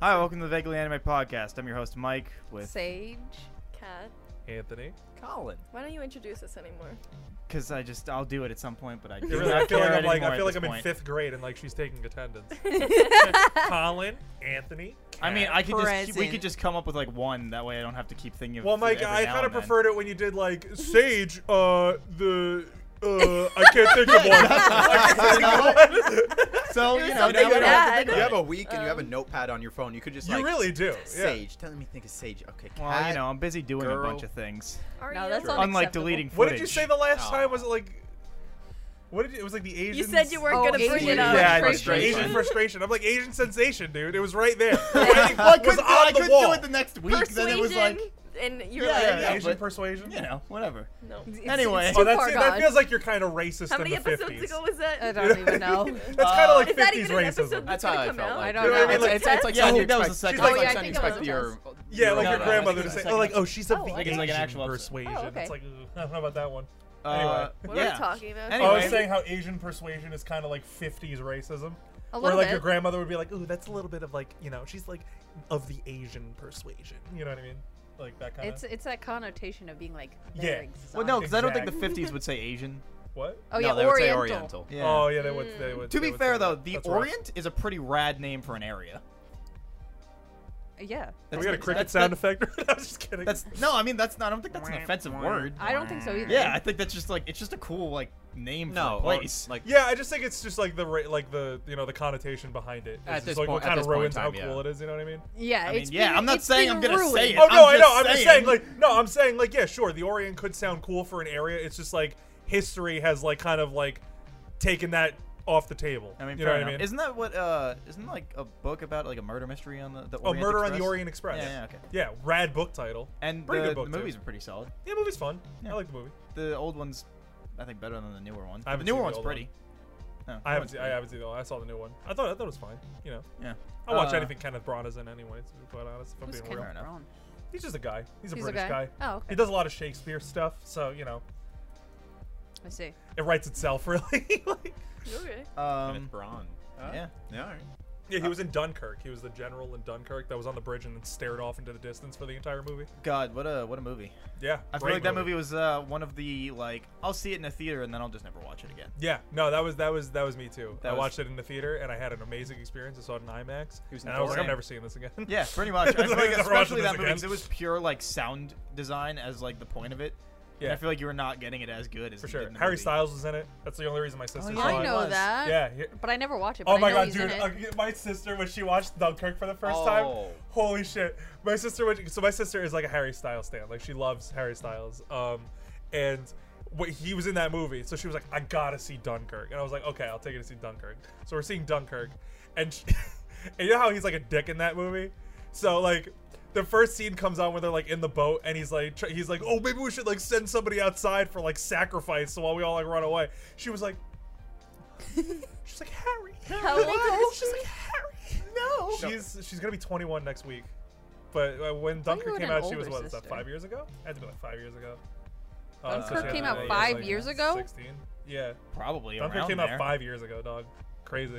Hi, welcome to the Vaguely Anime Podcast. I'm your host, Mike, with Sage. Cat, Anthony. Colin. why don't you introduce us anymore? because I just I'll do it at some point, but I do You're really, not I feel like care I'm like anymore I at feel like this I'm in point. fifth grade and like she's taking attendance. Colin, Anthony. I mean, I could just we could Present. just come up with like one. That way, I don't have to keep thinking of. Well, Mike, every I now kind of and then. preferred it when you did like Sage. Uh, the uh, I can't think of one. I can't think of one. So It you was know, something now we don't have to bad. think You about have it. a week and you have a Um, notepad on your phone. You could just you like really do. Yeah. Sage. Tell me, think of Sage. Okay. Cat. Well, you know, I'm busy doing a girl. bunch of things. Are No, you? that's all- Unlike Unacceptable. deleting footage. What did you say the last Aw. time? Was it like? What did you, it was like the Asian? You said you weren't Oh, gonna bring Asian it up. Yeah, I Frustration. did. Asian Asian. frustration. I'm like Asian sensation, dude. It was right there. Yeah. It was on the wall. next Persuasion, and you're Yeah, like, yeah, yeah. Asian but- persuasion. you know, whatever. no. Anyway. it's too Oh, that's far it. gone. that feels like you're kind of racist How in many the episodes 50s. ago was that? I don't even know. That's kind of like Is that 50s even an episode racism. That's It's how gonna I come felt. out? Like. I don't know. It's, it's, it's like Yeah, I someone think that was the expects- second She's like, it's one. like yeah, I someone think I was expects your. Yeah, your like No, your no, grandmother it's to the say, second oh, like, oh, she's a Oh, I vegan think it's like an actual episode. persuasion. Oh, okay. It's like, ugh, I don't know about that one. Uh, What yeah. are we talking about? Anyway. I was saying how Asian persuasion is kind of like 50s racism. A Where little like bit. your grandmother would be like, ooh, that's a little bit of like, you know, she's like of the Asian persuasion. You know what I mean? Like that kind it's of. it's that connotation of being like Yeah. very Well, no, because I don't think the Exactly. 50s would say Asian. What? Oh no, yeah, they would say Oriental. Oriental. Yeah. Oh, yeah, they would. They would to they be would fair say though, that. the That's rough. Orient is a pretty rad name for an area. Yeah. We got a cricket that's- sound effect. I was just kidding. That's no, I mean that's not. I don't think that's an offensive word. I don't think so either. Yeah, um, I think that's just like it's just a cool like name No, for a or, place. like Yeah, I just think it's just like the ra- like the you know the connotation behind it. It's At just this like point- what at kind this of point in ruins how time, yeah. cool it is. You know what I mean? Yeah. I mean, it's yeah, been- I'm not it's saying been I'm gonna ruined. say it. Oh no, I'm I know. just I'm just saying. saying, like, no, I'm saying, like, yeah, sure, the Orient could sound cool for an area. It's just like history has like kind of like taken that off the table. I mean, you fair know what I enough. mean? Isn't that what? Uh, isn't like a book about like a murder mystery on the, the oh, Orient Murder on Express? the Orient Express. Yeah, yeah, okay. Yeah, rad book title. And Pretty the, good book, the too. movies are pretty solid. Yeah, movie's fun. Yeah. I like the movie. The old ones, I think, better than the newer one. I the haven't newer seen the one's old pretty. No, I that haven't, one's seen, I pretty. haven't seen the. I saw the new one. I thought I thought it was fine. You know, Yeah. I watch Uh, anything Kenneth Branagh is in anyway. To be quite honest, if I'm Who's being Ken real, Kenneth- enough. Brown? he's just a guy. He's a He's a British guy? guy. Oh, okay. He does a lot of Shakespeare stuff, so you know, I see. it writes itself really. like, Okay. Um, Kenneth Braun. yeah. Yeah. All right. Yeah, he was in Dunkirk. He was the general in Dunkirk that was on the bridge and then stared off into the distance for the entire movie. God, what a what a movie. Yeah, I feel great like that movie was uh, one of the like I'll see it in a theater and then I'll just never watch it again. Yeah, no, that was that was that was me too. That I was- watched it in the theater and I had an amazing experience. I saw it in IMAX, was in and I was like, I'm Thor. never seeing this again. Yeah, pretty much. I feel Like, like never especially watching this that movie 'cause it again. was pure like sound design as like the point of it. Yeah. Yeah. I feel like you were not getting it as good as for you sure. did in the Harry movie. Styles was in it. That's the only reason my sister yeah. saw I it. it know was. that. Yeah. he- But I never watch it. But Oh I my know god, he's dude! in it. uh, my sister when she watched Dunkirk for the first Oh. time, holy shit! My sister, went, so my sister is like a Harry Styles stan. Like she loves Harry Styles. Um, and what he was in that movie, so she was like, "I gotta see Dunkirk," and I was like, "Okay, I'll take you to see Dunkirk." So we're seeing Dunkirk, and she, and you know how he's like a dick in that movie. So like. The first scene comes on where they're like in the boat, and he's like, tr- he's like, oh, maybe we should like send somebody outside for like sacrifice while we all like run away. She was like, she's like Harry, Harry. How old is She's like Harry. No. She's she's gonna be 21 next week. But uh, when you Dunker had came an out, she older was what? Is that sister. five years ago? It had to be like five years ago. Uh, Dunkirk so she had came to out be, like, five like, years ago? 16. Yeah. Probably Dunker around came there. out five years ago, dog. Crazy.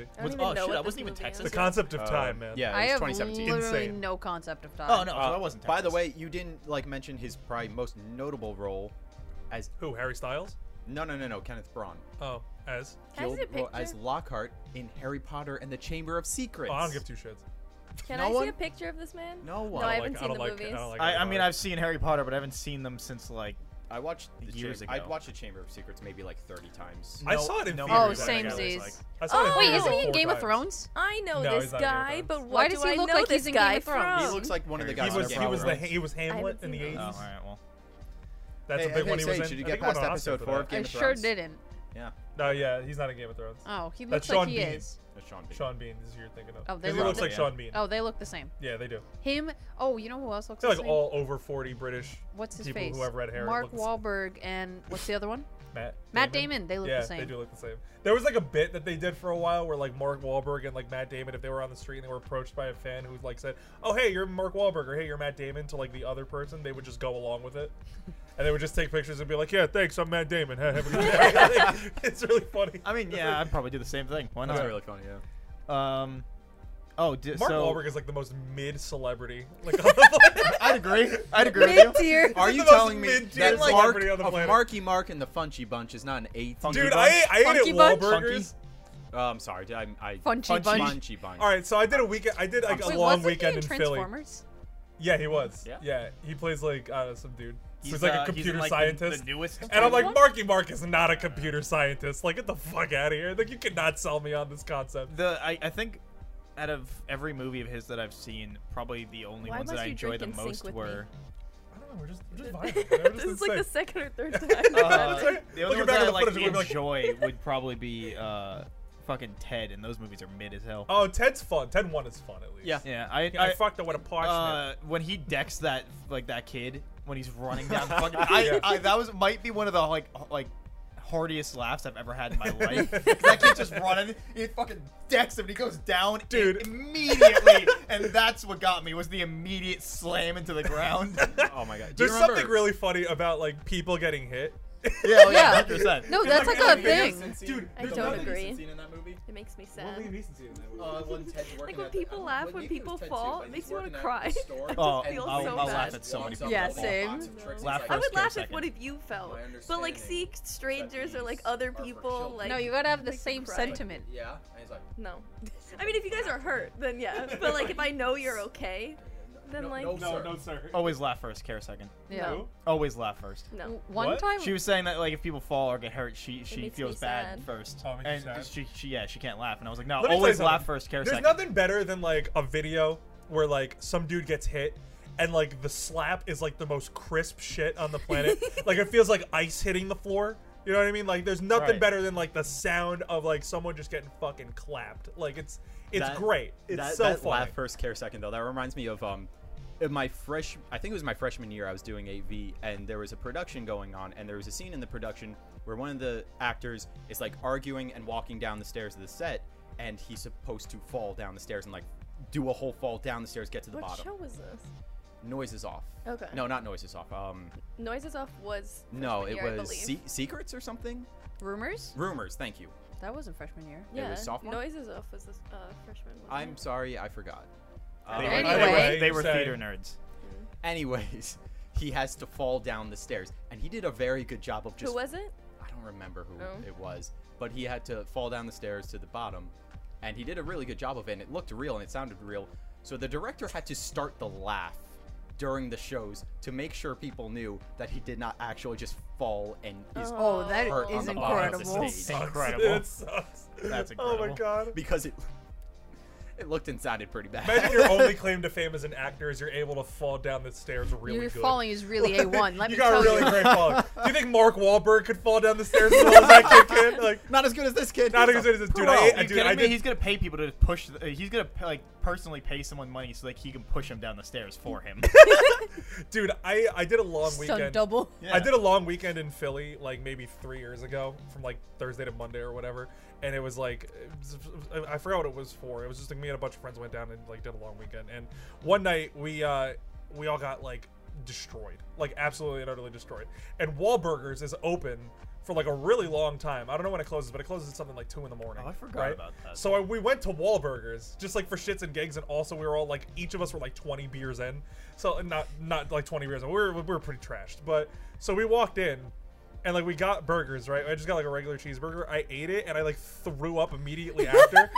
I don't Was- even oh, know shit, what I this wasn't even movie Texas. is. The concept of time, Um, man. Yeah, I it was have 2017. literally Insane. no concept of time. Oh no, so Uh, that wasn't. By the Texas. way, you didn't like mention his probably most notable role as Who? Harry Styles? no, no, no, no, Kenneth Braun. Oh, as? Can I Guild see a role as picture? Lockhart in Harry Potter and the Chamber of Secrets. Oh, I don't give two shits. Can No I one- see a picture of this man? No No, one. I I haven't like- I seen don't the like- I movies. don't like- I, I mean I've seen Harry Potter, but I haven't seen them since like I watched the Years Cham- I'd ago. watched the Chamber of Secrets maybe like 30 times. I saw it in no theaters. Oh, one I think, I same was Samesies. Z's. like- I saw it in Oh, Wait, theaters isn't like he four in Game of times. Thrones? I know No, this he's not in Game of guy, Thrones. but what Why do does he I look know like this he's in Game guy of Thrones? from? He looks like one of the Harry guys. He Potter was, in he Harry was Potter. the he was Hamlet seen in the that. Oh, 80s. all right, well. That's Hey, a big hey, one. He was Sage, in. did you I get think he won past an episode Oscar for four that. of Game I of sure Thrones? didn't. Yeah, No, yeah, he's not in Game of Thrones. Oh, he looks That's like Sean he Bean. is. that's Sean Bean. Sean Bean is who you're thinking of. Oh, they 'Cause he look looks the- like Sean Bean. Oh, they look the same. Yeah, they do. Him. Oh, you know who else looks They're the like same? all over 40 British What's his people face? who have red hair. Mark look the s- Wahlberg and what's the other one? Matt Matt Damon. They look yeah, the same. they do look the same. There was like a bit that they did for a while where like Mark Wahlberg and like Matt Damon, if they were on the street and they were approached by a fan who like said, "Oh, hey, you're Mark Wahlberg," or "Hey, you're Matt Damon," to like the other person, they would just go along with it, and they would just take pictures and be like, "Yeah, thanks, I'm Matt Damon." Have a good day." it's really funny. I mean, yeah, I'd probably do the same thing. Why That's not? really funny. Yeah. Um, Oh, di- Mark so Wahlberg is like the most mid celebrity. Like, on the I'd agree. I'd agree with you. Mid tier. Are He's you the most telling me mid-tier that Mark celebrity on the of planet. Marky Mark and the Funchy Bunch is not an eight? Funky Dude, I Bunch. ate, I ate Funky at Bunch? Wahlburgers. Oh, I'm sorry. Did I, I Funchy Funchy Bunch. Funchy Bunch. All right, so I did a weekend. I did like a Wait, long wasn't weekend he in Philly. Transformers? Yeah, he was. Yeah, Yeah. he plays like I don't know, some dude. So he's, He's, like uh, a he's in, computer like, the- scientist. the newest and I'm like, one? Marky Mark is not a computer scientist. Like, get the fuck out of here. Like, you cannot sell me on this concept. The I, I think out of every movie of his that I've seen, probably the only Why ones that must I you enjoy the drink in sync most with were. I don't know. We're just, we're just vibing. man. We're just this is like the insane. second or third time. Uh, That's right. the only ones Looking back that on I the like footage, we're like- enjoy would probably be uh, fucking Ted, and those movies are mid as hell. Oh, Ted's fun. Ted one is fun at least. Yeah. Yeah, I, Yeah, I, I, fucked it with a parchment. uh, when he decks that like that kid when he's running down the fucking, I, Yeah. I, that was might be one of the like h- like hardest laughs I've ever had in my life. 'Cause that kid just running, he fucking decks him, and he goes down i- Dude. immediately, and that's what got me was the immediate slam into the ground. Oh my god. Do you There's remember- something really funny about like people getting hit. yeah, oh, Yeah. yeah, 100%. No, that's like a thing. Dude, I there's don't one agree. decent Scene in that movie. it makes me sad. One Liam Neeson scene in that movie. Uh, when Ted's working when at the- people uh, laugh, when when Neeson people was Ted too, fall, but it he's makes me wanna working at cry. the store, I Oh, just feel I'll- so I'll bad. laugh at so many people. Yeah, same. Laugh I first, would kill laugh if second. one of you fell, My but like understanding see strangers or like other are for people, children. like No, you gotta have the Makes me same cry. sentiment. Yeah, and he's like, no. I mean, if you guys are hurt, then yeah. But like if I know you're okay, then no, like no, sir. sir. Oh, Always laugh first, care second. Yeah. Who? Always laugh first. no. W- One What? time. She was saying that like if people fall or get hurt, she she makes me feels bad sad. first, Oh, it makes you and sad. she, she yeah she can't laugh. And I was like, no, Let me tell you always laugh something. first, care There's second. nothing better than like a video where like some dude gets hit and like the slap is like the most crisp shit on the planet. like it feels like ice hitting the floor. You know what I mean? Like there's nothing Right. better than like the sound of like someone just getting fucking clapped. Like it's it's That- great. It's that, so that funny. laugh first care second though that reminds me of um in my fresh i think it was my freshman year i was doing av and there was a production going on and there was a scene in the production where one of the actors is like arguing and walking down the stairs of the set and he's supposed to fall down the stairs and like do a whole fall down the stairs get to the What bottom show was this? noise is off Okay. no not noise is off um Noises off was no freshman it year, I was believe. se- secrets or something Rumors? rumors thank you That wasn't freshman year. yeah. was sophomore? Noises off was this uh, freshman. wasn't i'm it? sorry i forgot They were, they Um, were- Anyway. they were Say. theater nerds. Anyways, he has to fall down the stairs, and he did a very good job of just. Who was it? I don't remember who Oh. it was, but he had to fall down the stairs to the bottom, and he did a really good job of it. And it looked real and it sounded real, so the director had to start the laugh during the shows to make sure people knew that he did not actually just fall and is Oh, that hurt is on the bottom of the incredible. stage. Sucks. Incredible. It sucks. That's Oh my incredible. god. because it it looked and sounded pretty bad. Imagine your only claim to fame as an actor is you're able to fall down the stairs really Your good. falling is really a one. Let you me got tell a really you. great fall. Do you think Mark Wahlberg could fall down the stairs as well as that kid can? Like, not as good as this kid. not He's as a good as this dude. pro. I, Are I, you dude, kidding I me? did, He's gonna pay people to push. The, he's gonna like personally pay someone money so like he can push him down the stairs for him. dude, I, I did a long Stunt weekend. double. Yeah. I did a long weekend in Philly, like maybe three years ago, from like Thursday to Monday or whatever. And it was like, it was- I I forgot what it was for. It was just like me and a bunch of friends went down and like did a long weekend. And one night we uh we all got like destroyed, like absolutely and utterly destroyed. And Wahlburgers is open for like a really long time. I don't know when it closes, but it closes at something like two in the morning. Oh, I forgot right? about that. So I, we went to Wahlburgers just like for shits and gigs, and also we were all like each of us were like 20 beers in, so not not like 20 beers. In. We were we were pretty trashed, but so we walked in, and like we got burgers. Right, I just got like a regular cheeseburger. I ate it and I like threw up immediately after.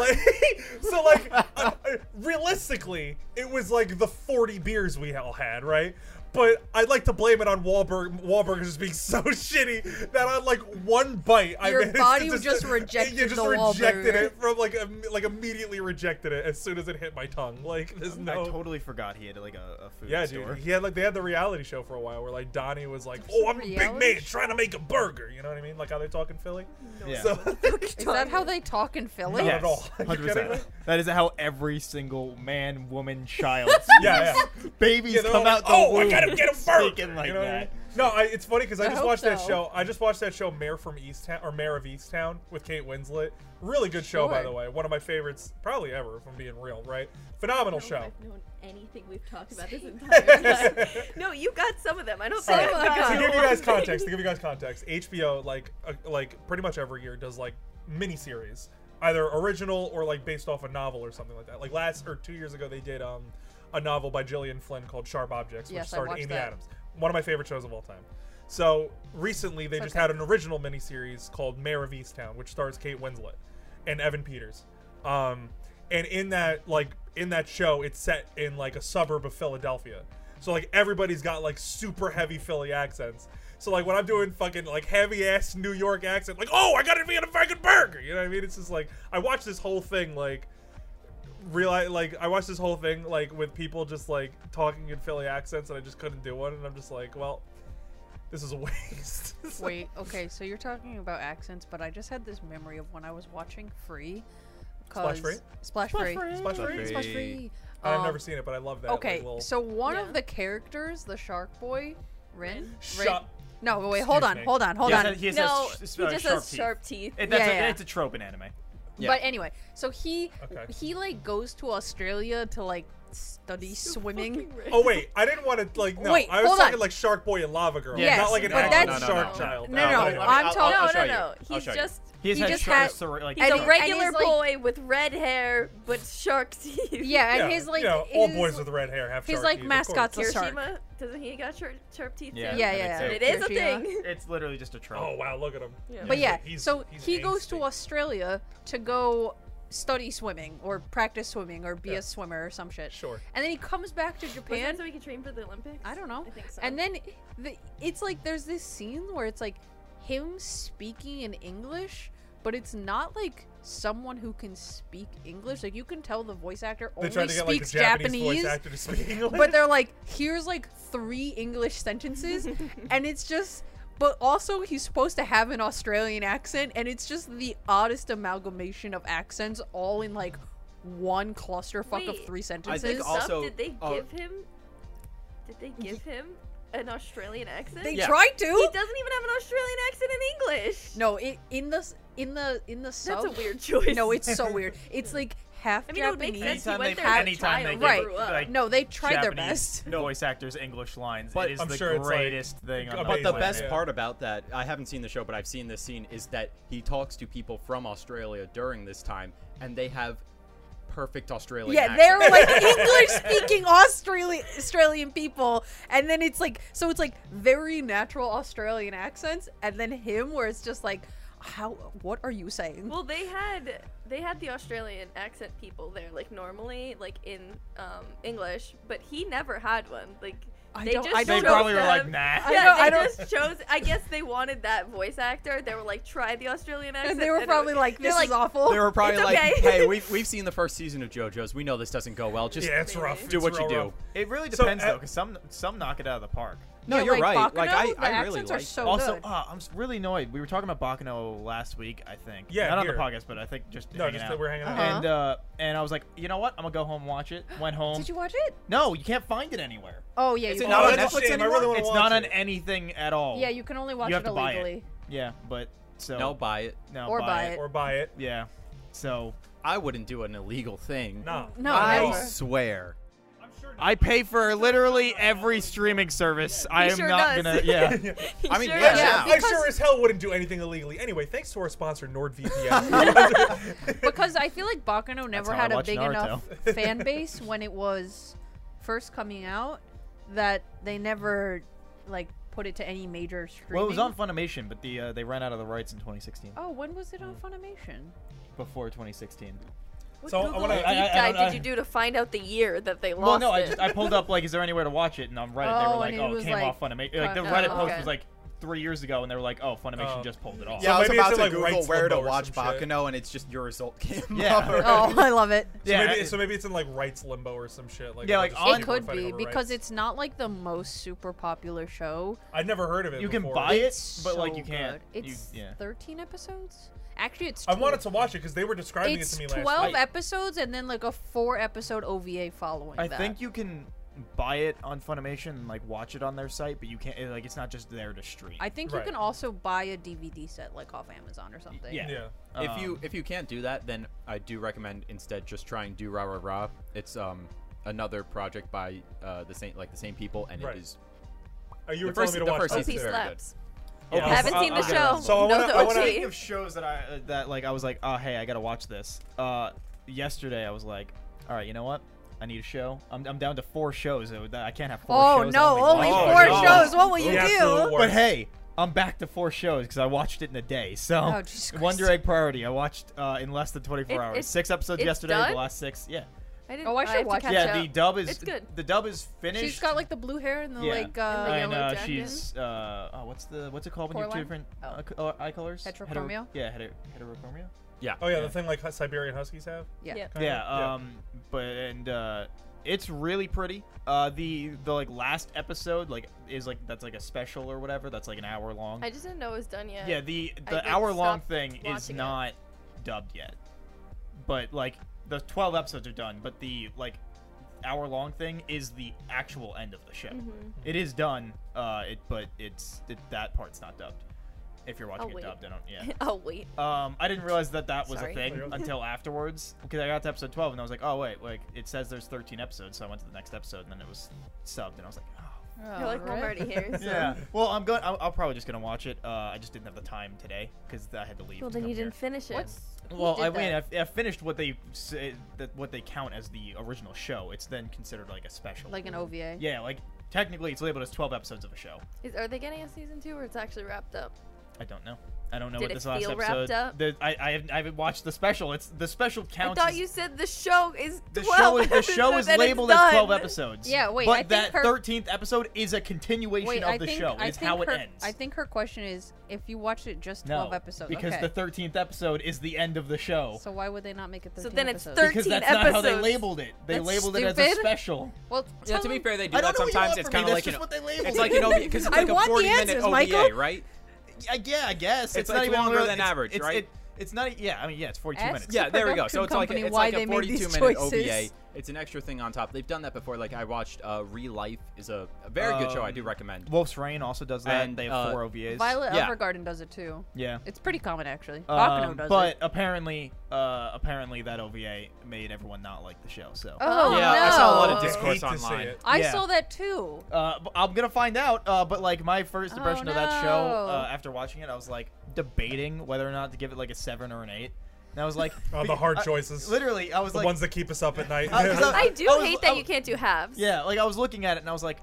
God. like so like uh, realistically, it was like the 40 beers we all had, right? But I'd like to blame it on Wahlberg, Wahlburgers just being so shitty that on like one bite, I Your managed body to just, just rejected you just the rejected Wahlburger. it from like im- like immediately rejected it as soon as it hit my tongue. Like there's no. I totally forgot he had like a, a food yeah, store. dude. He had like they had the reality show for a while where like Donnie was like, "Oh, I'm a big reality man show? trying to make a burger." You know what I mean? Like how they talk in Philly. Yeah. So Is that how they talk in Philly? Not at all. Are you Hundred kidding me? percent. That is how every single man, woman, child, yeah, yeah. babies they're come all out like, the oh, womb I gotta get a burger. speaking like you know what I that. mean? No, I, it's funny because I, I just hope watched that so. show. I just watched that show, Mayor from Easttown or Mayor of Easttown with Kate Winslet. Really good show, by Sure. the way. One of my favorites, probably ever, if I'm being real. Right? Phenomenal show. I've known anything we've talked about this entire time. No, you got some of them. I don't Oh All think right, I got to give you one guys thing. context, to give you guys context, HBO like uh, like pretty much every year does like miniseries either original or like based off a novel or something like that. Like last or two years ago, they did um a novel by Gillian Flynn called Sharp Objects, which Yes, I starred watched Amy that. Adams, one of my favorite shows of all time. So recently, they just Okay. had an original miniseries called Mayor of Easttown, which stars Kate Winslet and Evan Peters. Um, and in that like in that show, it's set in like a suburb of Philadelphia. So like everybody's got like super heavy Philly accents. So like when I'm doing fucking like heavy ass New York accent, like oh I gotta be in a fucking burger, you know what I mean? It's just like I watched this whole thing like realize like I watched this whole thing like with people just like talking in Philly accents and I just couldn't do one and I'm just like well this is a waste. It's like- Wait, okay, so you're talking about accents, but I just had this memory of when I was watching Free. Splash 'cause- Free? Splash Free. Splash Splash Free. Free. Splash Free. And I've Um, never seen it but I love that. like, Okay, little- so one Yeah. of the characters, the Shark Boy, Rin. Rin- Shut- No, but wait, hold Excuse on, me. hold on, hold He on. has- he has no, sh- he s- just uh, has sharp sharp teeth. teeth. It, that's Yeah, a, yeah. it's a trope in anime. Yeah. But anyway, so he Okay. he like goes to Australia to like study swimming. Oh wait, I didn't want to like no. Wait, I was hold talking on. like Shark Boy and Lava Girl, Yes, not like an but actual that's- No, no, shark no. child. No, no, uh, wait, I'm wait. I'll- I'll- talking- I'll no, show no, you. no. I'll He's show you. just He has He had just short had- story- like he's And a he- regular he's like- boy with red hair but shark teeth. Yeah, Yeah, and his like you know, all his- boys with red hair have his, shark like, teeth, of mascot's course. a It's shark. Hiroshima doesn't he got sharp, sharp teeth? Yeah. too? Yeah, I yeah, think yeah. so. It is a Hiroshima. thing. It's literally just a trope. Oh wow, look at him. Yeah. But yeah, he's- so he's he goes to angsty. Australia to go study swimming or practice swimming or be Yeah. a swimmer or some shit. Sure. And then he comes back to Was that Japan. so we could train for the Olympics? I don't know. I think so. And then the, it's like there's this scene where it's like him speaking in English, but it's not like someone who can speak English. Like you can tell the voice actor They only tried to get like the speaks Japanese, voice Japanese, actor to speak English. but they're like here's like three English sentences, and it's just. But also, he's supposed to have an Australian accent, and it's just the oddest amalgamation of accents, all in like one clusterfuck of Wait, three I sentences. think Stuff, also- did they oh. give him? Did they give him an Australian accent? they Yeah. try to. He doesn't even have an Australian accent in English. No, it, in the s- in the in the sub. that's a weird choice. No, it's so weird. It's like half I mean, it would make Japanese. sense. He Anytime went they- there as a anytime they child, give it, grew up. like, No, they tried their Japanese best. Voice actors, English lines. But it is I'm the sure it's, like, greatest thing on about But the the Yeah. best Yeah. part about that, I haven't seen the show, but I've seen this scene, is that he talks to people from Australia during this time, and they have perfect Australian Yeah, accents. they're like English speaking Australian Australian people, and then it's like so it's like very natural Australian accents, and then him where it's just like, how? What are you saying? Well, they had they had the Australian accent people there, like normally, like in um, English, but he never had one. Like I they don't- just I They don't- chose probably were them- like, nah. I yeah, don't- they I don't- just chose. I guess they wanted that voice actor. They were like, try the Australian accent. and they were it probably was- like, they're this like, is awful. They were probably It's like, okay. hey, we've, we've seen the first season of JoJo's. We know this doesn't go well. Just yeah, it's rough. do It's what you real do. rough. It really So, depends uh, though, because some some knock it out of the park. No, Yeah, you're like right. like I, Bakuno, the I really accents are like. um, so also, Oh, good. ah, I'm s- really annoyed. We were talking about Bakano last week, I think. Yeah, not here. on the podcast, but I think just No, hanging just out. that we're hanging out. Uh-huh. And uh, and I was like, you know what? I'm gonna go home and watch it. Went home. Did you watch it? No, you can't find it anywhere. Oh yeah, It's you an can not Oh, only on that's a Netflix shame. I really anymore? want to It's watch not on it. anything at all. yeah, you can only watch have it to buy it. illegally. Yeah, but so No, buy it. no, Or buy it. or buy it. Yeah, so I wouldn't do an illegal thing. No. No, not at I never. all. swear. I'm sure I pay for literally every streaming service. I am sure not does. gonna. Yeah. He I mean, sure yeah, does. yeah. I sure as hell wouldn't do anything illegally. Anyway, thanks to our sponsor NordVPN. because I feel like Bakano never how I had a watch big Naruto. enough fan base when it was first coming out that they never like put it to any major streaming. Well, it was on Funimation, but the uh, they ran out of the rights in 2016. oh, when was it on Hmm. Funimation? Before 2016. What So, I Google wanna- it? I- Deep I- I dive don't- I- did you do to find out the year that they Well, lost no, I it? just I pulled up like, is there anywhere to watch it? And on Reddit, Oh, they were and like, it oh, was it came like- off Funimation. Like the Oh, Reddit post okay. was like three years ago, and they were like, oh, Funimation Oh. just pulled it off. Yeah, I was maybe it's about to in, like, Google Rent where to Slow-Mo or watch some shit. Bakano, and it's just your result came Yeah. up. already. Oh, I love it. So yeah, maybe, it- so maybe it's in like rights limbo or some shit. Like Yeah, like, they're just on- people It People could fighting be over because rights. it's not like the most super popular show. I'd never heard of it. You can before. buy it, It's but like so you can't. good. you- It's yeah. 13 episodes. Actually, it's. I tw- wanted to watch it because they were describing it It's to me 12 last night. episodes and then like a four episode OVA following I that. think you can buy it on Funimation and like watch it on their site, but you can't. it- Like it's not just there to stream. I think Right. you can also buy a DVD set like off Amazon or something. Yeah. Yeah. If you Um, if you can't do that, then I do recommend instead just trying Do Ra Ra Ra. It's um another project by uh the same like the same people, and Right. it is Oh, you The were telling first- me to the watch first that OP season's too. very good. slaps. Yeah. I'll- Haven't I'll- seen "Oh, I'll the get around show. to So I no wanna- the I OT. wanna- Speaking of shows that I uh, that like I was like, oh hey, I gotta watch this. Uh, yesterday I was like, all right, you know what? I need a show. I'm, I'm down to four shows. so that- I can't have four Oh shows. I no, only one. four Oh, no. shows. What will you The absolute do? worst. But hey, I'm back to four shows because I watched it in a day. So Oh, Jesus Wonder Christ. Egg priority. I watched uh, in less than 24 It- hours. it's- six episodes it's yesterday. done? The last six. Yeah. I didn't. Oh, I should have to watch catch it. up. yeah. The dub is. It's good. The dub is finished. She's got like the blue hair and the Yeah. like uh, the and yellow uh, jacket. she's uh, oh, what's the what's it called when you have two Coraline? different Oh. uh, co- uh, eye colors? Hetero- Heterochromia? yeah, heter- heterochromia. Yeah. Oh yeah, the thing like hu- Siberian Huskies have. yeah. Yeah. kinda? Yeah, um, but and uh, it's really pretty. Uh, the the like last episode like is like that's like a special or whatever. That's like an hour long. I just didn't know it was done yet. yeah, the I the did hour long stop thing is watching it. not dubbed yet, but like the twelve episodes are done. But the like hour long thing is the actual end of the show. Mhm. It is done. Uh, it but it's it, that part's not dubbed. If you're watching I'll it Oh, wait. dubbed, I don't. Yeah. I'll Oh, wait. Um, I didn't realize that that was Sorry. a thing Really? until afterwards because I got to episode 12 and I was like, oh wait, like it says there's 13 episodes, so I went to the next episode and then it was subbed and I was like, oh. You're like, well, I'm already here. So. Yeah. Well, I'm going. I'm, I'm probably just gonna watch it. Uh, I just didn't have the time today because I had to leave. Well, to then come you didn't here. finish it. What's well, did I that? mean, I've, I've finished what they say, that what they count as the original show. It's then considered like a special. like an OVA. yeah, like technically it's labeled as 12 episodes of a show. Is, are they getting a season two or it's actually wrapped up? I don't know. I don't know Did what it this last feel wrapped episode. up? The, I I haven't, I haven't watched the special. It's the special counts. I thought as- you said the show is The 12 show is the show is then it's labeled as twelve done. episodes. Yeah, wait, But I think that her- thirteenth episode is a continuation Wait, of I the think show. I It's think how it her, ends. I think her question is if you watch it just no, twelve episodes. because okay. the thirteenth episode is the end of the show. So why would they not make it? 13 then it's episodes? 13 because that's not how they episodes. labeled it. They That's labeled it as a stupid. special. Well, Yeah, tell to be them- fair, they do I that don't know what you sometimes. want It's from me. kind That's of like just an, what they labeled it's it. like an OVA because it's I like a want the 40 minute answers, OVA, Michael. right? I, yeah, I guess it's, It's not like even longer really- than it's- average, it's, right? It, it's not. e, Yeah, I mean, yeah, it's forty-two Ask- minutes. Yeah, there we go. So it's like production a, it's why like they a made 42 these minute OVA. choices. It's an extra thing on top. They've done that before. Like I watched uh, Relife is a, a very good show. I do Um, recommend. Wolf's Rain also does that. And, they have uh, four OVAs. Violet Yeah. Evergarden does it too. Yeah. It's pretty common actually. Um, Bakano does but it. apparently, uh, apparently that OVA made everyone not like the show. So. Oh yeah, I saw a lot no. of discourse Hate to see online. it. I Yeah. saw that too. Uh, b- I'm gonna find out. Uh, but like my first Oh, impression of that show uh, no. after watching it, I was like debating whether or not to give it like a seven or an eight. And I was like, Oh, the hard I- choices. Literally, I was the like, ones that keep us up at night. Oh, Uh, 'cause I do I was- hate that I- you can't do halves. yeah, like I was looking at it and I was like,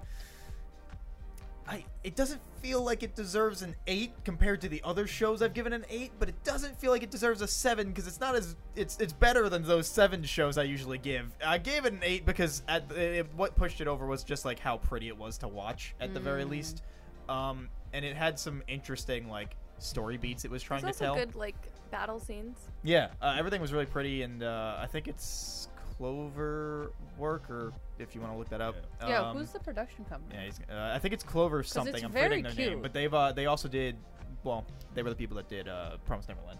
I it doesn't feel like it deserves an eight compared to the other shows I've given an eight, but it doesn't feel like it deserves a seven because it's not as it's it's better than those seven shows I usually give. I gave it an eight because at the- it, what pushed it over was just like how pretty it was to watch at the Mm. very least, um, and it had some interesting like story beats it was trying There's to also tell. good like battle scenes. Yeah, uh, everything was really pretty, and uh, I think it's Clover Work, or if you want to look that up. yeah, Um, who's the production company? Yeah, he's, uh, I think it's Clover something. it's I'm very forgetting their name, cute. but they've uh, they also did. Well, they were the people that did uh, Promise Neverland.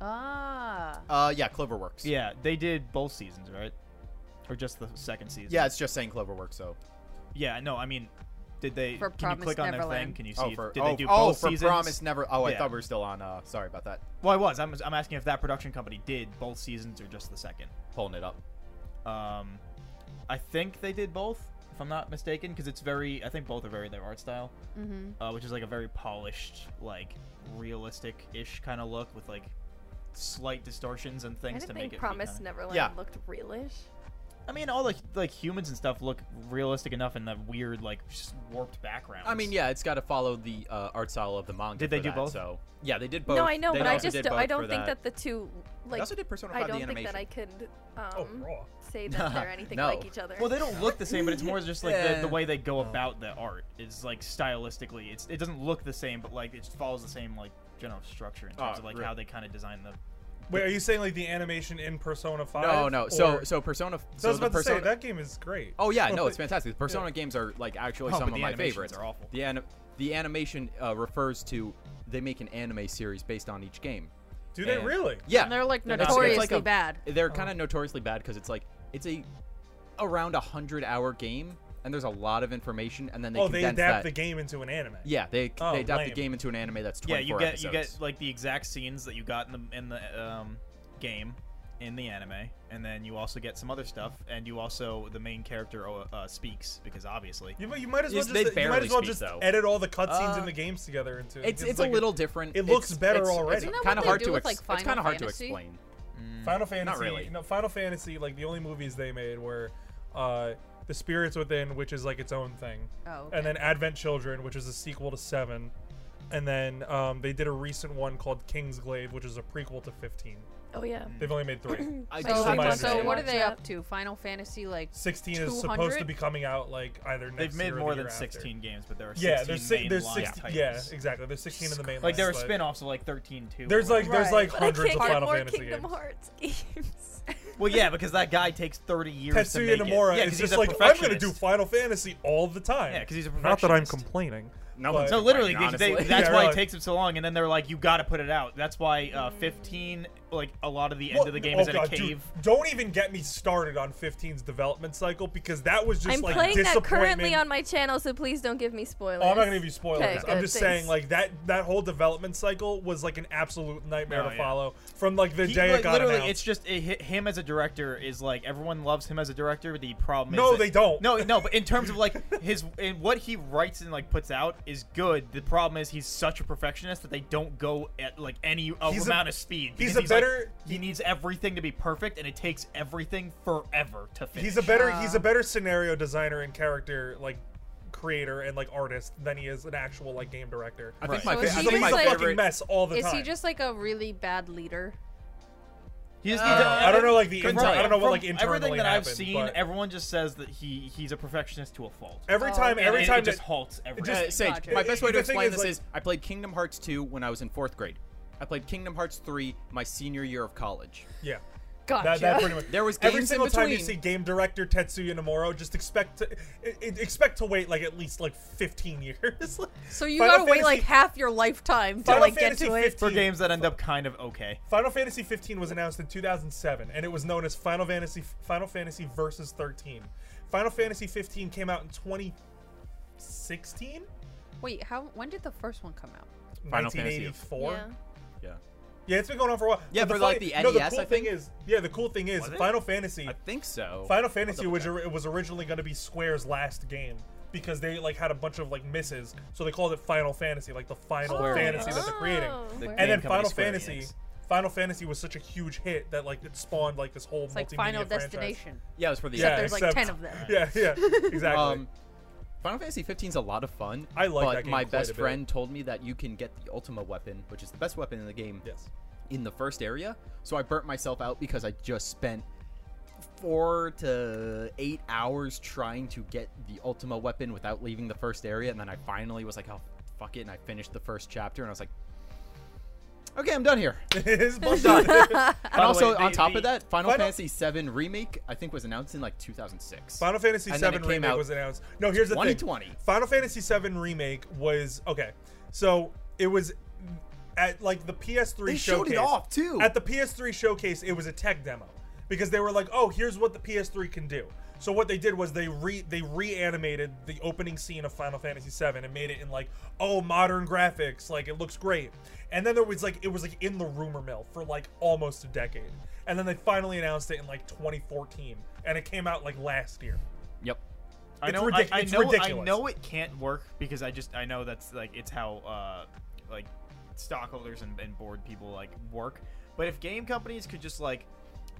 Ah. Uh, yeah, CloverWorks. Yeah, they did both seasons, right? Or just the second season? Yeah, it's just saying CloverWorks. So Yeah. No, I mean, did they? For can you Promise click on their thing? Neverland. Can you see? oh, for did oh, they do oh, both for seasons? Promise Never. Oh, I Yeah. thought we were still on. Uh, sorry about that. Well, I was. I'm, I'm asking if that production company did both seasons or just the second. Pulling it up. Um, I think they did both, if I'm not mistaken, because it's very. I think both are very their art style, Mm-hmm. uh, which is like a very polished, like realistic-ish kind of look with like slight distortions and I things to didn't make think it. be Promise kinda- Neverland Yeah. looked realish. I mean, all the like humans and stuff look realistic enough in the weird, like s- warped background. I mean, yeah, it's got to follow the uh, art style of the manga. Did they for do that, both? So yeah, they did both. no, I know, They but I also just did don't, I both don't for think that. that. the two They like also did Persona I 5 don't the think that animation. I could oh, um, raw. say that they're anything No. like each other. Well, they don't look the same, but it's more just like the, Yeah. the way they go Oh. about the art. It's like stylistically, it's it doesn't look the same, but like it just follows the same like general structure in terms Oh, of like right. how they kind of design the Wait, are you saying like the animation in Persona 5? No, no. So or- so Persona. So I So was the about to say Persona. that game is great. Oh yeah, no, Like, it's fantastic. The Persona games are like actually Oh, some but of the my animations favorites. are awful. The an- the animation uh, refers to they make an anime series based on each game. Do they And- really? Yeah, And they're like It's- it's notoriously like a- bad. They're kind of notoriously bad because it's like it's a around a hundred hour game, and there's a lot of information, and then they oh, they condense adapt that. the game into an anime. Yeah, they Oh, they adapt lame. the game into an anime that's yeah 24 you get you episodes. get like the exact scenes that you got in the in the um, game in the anime, and then you also get some other stuff, and you also the main character uh, uh, speaks because obviously You, you might as well Yes, they just, you might barely as well speak, just though. edit all the cutscenes in Uh, the games together into It's it's like a little different. it looks It's- better it's- it's already. Isn't that what kinda they hard do to ex- with, like, it's kind Final of hard to Fantasy? explain. Final Fantasy. really. No, Final Fantasy. Like the only movies they made were uh, the Spirits Within, which is like its own thing, Oh, okay. and then Advent Children, which is a sequel to Seven, and then um, they did a recent one called King's Glaive, which is a prequel to Fifteen. Oh yeah. They've only made three. I so, just so like much. to so say- what are they Yeah. up to? Final Fantasy like Sixteen is supposed to 200? be coming out like either next they've made year or more the year than after. 16 games, but there are 16 Yeah, there's si- main there's line six. titles. Yeah, exactly. There's sixteen in the main. Like there are list, but spin-offs of like 13 too. or There's like whatever. there's like But I hundreds can't of get Final more Fantasy Kingdom games. Hearts games. well, yeah, because that guy takes 30 years to Tetsuya make Nomura it. Yeah, 'cause is he's just a like I'm gonna do perfectionist. Final Fantasy all the time. Yeah, 'cause he's a not that I'm perfectionist. complaining. No, But- one's No, So literally, complaining, they, honestly. that's Yeah, why really. it takes them so long. And then they're like, "You got to put it out." That's why uh, 15, like a lot of the end Well, of the game oh is in a God, dude, cave. don't even get me started on 15's development cycle because that was just I'm like playing that disappointment. currently on my channel, so please don't give me spoilers. Oh, I'm not gonna give you spoilers. Okay, I'm good, just thanks. saying, like that that whole development cycle was like an absolute nightmare Oh, to yeah. follow from like the He- day like, it got literally, announced. it's just it, hi- him as a director is like everyone loves him as a director. The problem is No, that- they don't. No, no, but in terms of like his and what he writes and like puts out is good. The problem is he's such a perfectionist that they don't go at like any uh, He's a- amount of speed. he's because a like, better- he needs everything to be perfect, and it takes everything forever to finish. he's a better he's a better scenario designer and character like creator and like artist than he is an actual like game director. I Right. think my So fa- is I he He's think a just my like- fucking favorite. mess all the Is time. he just like a really bad leader? He just Uh, needs to- I don't know, like, the from- intel- I don't know what, from like, internally everything that I've happened, seen, but- everyone just says that he he's a perfectionist to a fault. every Oh, time okay. every And it- time it just that- halts everything. Uh, Just- Sage, Gotcha. my It- best way it- to the thing explain is, this like- is I played Kingdom Hearts 2 when I was in fourth grade. I played Kingdom Hearts 3 my senior year of college. yeah. Gotcha. That, that pretty much. There was every games in single time you between. see game director Tetsuya Nomura, just expect to i- i- expect to wait like at least like 15 years. Like, so you Final gotta wait like Fantasy- half your lifetime to Final like Fantasy get to it. 15 for games that end up kind of okay. Final Fantasy 15 was announced in 2007, and it was known as Final Fantasy Final Fantasy Versus 13. Final Fantasy 15 came out in 2016, Wait, how? When did the first one come out? Final Fantasy. 1984. Yeah. Yeah. Yeah, it's been going on for a while. Yeah, But for, like, fi- the no, the NES, cool I thing think. is, yeah, the cool thing is Was it? Final Fantasy. I think so. Final Fantasy double was check. ori- was originally going to be Square's last game because they like had a bunch of like misses, so they called it Final Fantasy, like the final Square fantasy Enix. that they're creating. Oh. The game And then company Final Square Fantasy, Enix. Final Fantasy was such a huge hit that like it spawned like this whole It's like multimedia Final franchise. Destination. Yeah, it was for the Yeah, there's, like, 10 of them. Yeah, yeah, exactly. Um, Final Fantasy 15 is a lot of fun. I like but that game my quite best a bit. friend told me that you can get the Ultima weapon, which is the best weapon in the game, yes. in the first area. So I burnt myself out because I just spent four to eight hours trying to get the Ultima weapon without leaving the first area, and then I finally was like, "Oh, fuck it!" and I finished the first chapter, and I was like, "Okay, I'm done here." it is bullshit. And By the also, way, on the- top the- of that, Final, Final- Fantasy VII remake I think was announced in like 2006. Final Fantasy And VII then it came remake out was announced. No, here's the thing. 2020. Final Fantasy VII remake was okay. So it was at like the PS3 They showed it showcase. off, too. At the PS3 showcase, it was a tech demo because they were like, "Oh, here's what the PS3 can do." So what they did was they re they reanimated the opening scene of Final Fantasy VII and made it in like oh modern graphics like it looks great, and then there was like it was like in the rumor mill for like almost a decade, and then they finally announced it in like 2014, and it came out like last year. yep. I It's know, ridic- I, I it's know, I ridiculous. know it can't work because I just I know that's like it's how uh like stockholders and, and board people like work. But if game companies could just like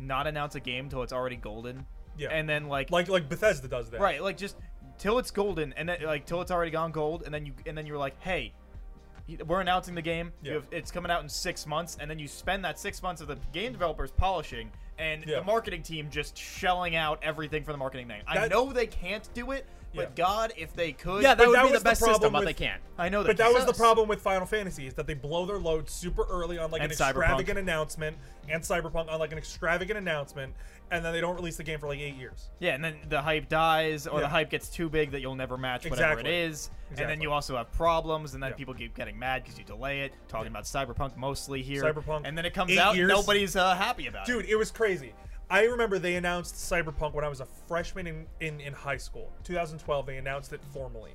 not announce a game till it's already golden, Yeah. and then like like like Bethesda does that. right, like just till it's golden and then like till it's already gone gold, and then you and then you're like, hey. We're announcing the game. Yeah. You have, it's coming out in six months, and then you spend that six months of the game developers polishing and Yeah. the marketing team just shelling out everything for the marketing thing. I That- know they can't do it, but Yeah. God, if they could, Yeah, that But would that was be the the best problem system, but with- they can't. I know they But that can't. was the So- problem with Final Fantasy is that they blow their load super early on like an And Cyberpunk. extravagant announcement and Cyberpunk on like an extravagant announcement, and then they don't release the game for like eight years. Yeah, and then the hype dies, or Yeah. the hype gets too big that you'll never match whatever Exactly. it is, and then Exactly. you also have problems, and then Yeah. people keep getting mad because you delay it. Talking about Cyberpunk mostly here, Cyberpunk, and then it comes eight out, years. and nobody's uh, happy about it. Dude, it was crazy. I remember they announced Cyberpunk when I was a freshman in, in, in high school. 2012, they announced it formally.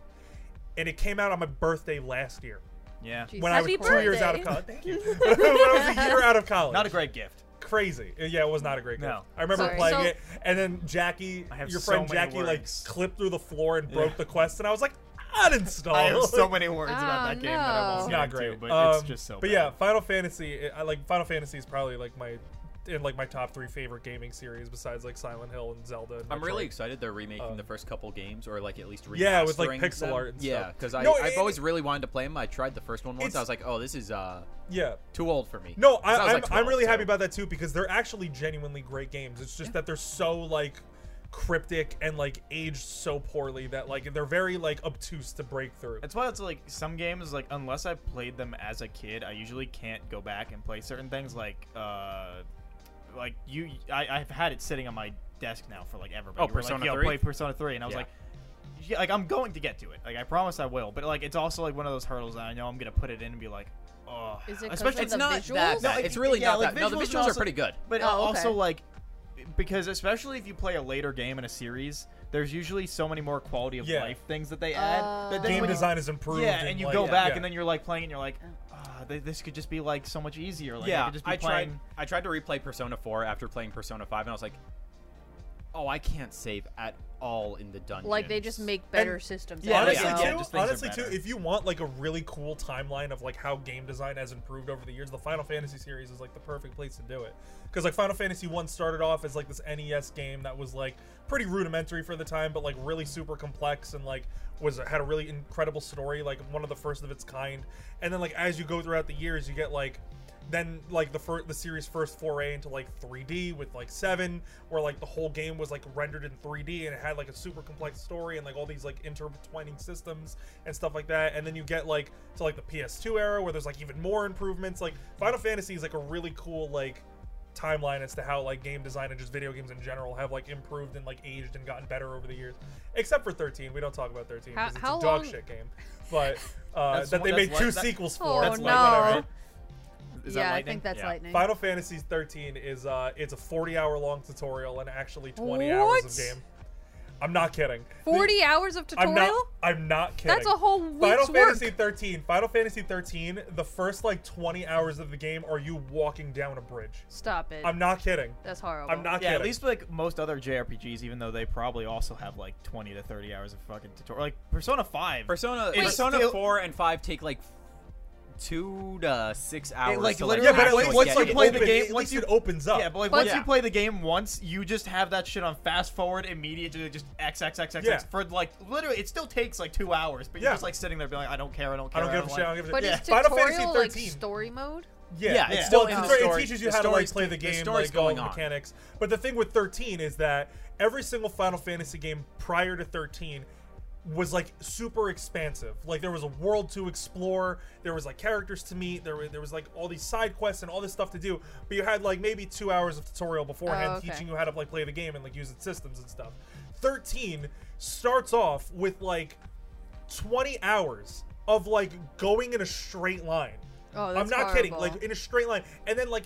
And it came out on my birthday last year. yeah, Jeez. When I Happy was two years out of birthday. college. Thank you. when I was a year out of college. not a great gift. crazy. Uh, Yeah, it was not a great game. No. I remember Sorry. playing So- it, and then Jackie, I have your so friend many Jackie, like words. clipped through the floor and broke Yeah. the quest, and I was like, uninstall. I have so Like, many words about Oh, that game that I no. won't It's get Oh. not into, great, but it's Um, just so. But bad. yeah, Final Fantasy. it- I like Final Fantasy is probably like my in like my top three favorite gaming series besides like Silent Hill and Zelda. And I'm Metroid. really excited they're remaking Um, the first couple games, or like at least remastering Yeah, with, like, pixel them. art and yeah, stuff. because I No, I've it- always really wanted to play them. I tried the first one once. I It's- was like, oh, this is uh yeah. too old for me. No, 'Cause I, was, I'm, like, I'm 12, really happy so- about that too because they're actually genuinely great games. It's just that they're so like cryptic and like aged so poorly that like they're very like obtuse to break through. That's why it's like some games like unless I played them as a kid, I usually can't go back and play certain things like uh like you I, I've had it sitting on my desk now for like ever. but you Oh, were Persona like, Yo, 3? play Persona 3 and I was Yeah. like yeah, like I'm going to get to it. Like I promise I will. But like it's also like one of those hurdles that I know I'm gonna put it in and be like, oh Is it 'cause especially of the not visuals? that bad. No, it- it's really yeah, not like, that. No, the visuals and visuals are also- pretty good. But Oh, also okay. like because especially if you play a later game in a series, there's usually so many more quality of Yeah. life things that they add. that then Oh. Game when you- design is improved. yeah, and you like, go back, yeah. and then you're like playing, and you're like, Oh. ah, th- this could just be like so much easier. Like, I yeah, could just be I playing. tried. I tried to replay Persona 4 after playing Persona 5, and I was like, oh, I can't save at all in the dungeon. Like they just make better And- systems. Yeah, out of honestly, yeah, it. too, yeah, just things are honestly too, better. if you want like a really cool timeline of like how game design has improved over the years, the Final Fantasy series is like the perfect place to do it. Because like Final Fantasy One started off as like this NES game that was like pretty rudimentary for the time, but like really super complex and like was had a really incredible story, like one of the first of its kind. And then like as you go throughout the years, you get like then like the first the series first foray into like 3D with like 7 where like the whole game was like rendered in 3D and it had like a super complex story and like all these like intertwining systems and stuff like that and then you get like to like the PS2 era where there's like even more improvements like Final Fantasy is like a really cool like timeline as to how like game design and just video games in general have like improved and like aged and gotten better over the years except for 13 we don't talk about 13 How- because it's how a dog long- shit game but uh, That's that they one- made that's two one- that- sequels Oh, for That's no. lightning, right? Is that yeah, I lightning? think that's Yeah. lightning. Final Fantasy 13 is uh it's a 40 hour long tutorial and actually 20 hours What? of game. I'm not kidding. The- 40 hours of I'm tutorial? not I'm not kidding. That's a whole week's Final work. Fantasy 13. Final Fantasy 13, the first like 20 hours of the game are you walking down a bridge. Stop it. I'm not kidding. That's horrible. I'm not yeah, at kidding. least like most other JRPGs, even though they probably also have like 20 to 30 hours of fucking tutorial. Like Persona 5. Persona, Wait, Persona still- 4 and 5 take like two to six hours. like, to, literally- yeah, but at actually least like, once get you it. like, play the open- game- at once least it you- opens up. yeah, but like But- once Yeah. you play the game once, you just have that shit on fast forward immediately, just X X X X Yeah. X for like literally. It still takes like two hours, but Yeah. you're just like sitting there being like, I don't care, I don't I care. don't give a shit. I don't give a shit. but yeah. is Final tutorial Fantasy like 13. story mode? Yeah, Yeah, it's Yeah. still Well, in the very- story. It teaches The you how to like story's- play the the game, story's like all going the on. mechanics. But the thing with 13 is that every single Final Fantasy game prior to 13 was like super expansive. Like there was a world to explore, there was like characters to meet, there were, there was like all these side quests and all this stuff to do. But you had like maybe 2 hours of tutorial beforehand Oh, okay. teaching you how to like play the game and like use its systems and stuff. 13 starts off with like 20 hours of like going in a straight line. Oh, I'm that's not kidding. horrible. Like in a straight line, and then like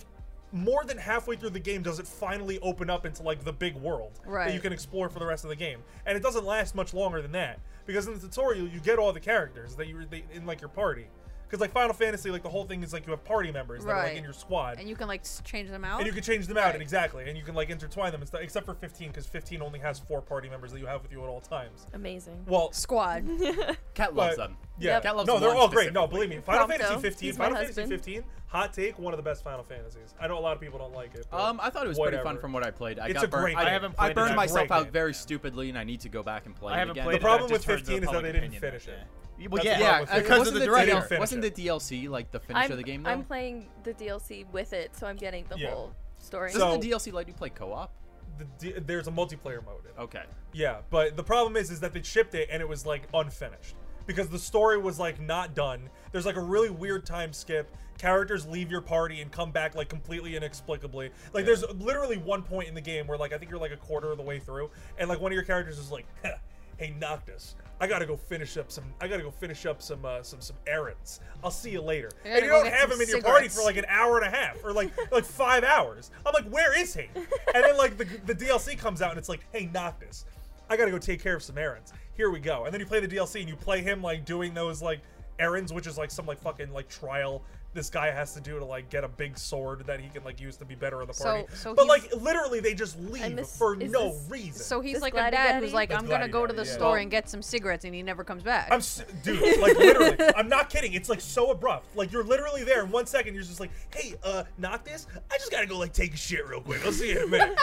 more than halfway through the game does it finally open up into like the big world that you Right. can explore for the rest of the game, and it doesn't last much longer than that because in the tutorial you get all the characters that you they, in like your party. Because like Final Fantasy, like the whole thing is like you have party members that are like Right. in your squad, And you can like s- change them out? and you can change them out, and Right. exactly, and you can like intertwine them and stuff. Except for 15, because 15 only has four party members that you have with you at all times. Amazing. Well, Squad. Cat but- loves them. Yeah, Cat loves no, they're one all great. No, specifically. believe me, Final Prompto. Fantasy 15. He's my Final Fantasy husband. 15. Hot take, one of the best Final Fantasies. I know a lot of people don't like it. but Um, I thought it was pretty fun whatever. from what I played. I It's got a burned. great I, game. haven't. I I haven't played burned it. myself Great out game. very stupidly, and I need to go back and play. I it haven't again. played it. The problem I've just with heard the 15 is that public they didn't opinion about finish that. it. Well, That's yeah, the problem Yeah, with uh, it. because of wasn't the director. DL- finish Wasn't the it. DLC like the finish I'm, of the game? Though? I'm playing the DLC with it, so I'm getting the Yeah. whole story. So- Doesn't the DLC let you play co-op? the D- there's a multiplayer mode. In it. Okay. Yeah, but the problem is, is that they shipped it and it was like unfinished because the story was like not done. There's like a really weird time skip. Characters leave your party and come back like completely inexplicably. Like there's literally one point in the game where like I think you're like a quarter of the way through, and like one of your characters is like, "Huh, "Hey Noctis, I gotta go finish up some. I gotta go finish up some uh, some some errands. I'll see you later." gotta And you go don't get have him some in your party cigarettes. for like an hour and a half or like like five hours. I'm like, where is he? And then like the, the DLC comes out and it's like, hey, Noctis, I gotta go take care of some errands. Here we go. And then you play the DLC and you play him like doing those like errands, which is like some like fucking like trial this guy has to do to like get a big sword that he can like use to be better in the So- party. so but he's- like literally, they just leave miss- for is no this- reason. So he's This like a Gladdy dad Daddy? who's like, That's I'm gonna Gladdy go to the Daddy, yeah. store Well- and get some cigarettes, and he never comes back. I'm s- dude, like literally, I'm not kidding. It's like so abrupt. Like you're literally there in one second. You're just like, hey, uh, not this. I just gotta go like take a shit real quick. I'll see you in a minute.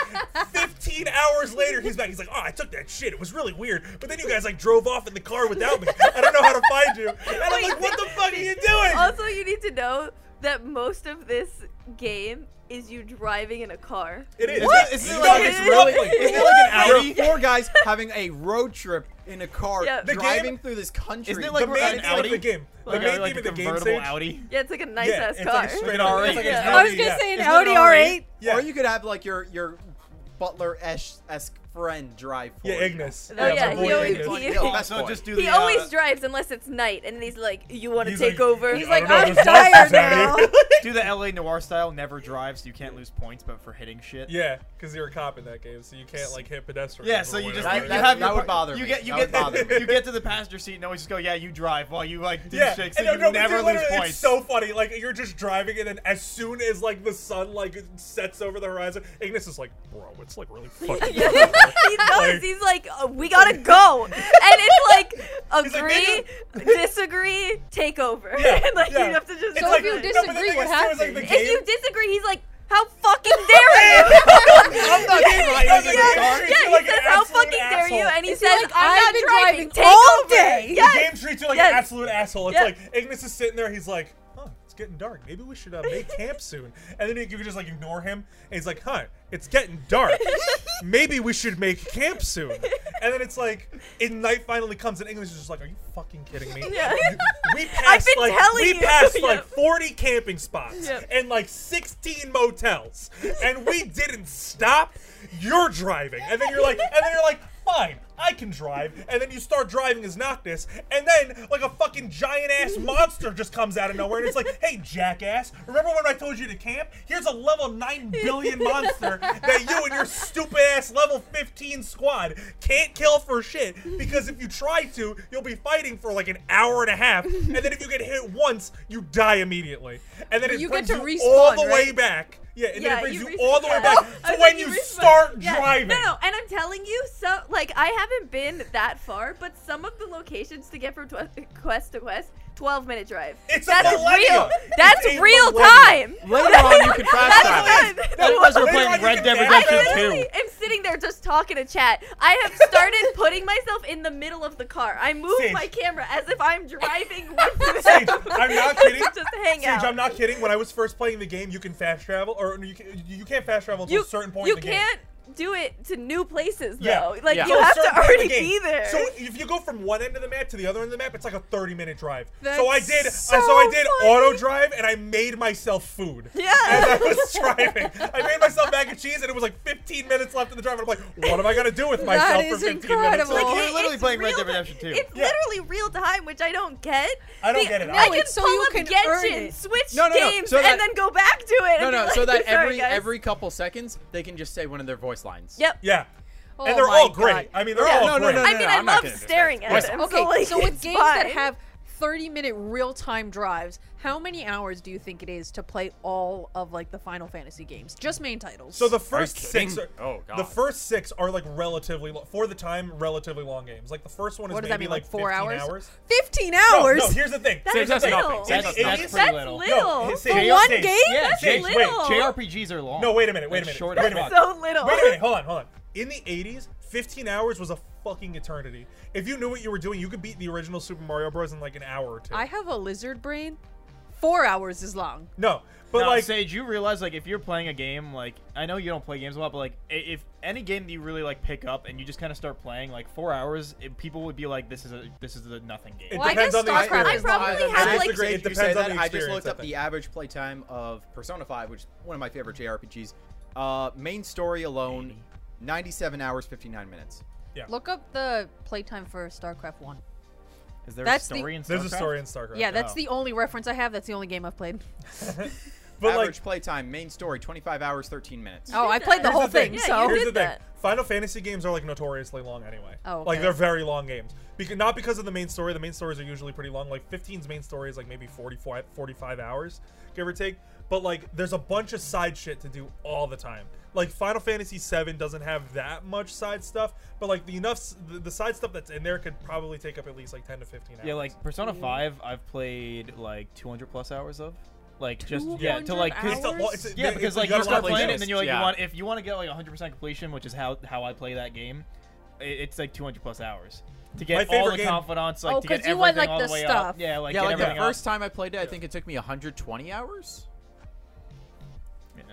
Fifteen hours later, he's back. He's like, oh, I took that shit. It was really weird. But then you guys like drove off in the car without me. I don't know how to find you. And I'm like, what the fuck are you doing? Also, you need to know that most of this game is you driving in a car. it is. What? Isn't it No, like- it's really- Isn't it's it like an You're- Audi? Four guys having a road trip in a car, Yeah. The game- driving through this country. Isn't it like the we're main at an theme of Audi? the game. The Like, main a, like theme a of the game, convertible Sage. Audi. Yeah, it's like a nice Yeah, ass it's car. like straight Like an up. R8. It's like an Yeah. I was Audi, gonna yeah. say an Isn't it Audi an R8? R8. Yeah. Or you could have like your your butler esque friend drive for Yeah, you. Ignis. Oh, it's yeah, my he boy always- Ignis. he- Yo, best So boy. just do the. He uh, always drives unless it's night, and he's like, "You want to He's take like- over?" he's He's like, don't know, I'm there's monsters tired out now. here. do the LA noir style. Never drive, so you can't lose points, but for hitting shit. Yeah, because you're a cop in that game, so you can't like hit pedestrians. Yeah, or so you just whatever. you, That- you that- have that your par- would bother You me. get you That get would bother me. you get to the passenger seat and always just go, yeah, you drive while you like do yeah, shit, so and no, you no, but never dude, lose literally, points. It's so funny. Like you're just driving, and then as soon as like the sun like sets over the horizon, Ignis is like, "Bro, it's like really fucking." Yeah. dark." he knows. He's like, "Oh, we gotta go, and it's like He's like, "Nigga." agree, disagree, take over. Yeah, like yeah. you have to just. It's So if like- you no, but the disagree, thing what is, too, is, like, the happens? if game- you disagree, he's like, "How fucking dare you?" I'm not getting my Yeah, Ignis in the yeah, car. You're yeah, like he an says, "How absolute fucking dare you?" asshole. And he It's says, like, "I'm I've not been driving, driving take all over." day. Yes. The game treats you like Yes. an absolute asshole. It's Yes. like Ignis is sitting there. He's like, "Huh, it's getting dark. Maybe we should uh, make camp soon." And then you can just like ignore him, and he's like, "Huh, it's getting dark. Maybe we should make camp soon." And then it's like, and night finally comes, and Ignis is just like, "Are you fucking kidding me?" Yeah. We passed been like telling we you. passed Yeah. like 40 camping spots Yep. and like 16 motels, and we didn't stop. You're driving, and then you're like, and then you're like, fine, I can drive, and then you start driving as Noctis, and then like a fucking giant ass monster just comes out of nowhere, and it's like, hey jackass, remember when I told you to camp? Here's a level 9 billion monster that you and your stupid ass level 15 squad can't kill for shit because if you try to, you'll be fighting for like an hour and a half, and then if you get hit once, you die immediately, and then it You get brings to you all respawn, the way right? back. Yeah, and Yeah, then it brings you you, all the way back respawn. to I when think you you respawn. start Yeah. driving. No, no, and I'm telling you, so like I haven't been that far, but some of the locations to get from tw- quest to quest, 12 minute drive. It's a That's millennia. real. It's That's a real millennia. time. Later on, you can fast travel. That's good. None of us are Later on, playing you Red can Dead back I Actually, Redemption literally 2. am sitting there just talking to chat. I have started putting myself in the middle of the car. I move Sage. my camera as if I'm driving with them. Sage, I'm not kidding. just hang Sage, out. I'm not kidding. When I was first playing the game, you can fast travel, or you can, you can't fast travel until you, a certain point you in the game. can't do it to new places Yeah. though. Like Yeah. So you a have to certain point in the already be game. there. So if you go from one end of the map to the other end of the map, it's like a 30 minute drive. so That's I did. uh, So, so I did funny. auto drive, and I made myself food. yeah. As I was driving, I made myself mac and cheese, and it was like 15 minutes left in the drive. And I'm like, what am I gonna do with That myself is for 15 minutes? incredible. Like, left? you're it- literally it's playing Red real Dead ti- Redemption 2. It's Yeah. literally real time, which I don't get. I don't Be- get it. No, I- I can It's so pull you up can earn Genshin, it. switch No, no, no, games, so that- and then go back to it. and No, be no. like, So that "Sorry, every guys." every couple seconds, they can just say one of their voice lines. Yep. Yeah, Oh and they're my all great. God. I mean, they're Yeah. all No, no, great. no, I no, mean, no, I I'm not love gonna do that. staring at Voice them. Okay, so, like, with it's games that fine. have 30 minute real time drives, how many hours do you think it is to play all of like the Final Fantasy games? Just main titles. So the first six, are, kidding? Oh, God. the first six are like relatively lo- for the time relatively long games. Like the first one is what does maybe that mean? Like, four 15 hours? hours. 15 No, hours? No, here's the thing. That's Here's Saves the us thing. nothing. little. Saves us That's nothing. pretty That's little. No, little. it's- For J- one J- game? Yeah, That's J- wait, little. JRPGs are long. No, wait a minute. Wait a That's minute. short Wait as a minute. fuck. so little. Wait a minute. Hold on. Hold on. In the 80s, 15 hours was a fucking eternity. If you knew what you were doing, you could beat the original Super Mario Bros. in like an hour or two. I have a lizard brain. Four hours is long. no, but no, like, Sage, you realize like if you're playing a game, like I know you don't play games a lot, but like i- if any game that you really like pick up and you just kind of start playing, like four hours, it, people would be like, "This is a this is a nothing game." It Well, I depends guess on the StarCraft experience. is long. I probably It had, depends- like- it's great It that you depends say on the that. I just experience, looked I up think. the average playtime of Persona 5, which is one of my favorite JRPGs. Uh, main story alone, 97 hours, 59 minutes. Look up the playtime for StarCraft 1. Is there That's a story the- in StarCraft? there's a story in StarCraft. Yeah, that's Oh. the only reference I have. That's the only game I've played. But like, Average playtime, main story, 25 hours, 13 minutes. Oh, I played the Here's whole the thing, thing. Yeah, so you Here's the did thing. that. Final Fantasy games are like notoriously long anyway. Oh, okay. Like they're very long games. Because not because of the main story. The main stories are usually pretty long. Like 15's main story is like maybe 44 45 hours, give or take. But like there's a bunch of side shit to do all the time. Like Final Fantasy 7 doesn't have that much side stuff, but like the enough s- the, the side stuff that's in there could probably take up at least like 10 to 15 hours. Yeah, like Persona Mhm. 5, I've played like 200 plus hours of. Like just yeah, to like 200 'cause- it's a, lo- hours? it's a- yeah, it's- because you like gotta you start complete playing it it. and then you're like Yeah. you want if you want to get like 100% completion, which is how how I play that game, i- it's like 200 plus hours to My get all favorite the game- confidants like Oh, to get 'cause you everything want, like, all the way stuff. up. Yeah, like yeah, get like the everything up. first time I played it, I think it took me 120 hours.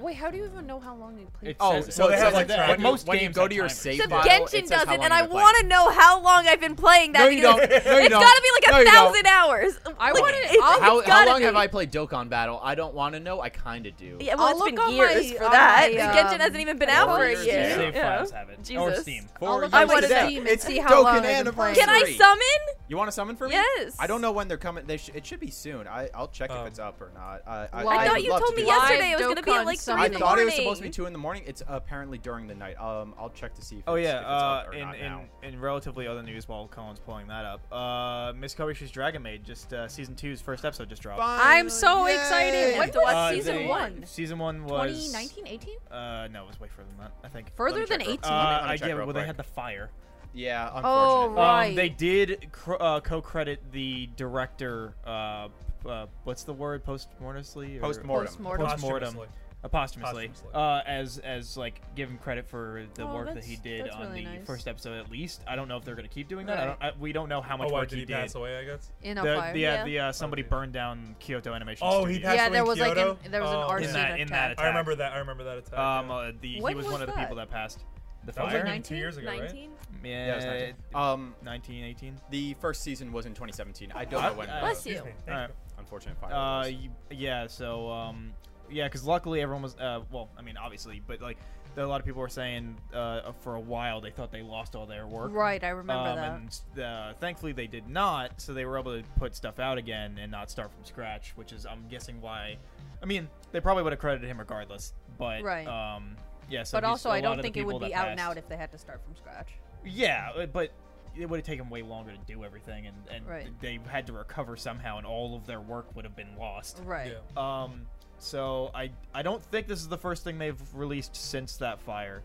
Wait, how do you even know how long you played? It Oh, says it. so they it have, says like, that track- when you- most when you games go have to your timers. save Except file, Genshin it says how doesn't, long and you've I been playing. want to know how long I've been playing that. No, you because don't. No, you it's don't. gotta be like No, a you don't. thousand hours. I Like, wanna- it's- I'll- it's How, how gotta long be. have I played Dokkan Battle? I don't want to know. I kind of do. Yeah, well, I'll it's been look on years my- for on that. my, Genshin um, hasn't even been out for a Warriors year. Yeah. Save Yeah. files have it or Jesus. Steam. I'll Four look years on my wanna today. Steam and It's see how Dokkan long I've been playing. anniversary. Can I Three. summon? You want to summon for me? Yes. I don't know when they're coming. They sh- it should be soon. I I'll check Um, if it's up or not. I I, Well, I I thought would you love told to me do that. yesterday it was gonna be Live at like Dokkan three I in the thought Sunday. morning. it was supposed to be two in the morning. It's apparently during the night. Um, I'll check to see. If Oh it's, yeah, if it's up uh, or in, not now. in in relatively other news, while Colin's pulling that up, uh, Miss Koishi's Dragon Maid just uh, season two's first episode just dropped. I'm so excited. Yay! When to was watch Uh, season they- one? Season one was 2019, 18? Uh, no, it was way further than that. I think Further Let me than check real- 18? Uh, Let me I check yeah, real well they quick. had the fire. Yeah, unfortunate. Oh, Right. Um, they did cr- uh, co-credit the director. Uh, p- uh, what's the word? Postmortemly. or- Postmortem. Postmortem. Postmortem. Posthumously. Uh, posthumously. Posthumously. Uh, as as like give him credit for the Oh, work that that's- he did that's on really the nice. first episode at least. I don't know if they're gonna keep doing that. I Right. don't, I, we don't know how much Oh, why work did he pass away? I guess. In The, a the, fire. yeah, Yeah. the uh, somebody Okay. burned down Kyoto Animation Oh, he Studio. passed Yeah, away there in was, like, an- Kyoto? there was an Oh, arson in that in that attack. attack. I remember that. I remember that attack. Um, yeah. uh, the, he When was, was one of the people that? that passed the That was fire. like 19 years ago, right? 19? Yeah, Yeah, it's 19. Um, 19, 18. the first season was in 2017. I don't Uh, know when. it uh, was. Bless you. Excuse me. All right. Unfortunate fire. Uh, was. y- yeah. So, um, yeah, because luckily everyone was, uh, well, I mean, obviously, but like a lot of people were saying uh, for a while they thought they lost all their work. Right, I remember um, that. And uh, thankfully they did not, so they were able to put stuff out again and not start from scratch, which is, I'm guessing, why. I mean, they probably would have credited him regardless, but Right. um, yeah. So but he's- also, a I lot of don't the think it people would be that out and passed- out if they had to start from scratch. Yeah, uh, but it would have taken way longer to do everything, and, and Right. they had to recover somehow, and all of their work would have been lost. Right. Yeah. Um, so I I don't think this is the first thing they've released since that fire,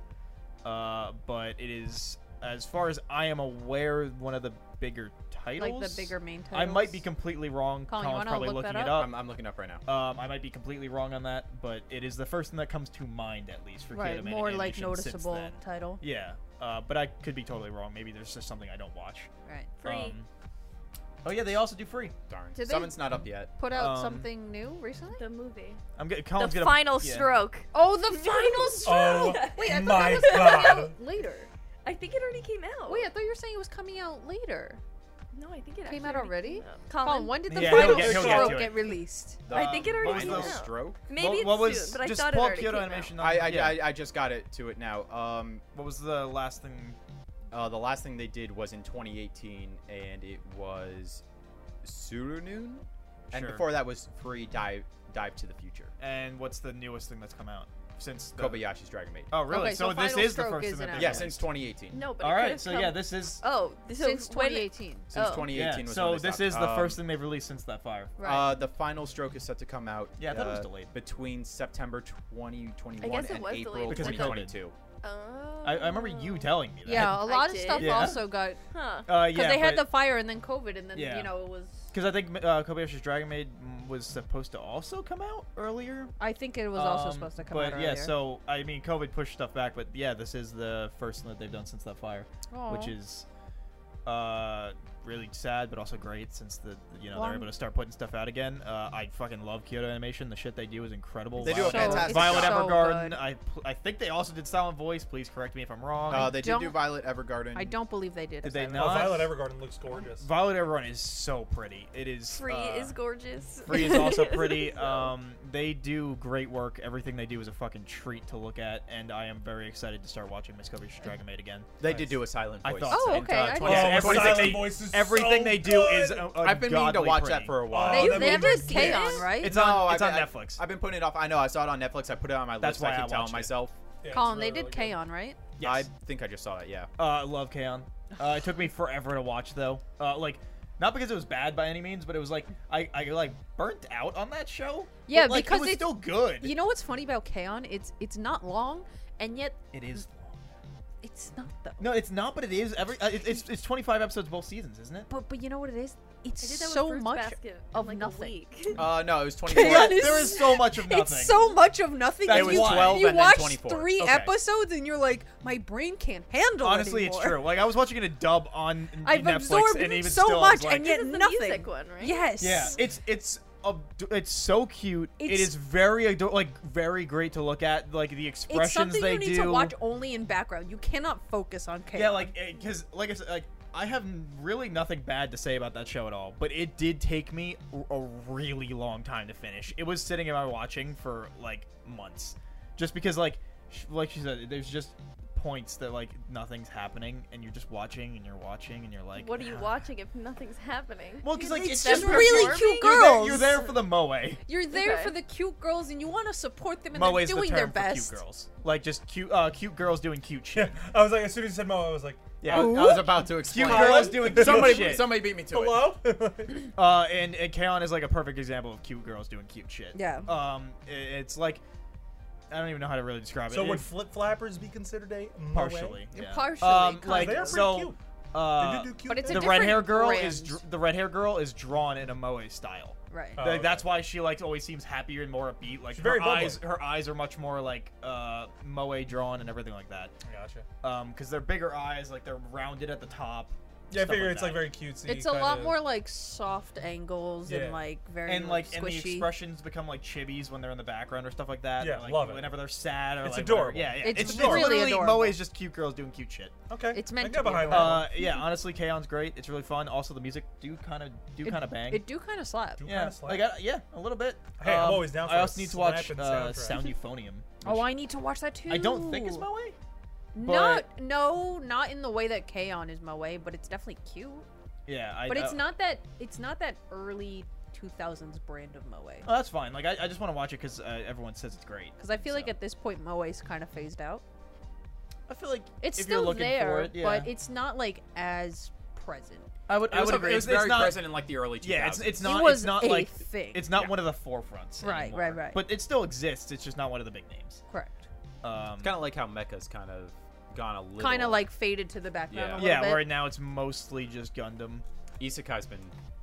uh, but it is as far as I am aware one of the bigger titles. Like the bigger main titles. I might be completely wrong. Colin, you Colin's wanna probably look looking that it up. I'm, I'm looking up right now. Um, I might be completely wrong on that, but it is the first thing that comes to mind at least for right, Kyoto more like Animation since noticeable then. title. Yeah, uh, but I could be totally wrong. Maybe there's just something I don't watch. Right. Free. Um, oh yeah, they also do free. Darn. Did they- Summon's not up yet. Put out Um, something new recently? the movie. I'm getting The Colin's gonna final yeah. stroke. Oh, the final Oh, show. Wait, I thought my that was coming God. out later. I think it already came out. Wait, I thought you were saying it was coming out later. no, I think it Came actually out already? came out. Colin, Colin, when did the Yeah, he'll final get- he'll get to stroke it. get released? I think it already came Final out. stroke. maybe what, it's what was soon, but I just thought it Paul already Kyoto came animation? I I, yeah. I I just got it to it now. Um, what was the last thing? uh, the last thing they did was in 2018, and it was Surunoon, and Sure. before that was Free Dive Dive to the Future. And what's the newest thing that's come out since the, Kobayashi's Dragon Maid. Oh really? Okay, so this Final is the Stroke first isn't thing that out they've yeah, yet. released. since 2018. No, but All it could right, have so come- yeah, this is Oh, so Since when- 2018. Since oh. 2018 yeah. was So when they this stopped. is the Um, first thing they've released since that fire. Right. Uh, the final stroke is set to come out. Yeah, I thought it was uh, delayed. Between September 2021 I guess it and was April delayed because of COVID. 2022. Oh. I, I remember you telling me that. yeah, a lot I of did. stuff Yeah. also got Huh. Uh, because yeah, they had the but- fire and then COVID and then Yeah. you know it was. Because I think uh, Kobayashi's Dragon Maid mm, was supposed to also come out earlier. I think it was also um, supposed to come but out yeah, earlier. so I mean, COVID pushed stuff back, but yeah, this is the first thing that they've done since that fire, which Aw. is uh, really sad, but also great since the you know Well, they're able to start putting stuff out again. Uh, I fucking love Kyoto Animation. The shit they do is incredible. They do a Violet- fantastic Violet job. So Evergarden. good. I pl- I think they also did Silent Voice. Please correct me if I'm wrong. Uh, they did do don't- Violet Evergarden. I don't believe they did. Did a they silent- not? Oh, Violet Evergarden looks gorgeous. Violet Evergarden is so pretty. It is Free uh, is gorgeous. Free is also pretty. Um, they do great work. Everything they do is a fucking treat to look at, and I am very excited to start watching Miss Kobayashi's Dragon Maid again. They did do a silent I voice. thought so. Oh, in, okay, uh, I didn't- Oh, every- 2016. Silent everything Voice is everything so they do good. is. i I've been meaning to watch that for a while. Oh, They, that they have movie's this great. K-On! right? It's No, on. It's on I've- I've- Netflix. I've been putting it off. I know. I saw it on Netflix. I put it on my That's list. why I I keep telling watched it. myself. Yeah, it's Colin, really, they did really good. K-On! right? I Yes. think I just saw it. Yeah. Uh, I love Kaon. Uh, it took me forever to watch though. Uh, like, not because it was bad by any means, but it was like I, I like burnt out on that show. Yeah, but, like, because it was it's- still good. You know what's funny about K-On! It's it's not long, and yet it is. it's not though. No, it's not, but it is. Every uh, it, it's it's 25 episodes both seasons, isn't it? But but you know what it is? It's I did that with so Fruits much basket in, of like, a nothing. week. Uh, no, it was 24. Yeah, It is- there is so much of nothing. It's so much of nothing. That and was you, 12 you and then watch 24. three Okay. episodes and you're like, my brain can't handle Honestly, anymore. it's true. Like I was watching it in dub on I've Netflix, absorbed and even so still, I much, was like, and yet This is the nothing. music one, right? Yes. yeah, it's it's abd- it's so cute. It It's- is very ador- like very great to look at. Like the expressions It's something they you need do. to watch only in background. You cannot focus on K. Yeah, like because like I said, like I have n- really nothing bad to say about that show at all. But it did take me r- a really long time to finish. It was sitting in my watching for like months, just because like sh- like she said, there's just points that like nothing's happening, and you're just watching and you're watching and you're like, what are you "Ah." watching if nothing's happening? Well, because like it's it's, just just really performing? cute You're there, girls. you're there for the moe. You're there Okay. for the cute girls, and you want to support them, and Moe is they're the doing term their for best. cute girls. Like just cute, uh, cute girls doing cute shit. I was like, as soon as you said Mo, I was like, I, I Yeah. Oh, was about to Cute explain. girls doing cute somebody, shit. somebody beat me to it. hello. Uh, and and Kaon is like a perfect example of cute girls doing cute shit. Yeah. Um, i- it's like I don't even know how to really describe so it. would It- flip flappers be considered a moe? partially. Yeah. Partially, Um, kinda. like They are pretty so. cute. Uh, They do do cute but it's a things. the red hair different girl is brand. dr- the red hair girl is drawn in a moe style. Right. Oh, like, okay. That's why she like always seems happier and more upbeat. Like She's her very bubbly. eyes, her eyes are much more like uh moe drawn and everything like that. Gotcha. Um, because they're bigger eyes, like they're rounded at the top. Yeah, I stuff figure it's like that. very cutesy. it's a lot kinda- more like soft angles Yeah. and like very and like and the squishy. expressions become like chibis when they're in the background or stuff like that. Yeah, like, love it. Whenever they're sad or It's like adorable. Whatever. Yeah, yeah. It's It's, it's, adorable. literally Really adorable. Moe is just cute girls doing cute shit. Okay. It's I meant can to get be. behind that. Uh, yeah, honestly, K-on's great. It's really fun. Also, the music do kind of do It- kind of bang. It do kind of slap. Do yeah, kinda slap. like I, yeah, a little bit. Hey, I'm Um, always down I for a also need to watch uh, slapping soundtrack. Sound Euphonium. Oh, which I need to watch that too. I don't think it's Moe. Not no, not in the way that Kaon is my way, but it's definitely cute. Yeah, I, But it's uh, not that it's not that early 2000s brand of moe. Oh, that's fine. Like I, I just want to watch it because uh, everyone says it's great. Because I feel like So. at this point moe's kind of phased out. I feel like It's if you're still looking for there, it, yeah. but it's not like as present. I would, It I was, would a- agree. It was It's- it's very not- present in like the early 2000s. Yeah, it's, it's not. was it's not a like thing. it's not Yeah. one of the forefronts. Right, anymore. right, right. But it still exists. It's just not one of the big names. Correct. Um, kind of like how Mecha's kind of gone a little. Kind of like faded to the background Yeah. a little yeah, bit. where now it's mostly just Gundam. Isekai's been.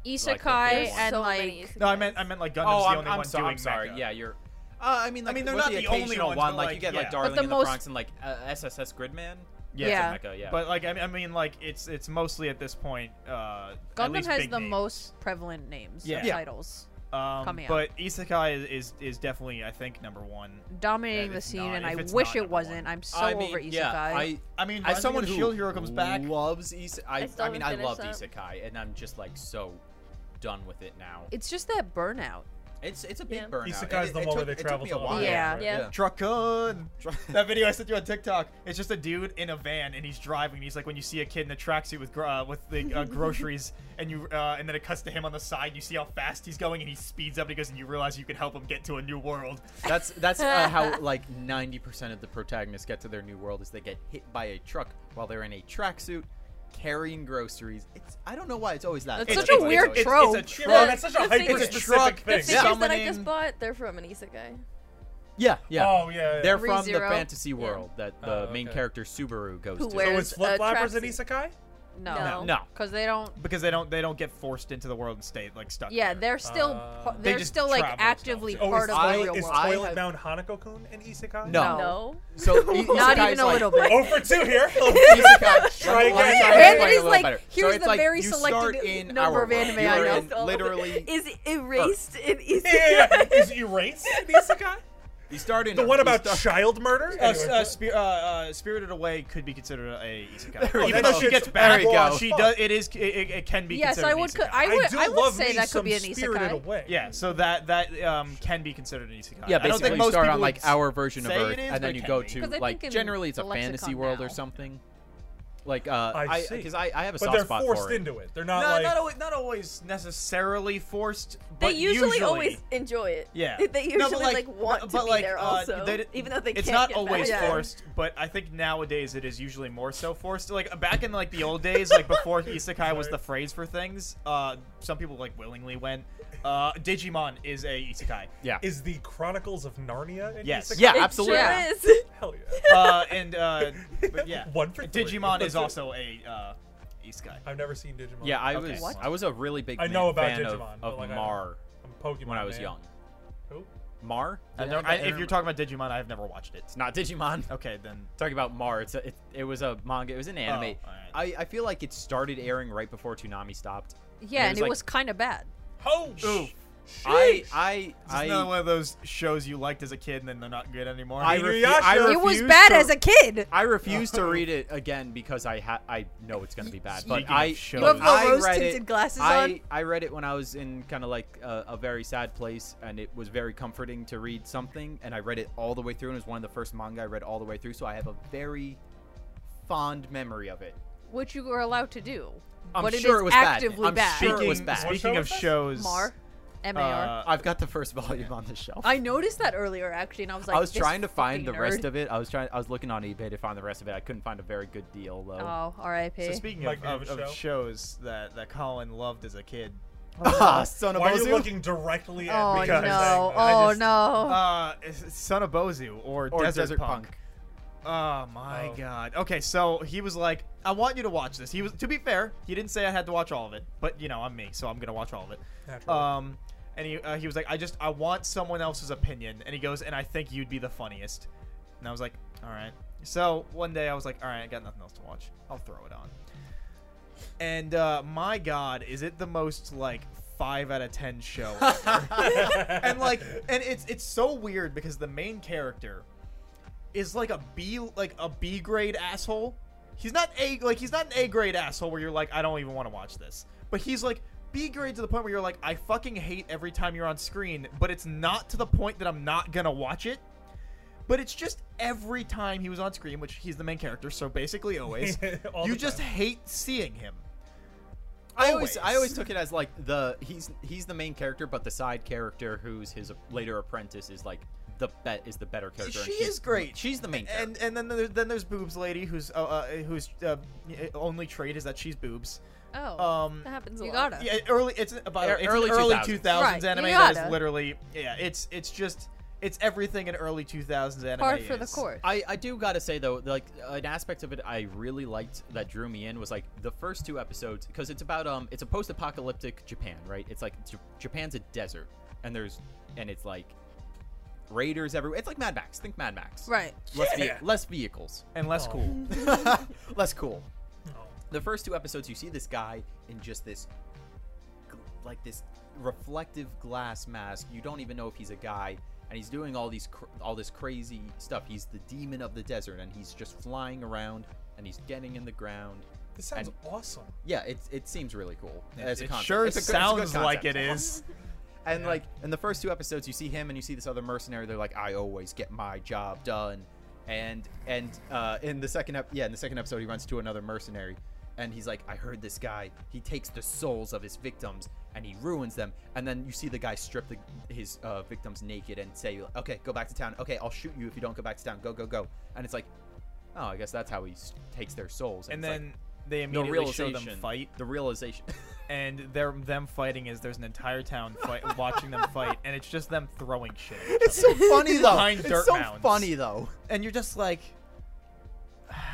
Isekai there's and so many like isekai. No, I meant I meant like Gundam's oh, the I'm, only I'm one so- doing I'm sorry. Mecha. Yeah, you're. Uh, I mean, I like, mean, they're with not the, the only occasional ones, one. but, Like, like, you get yeah. like But Darling the in the most- Bronx and like uh, SSS Gridman. Yeah. Yeah. Mecha, yeah. But like I mean, I mean like it's it's mostly at this point. Uh, at Gundam least has big the names. most prevalent names Yeah. of Yeah. titles, Um, coming out. But Isekai is, is is definitely I think number one. dominating Yeah, the it's scene, not- and if I it's wish not it number wasn't. one. I'm so I mean, over Isekai. yeah, I, I mean, as someone who Shield Hero comes back. loves Ise- I, I I, still mean, I haven't loved finished Isekai, and I'm just like so done with it now. It's just that burnout. It's it's a big Yeah. burnout. Isekai's It- the one it took- where they it took travel me to a another while. Yeah. planet, Yeah. yeah. Truckun. Try- that video I sent you on TikTok. It's just a dude in a van, and he's driving. And he's like, when you see a kid in a tracksuit with gro- uh, with the uh, groceries, and you uh, and then it cuts to him on the side. And you see how fast he's going, and he speeds up. And he goes, and you realize you can help him get to a new world. That's that's uh, how like 90% of the protagonists get to their new world is they get hit by a truck while they're in a tracksuit carrying groceries. It's I don't know why it's always that. That's but such a always- weird always- It's, it's trope. a Yeah, truck. bro, that's such a The thing hyper is- specific The thing. The figures that I Summoning- just bought, they're from an isekai. Yeah, yeah. Oh yeah. yeah. They're from the ReZero. fantasy world that the Oh, main okay. character Subaru goes Who to. so wears- is flip uh, flappers an tracksuit. isekai? No, No. No. because they don't. because they don't they don't get forced into the world and stay like stuck. Yeah, there. they're still Uh, par- They they're just still like travel and stuff, actively too. Oh, part is, of the toilet, real is world. Toilet Mound Hanako-kun an isekai? No. No. No. So I- Not Isekai's even a like- little bit. Oh for two here. Isekai. Try Let me- let me again. try to explain it a Anthony's little like, better. here's so it's the like very you selected start in number our of anime world. I You're know. in literally Is erased in Yeah, isekai? yeah, yeah. Is erased an isekai? you start in The one you about start- child murder? Uh, s- uh, spe- uh, uh, Spirited Away could be considered a isekai. There we Even go. though she gets There back, we go. she does. It is. It, it- it can be. Yes, considered I an would. Co- isekai. I would. I, do would love say me that could some be an Spirited isekai. Away. Yeah, so that that um, can be considered an isekai. Yeah, I don't basically think you most start people on would like our version of say Earth, it is, and but then it you can go be. to 'Cause I like think in generally it's the a fantasy lexicon world now- or something. Like, uh, I I see. because I, I, have a But soft they're spot forced for it. into it. They're not no, like not, always, not always necessarily forced. They but usually, always enjoy it. Yeah. They usually no, but like, want no, to but be like, there uh, also, they d- even though they it's can't not get always back. Yeah. forced, but I think nowadays it is usually more so forced. Like back in like the old days, like before isekai was Sorry. the phrase for things, uh, some people like willingly went. Uh, Digimon is a isekai. Yeah. is the Chronicles of Narnia. In Yes. Isekai? yeah, It absolutely. sure Yeah. is. Hell yeah. Uh, and uh, but yeah, One for three. Digimon That's is it. also a uh, isekai. I've never seen Digimon. Yeah, I Okay. was What? I was a really big I man- know about fan of, Digimon, but, of like, I- Mar I'm Pokemon when I was man. young. Who? Mar? I don't- I- if you're talking about Digimon, I've never watched it. it's not Digimon. Okay, then Talking about Mar, it's a, it, it was a manga. It was an anime. Oh, alright. I, I feel like it started airing right before Toonami stopped. Yeah, and it like- was kind of bad. Ho! Ooh. I I This is another I, one of those shows you liked as a kid and then they're not good anymore. I, Inuyasha. refu- I It It was refuse bad to- as a kid. I refuse to read it again because I ha- I know it's gonna be bad. But Speaking of I shows. You have no I rose read tinted it- glasses I, on. I read it when I was in kind of like a, a very sad place, and it was very comforting to read something. And I read it all the way through, and it was one of the first manga I read all the way through. So I have a very fond memory of it. Which you were allowed to do. I'm but sure it is it was bad. actively I'm bad. sure- speaking, was bad. speaking of What show was shows, this? Mar, M A R. Uh, I've got the first volume on the shelf. I noticed that earlier actually, and I was like, I was this trying to find the fucking rest nerd. of it. I was trying. I was looking on eBay to find the rest of it. I couldn't find a very good deal though. Oh, R.I.P. so speaking Like of, the of, show? of shows that, that Colin loved as a kid, Oh, Uh, Ah, son of Why are Ozu. you looking directly at oh me? because no! I- I Oh just- no! uh, is- Son of Bozu or, Or Desert, Desert, Punk. Punk. Oh my Oh. god. Okay, so he was like, I want you to watch this. He was to be fair, he didn't say I had to watch all of it, but you know, I'm me, so I'm gonna watch all of it. Naturally. Um and he uh, he was like, I just I want someone else's opinion and he goes, and I think you'd be the funniest. And I was like, Alright. So one day I was like, Alright, I got nothing else to watch. I'll throw it on. And uh my god, is it the most like five out of ten show ever? and like and it's it's so weird because the main character is like a B like a B grade asshole. He's not a like he's not an A grade asshole where you're like I don't even want to watch this. But he's like B grade to the point where you're like I fucking hate every time you're on screen, but it's not to the point that I'm not going to watch it. But it's just every time he was on screen, which he's the main character, so basically always, All you the just time. hate seeing him. I always I Always. always took it as like the he's he's the main character, but the side character who's his later apprentice is like the bet is the better character. and She she's- is great. She's the main character. and and then there's, then there's boobs lady who's uh, uh whose uh, only trait is that she's boobs. oh, Um, That happens a you lot. gotta. yeah, early. It's about Ear- it's early early early 2000s. two thousands Right, anime you that is gotta. literally yeah. It's it's just it's everything in early two thousands anime. Par for the is. course. I, I do gotta say though, like an aspect of it I really liked that drew me in was like the first two episodes because it's about um it's a post-apocalyptic Japan, right? It's like J- Japan's a desert and there's and it's like raiders everywhere. It's like Mad Max. Think Mad Max. right. Less, ve- Yeah. less vehicles. and less Oh. cool. less cool. Oh. the first two episodes you see this guy in just this gl- like this reflective glass mask you don't even know if he's a guy and he's doing all these cr- all this crazy stuff he's the demon of the desert and he's just flying around and he's getting in the ground This sounds And- awesome. yeah it, it seems really cool as a it concept. sure It's a good- it's a good sounds like it concept. is. and like in the first two episodes you see him and you see this other mercenary they're like i always get my job done and and uh in the second ep- yeah in the second episode he runs to another mercenary and he's like i heard this guy he takes the souls of his victims and he ruins them and then you see the guy strip the, his uh, victims naked and say okay go back to town okay i'll shoot you if you don't go back to town go go go and it's like oh i guess that's how he s- takes their souls and it's like, then they the immediately show realization them fight, the realization and they're them fighting is there's an entire town fight watching them fight, and it's just them throwing shit. At each it's other. so funny though Behind dirt it's so mounds. funny though and you're just like.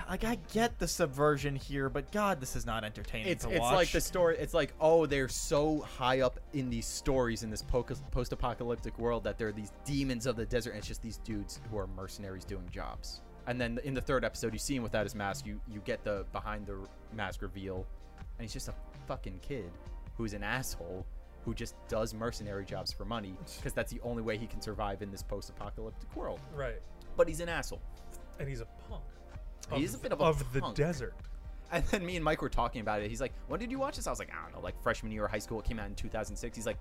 Like I get the subversion here, but God, this is not entertaining it's to it's watch. like the story it's like oh they're so high up in these stories in this po- post-apocalyptic world that there are these demons of the desert and it's just these dudes who are mercenaries doing jobs and then in the third episode you see him without his mask you you get the behind the mask reveal and he's just a fucking kid who's an asshole who just does mercenary jobs for money because that's the only way he can survive in this post-apocalyptic world Right. but he's an asshole And he's a punk. He is a bit of a the punk. desert. And then me and Mike were talking about it. He's like, "When did you watch this?" I was like, "I don't know, like freshman year of high school. It came out in 2006." He's like,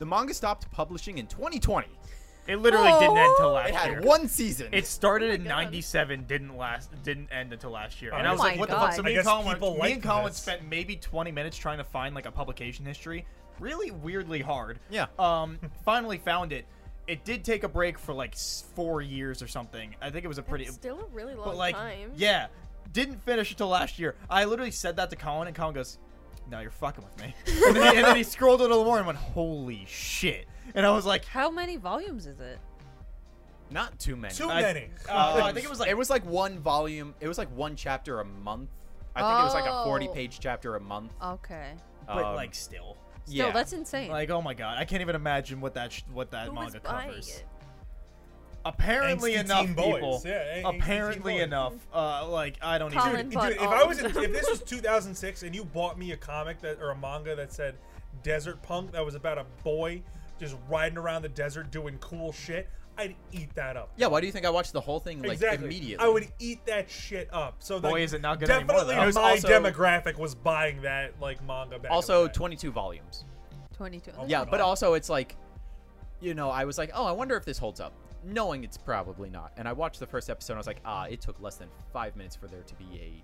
"The manga stopped publishing in 2020." It literally didn't end till Oh. last It year. had one season. It started in God. '97, didn't last, didn't end until last year, Oh, and I was my like, "What the fuck?" God. So I me and guess Colin, went- people me like and Colin this. spent maybe 20 minutes trying to find like a publication history, really weirdly hard. Yeah. Um, finally found it. It did take a break for like s- four years or something. I think it was a pretty, It's still a really long but like, time. yeah, didn't finish until last year. I literally said that to Colin, and Colin goes, "No, you're fucking with me." and, then he, and then he scrolled a little more and went, "Holy shit!" And I was like, How many volumes is it? Not too many. Too I- many. uh, I think it was like it was like one volume. It was like one chapter a month. I think it was like a Oh. 40 page chapter a month. Okay. but Um, like still. Still, yeah. that's insane. Like, oh my god, I can't even imagine what that sh- what that Who was manga buying covers. it? Apparently Angsty enough teen boys. people. Yeah, angsty teen apparently boys. enough. Uh, like I don't Colin even. Dude, bought if all I of was, in, them. if this was 2006 and you bought me a comic that or a manga that said Desert Punk that was about a boy just riding around the desert doing cool shit, I'd eat that up. Yeah, why do you think I watched the whole thing like exactly. immediately? I would eat that shit up. So Boy, like, is it not good anymore, Definitely, though. It was my also- demographic was buying that like manga back. also in the day. 22 volumes. 22. Oh. Yeah, God. but also it's like, you know, I was like, oh, I wonder if this holds up, knowing it's probably not. And I watched the first episode. and I was like, ah, it took less than five minutes for there to be a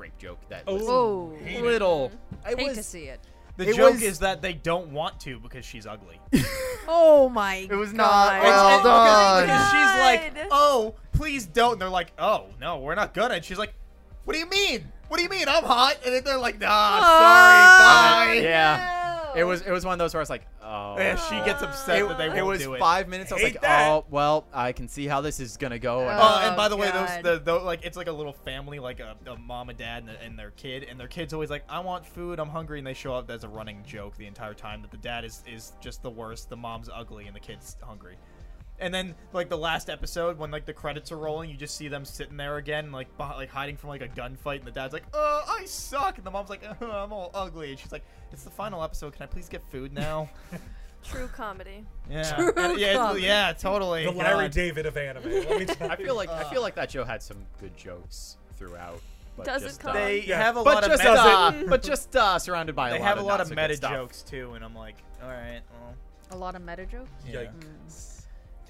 rape joke that was Oh. hate it. little. It Mm-hmm. Hate was to see it. The It joke was- is that they don't want to because she's ugly. Oh my god. It was not God. well It's- it's- done. Because she's like, God. oh, please don't. And they're like, oh no, we're not gonna. And she's like, what do you mean? What do you mean? I'm hot. And then they're like, nah, Oh! Ah. sorry, bye. Yeah. It was it was one of those where I was like, oh. Yeah, Eh, she gets upset it, that they it won't was do it. five minutes. I was Hate like, that. oh, well, I can see how this is gonna go. and Oh. Oh, and by the way, God. those the, the like it's like a little family, like a, a mom and dad and, and their kid, and their kid's always like, "I want food, I'm hungry," and they show up. That's a running joke the entire time that the dad is is just the worst, the mom's ugly, and the kid's hungry. And then like the last episode, when like the credits are rolling, you just see them sitting there again, like beh like hiding from like a gunfight, and the dad's like, "Oh, I suck," and the mom's like, oh, "I'm all ugly," and she's like, "It's the final episode. Can I please get food now?" True comedy. yeah, True And- yeah, comedy. yeah, totally. the Larry Oh God. David of anime. Let me tell I feel you. like I feel like that show had some good jokes throughout. But Does it just, come? uh, They Yeah. have a but lot just of meta- uh, but just uh, surrounded by they a lot have of a lot not of so good meta stuff. jokes too, and I'm like, all right, well, A lot of meta jokes? yeah. Yikes. Mm.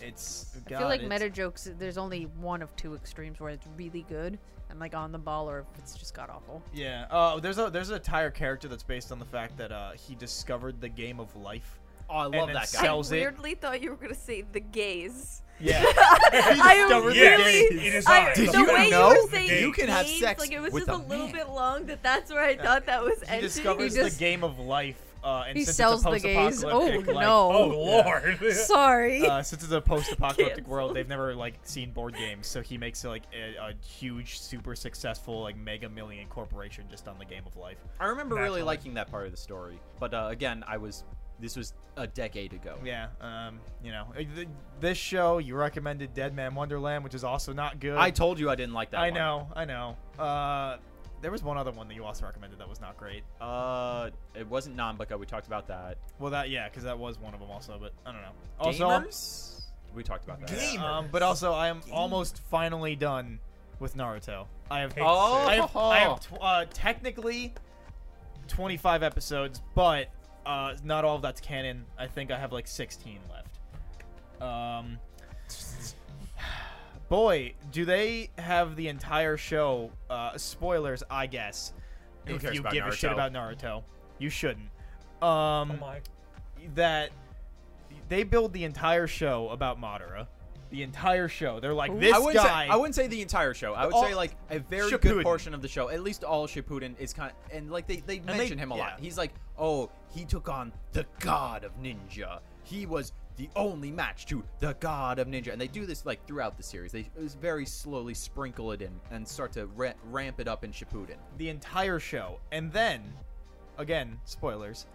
it's. I feel like meta jokes, there's only one of two extremes where it's really good and like on the ball or it's just god awful. Yeah. Uh, there's a there's an entire character that's based on the fact that uh, he discovered the game of life. Oh, I love then that guy. sell- Sells I it. weirdly thought you were gonna say the gays. Yeah. I discovered the really, gays. It is I, I. Did the you way know you were saying you can have gays, sex like it was with just a, a little man? bit long. That that's where I thought that was he ending. discovers He just- the game of life. Uh, and He since it's a sells the gays. Oh post-apocalyptic, like, Oh no. lord. Sorry. Uh, since it's a post-apocalyptic world, Cancel. they've never like seen board games, so he makes like a, a huge, super successful, like mega million corporation just on the game of life. I remember really Naturally. liking that part of the story, but uh, again, I was this was a decade ago. Yeah, um, you know, uh, th- this show you recommended Dead Man Wonderland, which is also not good. I told you I didn't like that. I one. know, I know. Uh, there was one other one that you also recommended that was not great. Uh, it wasn't Nambucco. We talked about that. Well, that yeah, because that was one of them also, but I don't know. Also, I'm- Gamers? We talked about that. Game- um, but also I am almost finally done with Naruto. I have, Hate Oh, I have, I have tw- uh, technically 25 episodes, but uh, not all of that's canon. I think I have like 16 left. Um, boy, do they have the entire show? Uh, spoilers, I guess. Who if cares you about give a shit Naruto? about Naruto, you shouldn't. Oh Um, my. that they build the entire show about Madara. The entire show. They're like this I wouldn't guy. Say, I wouldn't say the entire show. I would All- say like a very Shippuden. good portion of the show. At least all Shippuden is kind of, and like they they they- mention him a lot. yeah. He's like, oh, he took on the god of ninja. He was the only match to the god of ninja, and they do this like throughout the series. They just very slowly sprinkle it in and start to ra- ramp it up in Shippuden. the entire show. And then, again, spoilers.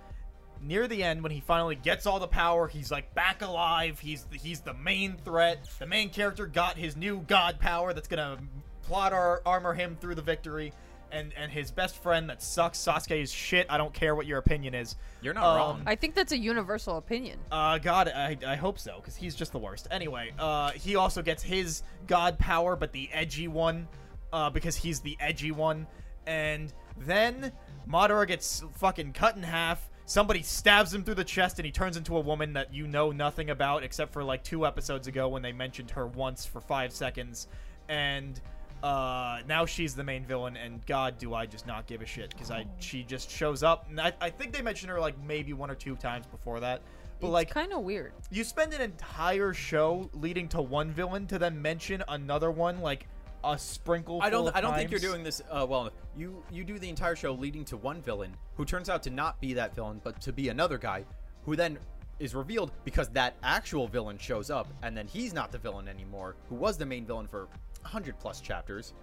Near the end, when he finally gets all the power, he's like back alive. He's he's the main threat. The main character got his new god power that's gonna plot or armor him through the victory. And and his best friend that sucks, Sasuke is shit. I don't care what your opinion is. You're not Um, wrong. I think that's a universal opinion. Uh, God, I, I hope so, because he's just the worst. Anyway, uh, he also gets his God power, but the edgy one, uh, because he's the edgy one. And then Madara gets fucking cut in half, Somebody stabs him through the chest, and he turns into a woman that you know nothing about except for like two episodes ago when they mentioned her once for five seconds, and uh, now she's the main villain. And God, do I just not give a shit because I she just shows up, and I, I think they mentioned her like maybe one or two times before that. But like kind of weird. you spend an entire show leading to one villain to then mention another one like a sprinkle. I full don't. of I don't think you're times. doing this uh, well enough. You you do the entire show leading to one villain who turns out to not be that villain, but to be another guy, who then is revealed because that actual villain shows up, and then he's not the villain anymore, who was the main villain for hundred plus chapters.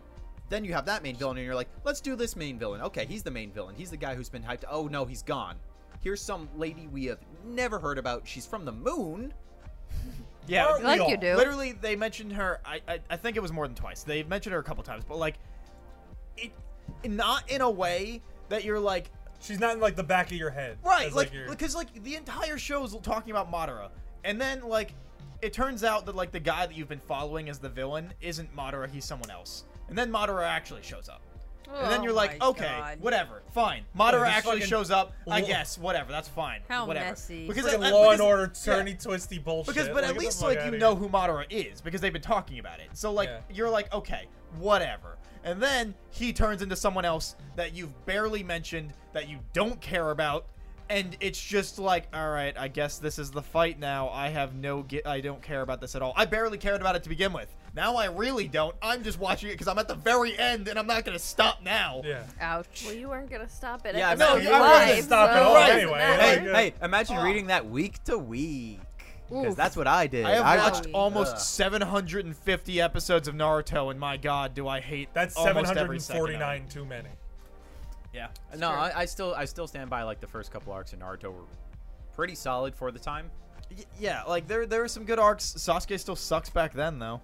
Then you have that main villain, and you're like, let's do this main villain. Okay, he's the main villain. He's the guy who's been hyped. Oh no, he's gone. Here's some lady we have never heard about. She's from the moon. Yeah, Aren't we Like you all? do. Nope. Literally, they mentioned her. I, I I think it was more than twice. They mentioned her a couple times, but like, it not in a way that you're like She's not in like the back of your head. right, as, like your- because like the entire show is talking about Madara, and then like it turns out that like the guy that you've been following as the villain isn't Madara, he's someone else, and then Madara actually shows up. And then Oh you're like, my okay, God. whatever, fine. Oh, Madara this actually fucking- shows up, I Wha- guess, whatever, that's fine. How whatever. messy. Because Freaking I- I- Law and because- Order, yeah. turny, twisty bullshit. Because, but Like, at get the least fuck like outta you here. know who Madara is because they've been talking about it. So like Yeah. you're like okay, whatever. And then he turns into someone else that you've barely mentioned that you don't care about, and it's just like all right, I guess this is the fight now. I have no, gi- I don't care about this at all. I barely cared about it to begin with. Now I really don't. I'm just watching it because I'm at the very end and I'm not gonna stop now. Yeah. Ouch. Well, you weren't gonna stop it. Yeah, at no, the you- time I wasn't live, stopping so all it doesn't anyway, matter. like- Hey, Yeah. hey, imagine reading that week to week. Because Oof. that's what I did. I have I watched really- almost Ugh. 750 episodes of Naruto, and my God, do I hate That's almost every second of it. 749 too many. Yeah. No, I, I still I still stand by like the first couple arcs in Naruto were pretty solid for the time. Y- yeah, like there there are some good arcs. Sasuke still sucks back then though.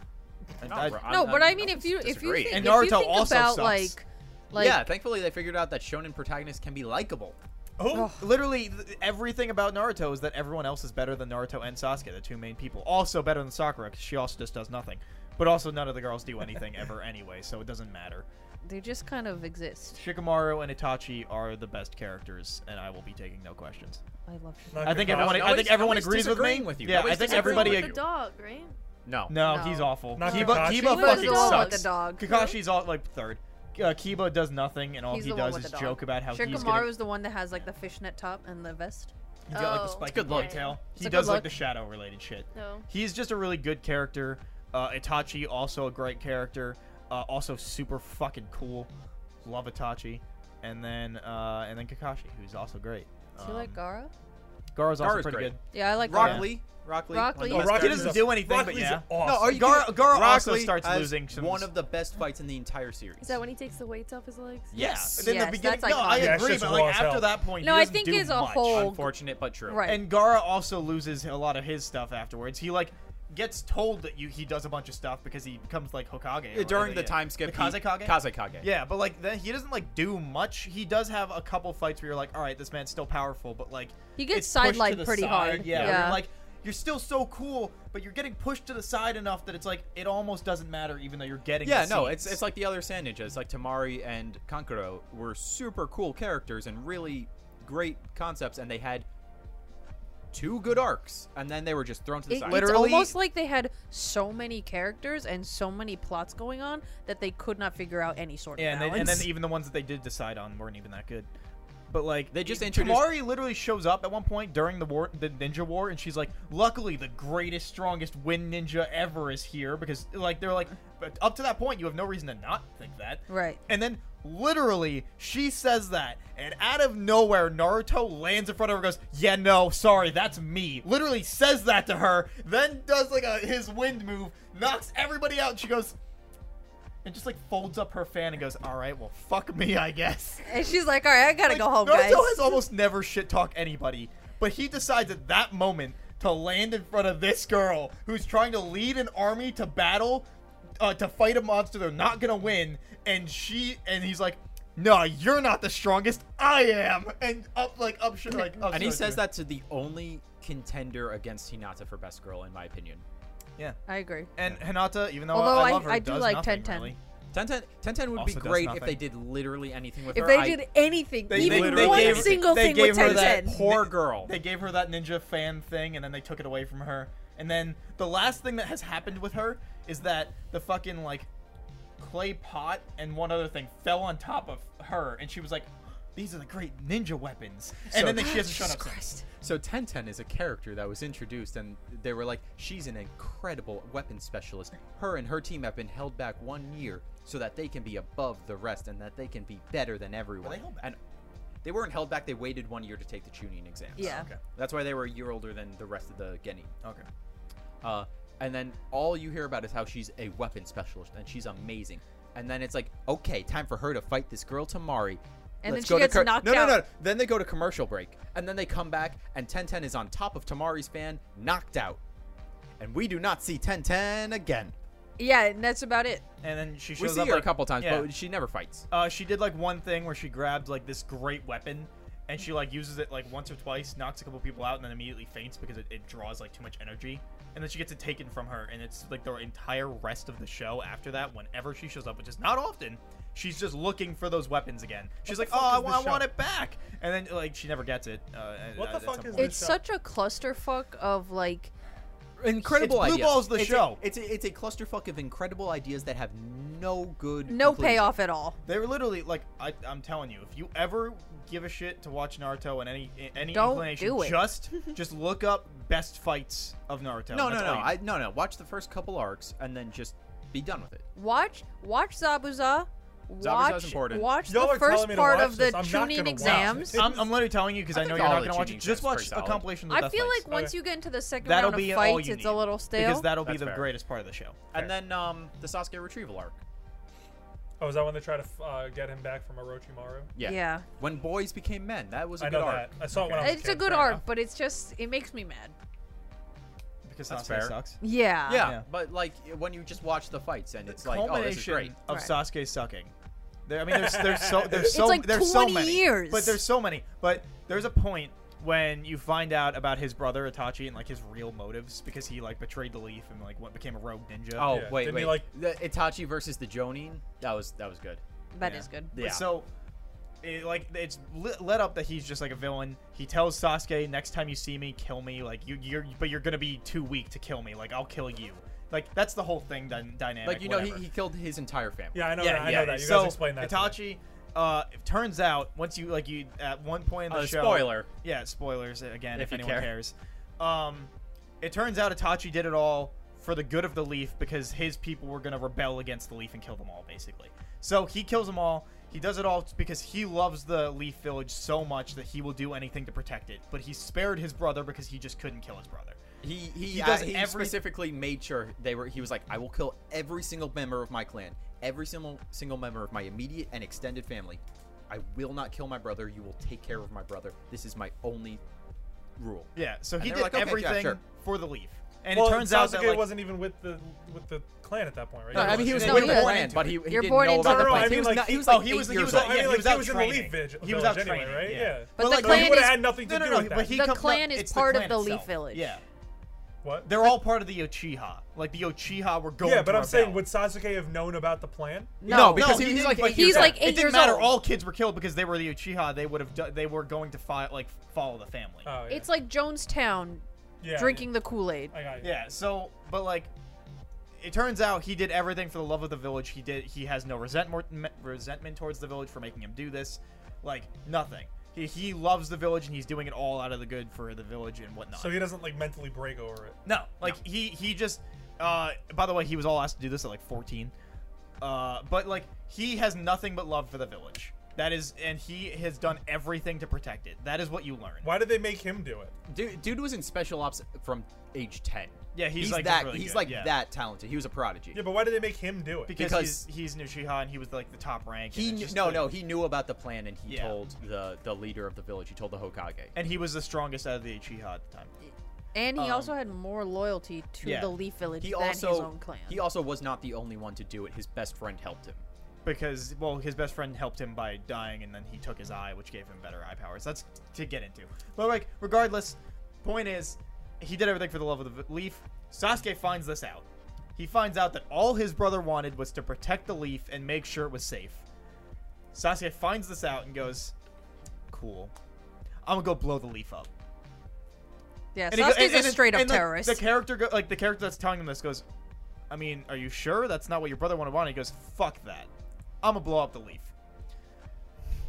And I- No, but I mean, if you if you disagree. think, And if you Naruto think also about sucks. like, like yeah, thankfully they figured out that shonen protagonists can be likable. Oh, literally th- everything about Naruto is that everyone else is better than Naruto and Sasuke, the two main people. Also better than Sakura 'cause she also just does nothing. But also none of the girls do anything ever anyway, so it doesn't matter. they just kind of exist. Shikamaru and Itachi are the best characters, and I will be taking no questions. I love. not I think good everyone. call. I Nobody's- think everyone nobody's agrees with me. disagreeing with you. Yeah, I Nobody's think That's everybody. with the ag- dog, right? No. No, No. he's awful. Not Kiba, Kakashi? Kiba Kiba's fucking the one with sucks. the dog. Kakashi's all like third. Uh, Kiba does nothing, and all he's he the one does with is the dog. joke about how Shikamaru's he's gonna the one that has like the fishnet top and the vest. He's got like the Oh. spike Good look. ponytail. It's He a does good like look. the shadow related shit. No. He's just a really good character. Uh, Itachi also a great character. Uh, also super fucking cool. Love Itachi. And then uh, and then Kakashi, who's also great. Do you like Um, Gara? Gara's also Gara's pretty great. good. Yeah, I like Rock Gara. Lee. Rock Lee. Rock one of the Lee. Oh, best Rock He characters. doesn't do anything, Rock but Lee's yeah. Awesome. No, are you Gara- kidding? Gara Rock also Lee starts has losing some- one of the best fights in the entire series. Is that when he takes the weights off his legs? Yes. Yes. In the Yes, beginning, that's no, I iconic. Yeah, it's agree, just but raw like as after hell. that point, he No, I doesn't think do as a much. whole- Unfortunate but true. Right. And Gara also loses a lot of his stuff afterwards. He like gets told that you he does a bunch of stuff because he becomes like Hokage or During whatever the he- time skip, The Kazekage. He, Kazekage. Yeah, but like then he doesn't like do much. He does have a couple fights where you're like, all right, this man's still powerful, but like He gets it's pushed to sidelined the pretty side. hard. Yeah, where Yeah. You're like you're still so cool, but you're getting pushed to the side enough that it's like it almost doesn't matter, even though you're getting. Yeah, the no, it's scenes. it's like the other Sand Ninjas, like Tamari and Kankuro were super cool characters and really great concepts, and they had two good arcs, and then they were just thrown to the It- side. it's Literally- almost like they had so many characters and so many plots going on that they could not figure out any sort of yeah, and, they, and balance. then even the ones that they did decide on weren't even that good. But like They just Tamari introduced- literally shows up at one point during the war, the ninja war, and she's like, "Luckily, the greatest, strongest wind ninja ever is here." Because like they're like, but up to that point, you have no reason to not think that. right. And then literally she says that, and out of nowhere, Naruto lands in front of her and goes, Yeah, no, sorry, that's me. Literally says that to her, then does like a his wind move, knocks everybody out, and she goes and just like folds up her fan and goes, Alright, well fuck me, I guess. And she's like, "All right, I gotta Like, go home, Naruto guys." has almost never shit talk anybody, but he decides at that moment to land in front of this girl who's trying to lead an army to battle, uh, to fight a monster they're not gonna win, and she and he's like, "No, you're not the strongest. I am." And up like up sh- like up and he shows says you. that to the only contender against Hinata for best girl, in my opinion. I agree. And Hinata, even though Although I I- love her, I do does like nothing, 10-10. really. Tenten, Tenten would Also be does great if nothing. they did literally anything with If her. they I- did anything, They- even they one gave- single they thing gave with her Tencent, that poor girl. They gave her that ninja fan thing, and then they took it away from her. And then the last thing that has happened with her is that the fucking like clay pot and one other thing fell on top of her, and she was like, "These are the great ninja weapons." And So- then they, she hasn't shown up. since. So Tenten is a character that was introduced, and they were like, she's an incredible weapon specialist. Her and her team have been held back one year so that they can be above the rest and that they can be better than everyone. held back? And they weren't held back. They waited one year to take the Chunin exams. Yeah. Okay. That's why they were a year older than the rest of the Genin. Okay. Uh, and then all you hear about is how she's a weapon specialist and she's amazing. And then it's like, okay, time for her to fight this girl Tamari. And Let's then she go to gets cur- knocked no, No, no, no. out. Then they go to commercial break, and then they come back, and 1010 is on top of Tamari's fan, knocked out, and we do not see 1010 again. Yeah, and that's about it. And then she We shows see up her like, a couple times, yeah. but she never fights. uh, she did like one thing where she grabbed like this great weapon and she like uses it like once or twice knocks a couple people out and then immediately faints because it, it draws like too much energy and then she gets it taken from her and it's like the entire rest of the show after that whenever she shows up which is not often she's just looking for those weapons again she's the like fuck oh I, is wa- this I want show?" it back and then like she never gets it uh, What at- the at fuck some is point. this? It's show. such a clusterfuck of like Incredible It's Blue idea. Balls the it's show. A, it's a, it's a clusterfuck of incredible ideas that have no good. no conclusion. payoff at all. they were literally like I, I'm telling you, if you ever give a shit to watch Naruto and any any Don't inclination, do it. just just look up best fights of Naruto. No, no, That's no. all you- I, no, no. Watch the first couple arcs and then just be done with it. Watch watch Zabuza. Watch important. watch Y'all the are telling first me to part watch of the this. I'm not tuning gonna watch exams. it. I'm, I'm literally telling you because I I, know think you're all not the going to watch Chunin it. Just stuff's watch pretty a solid. compilation of the I Death feel Knights. like once you get into the second That'll round of be all fights, you it's a need, little stale. because that'll be That's the fair. greatest part of the show. And then um, the Sasuke retrieval arc. Oh, is that when they try to f- uh, get him back from Orochimaru? Yeah. yeah. When boys became men, that was a I good know that. arc. I saw it when I was It's a kid, good fair arc, enough. but it's just it makes me mad. Because That's Sasuke fair. sucks. Yeah. Yeah, Yeah. but like when you just watch the fights and it's like, oh, this is Culmination great. of Right. Sasuke sucking. There, I mean, there's there's so there's so It's like there's so 20 many years. but there's so many. But there's a point when you find out about his brother Itachi and like his real motives because he like betrayed the leaf and like what became a rogue ninja. Oh Yeah. wait, Didn't wait. he, like- the Itachi versus the Jonin. That was that was good. That is Yeah. good. But So, it, like, it's li- let up that he's just like a villain. He tells Sasuke, "Next time you see me, kill me. Like you, you're, but you're gonna be too weak to kill me. Like I'll kill you. Like that's the whole thing. Dy- dynamic. like you know, he, whatever. he killed his entire family. Yeah, I know that. I know that. You so guys explained that. to me. Itachi, uh, it turns out once you like you at one point in the Uh, show. spoiler. Yeah, spoilers uh, again if, If you anyone care. cares. Um, it turns out Itachi did it all for the good of the Leaf because his people were gonna rebel against the Leaf and kill them all, basically. So he kills them all. He does it all because he loves the Leaf Village so much that he will do anything to protect it. But he spared his brother because he just couldn't kill his brother. He he, He uh, does he every- specifically made sure they were. He was like, I will kill every single member of my clan, every single single member of my immediate and extended family. I will not kill my brother. You will take care of my brother. This is my only rule. Yeah. So And he they were did like, "Okay, yeah, everything sure." for the Leaf. And well, it turns Sasuke out that like, wasn't even with the with the clan at that point, right? No, I mean he was No, with he the was- clan, but he, he You're didn't born know into about the the clan. clan. He was No, no, I mean, not- like, he was oh, like he eight was- he years was- old. I mean, he like, was, he was out in the Leaf training. Village. He was village out anyway, training, right? yeah. Yeah. But the like, clan he would is- have had nothing No, to no, do no. with that. But he The comes- no, clan is it's part of clan the Leaf itself. Village. Yeah, what? they're all part of the Uchiha. Like the Uchiha were going. yeah, but to I'm saying, rebel. would Sasuke have known about the plan? No, because he was didn't, like but eight years old. He's like it eight didn't years matter. old. All kids were killed because they were the Uchiha. They would have. Do- they were going to fi- like follow the family. Oh, yeah. It's like Jonestown yeah, drinking the Kool-Aid. I got you. yeah. So, but like, it turns out he did everything for the love of the village. He did. He has no resentment resentment towards the village for making him do this. Like nothing. He, he loves the village and he's doing it all out of the good for the village and whatnot. So he doesn't like mentally break over it. No, like he he just. Uh, by the way, he was all asked to do this at like 14. Uh, but like he has nothing but love for the village. That is, and he has done everything to protect it. That is what you learn. Why did they make him do it? Dude, dude was in special ops from age ten. Yeah, he's, like that. really he's good, like yeah. that talented. He was a prodigy. Yeah, but why did they make him do it? because, because- he's he's Uchiha and he was like the top rank. and he it's knew, just no like- no he knew about the plan and he Yeah. told the the leader of the village. He told the Hokage. And he was the strongest out of the Uchiha at the time. And he Um, also had more loyalty to yeah. the Leaf Village he than also his own clan. he also was not the only one to do it. His best friend helped him. Because well, his best friend helped him by dying, and then he took his eye, which gave him better eye powers. That's to get into. But like, regardless, point is, he did everything for the love of the v- leaf. Sasuke finds this out. He finds out that all his brother wanted was to protect the leaf and make sure it was safe. Sasuke finds this out and goes, "Cool, I'm gonna go blow the leaf up." Yeah, And he go- Sasuke's and- and- a straight up and, like, terrorist. The character, go, like the character that's telling him this, goes, "I mean, are you sure that's not what your brother wanted?" He goes, "Fuck that, I'm gonna blow up the leaf."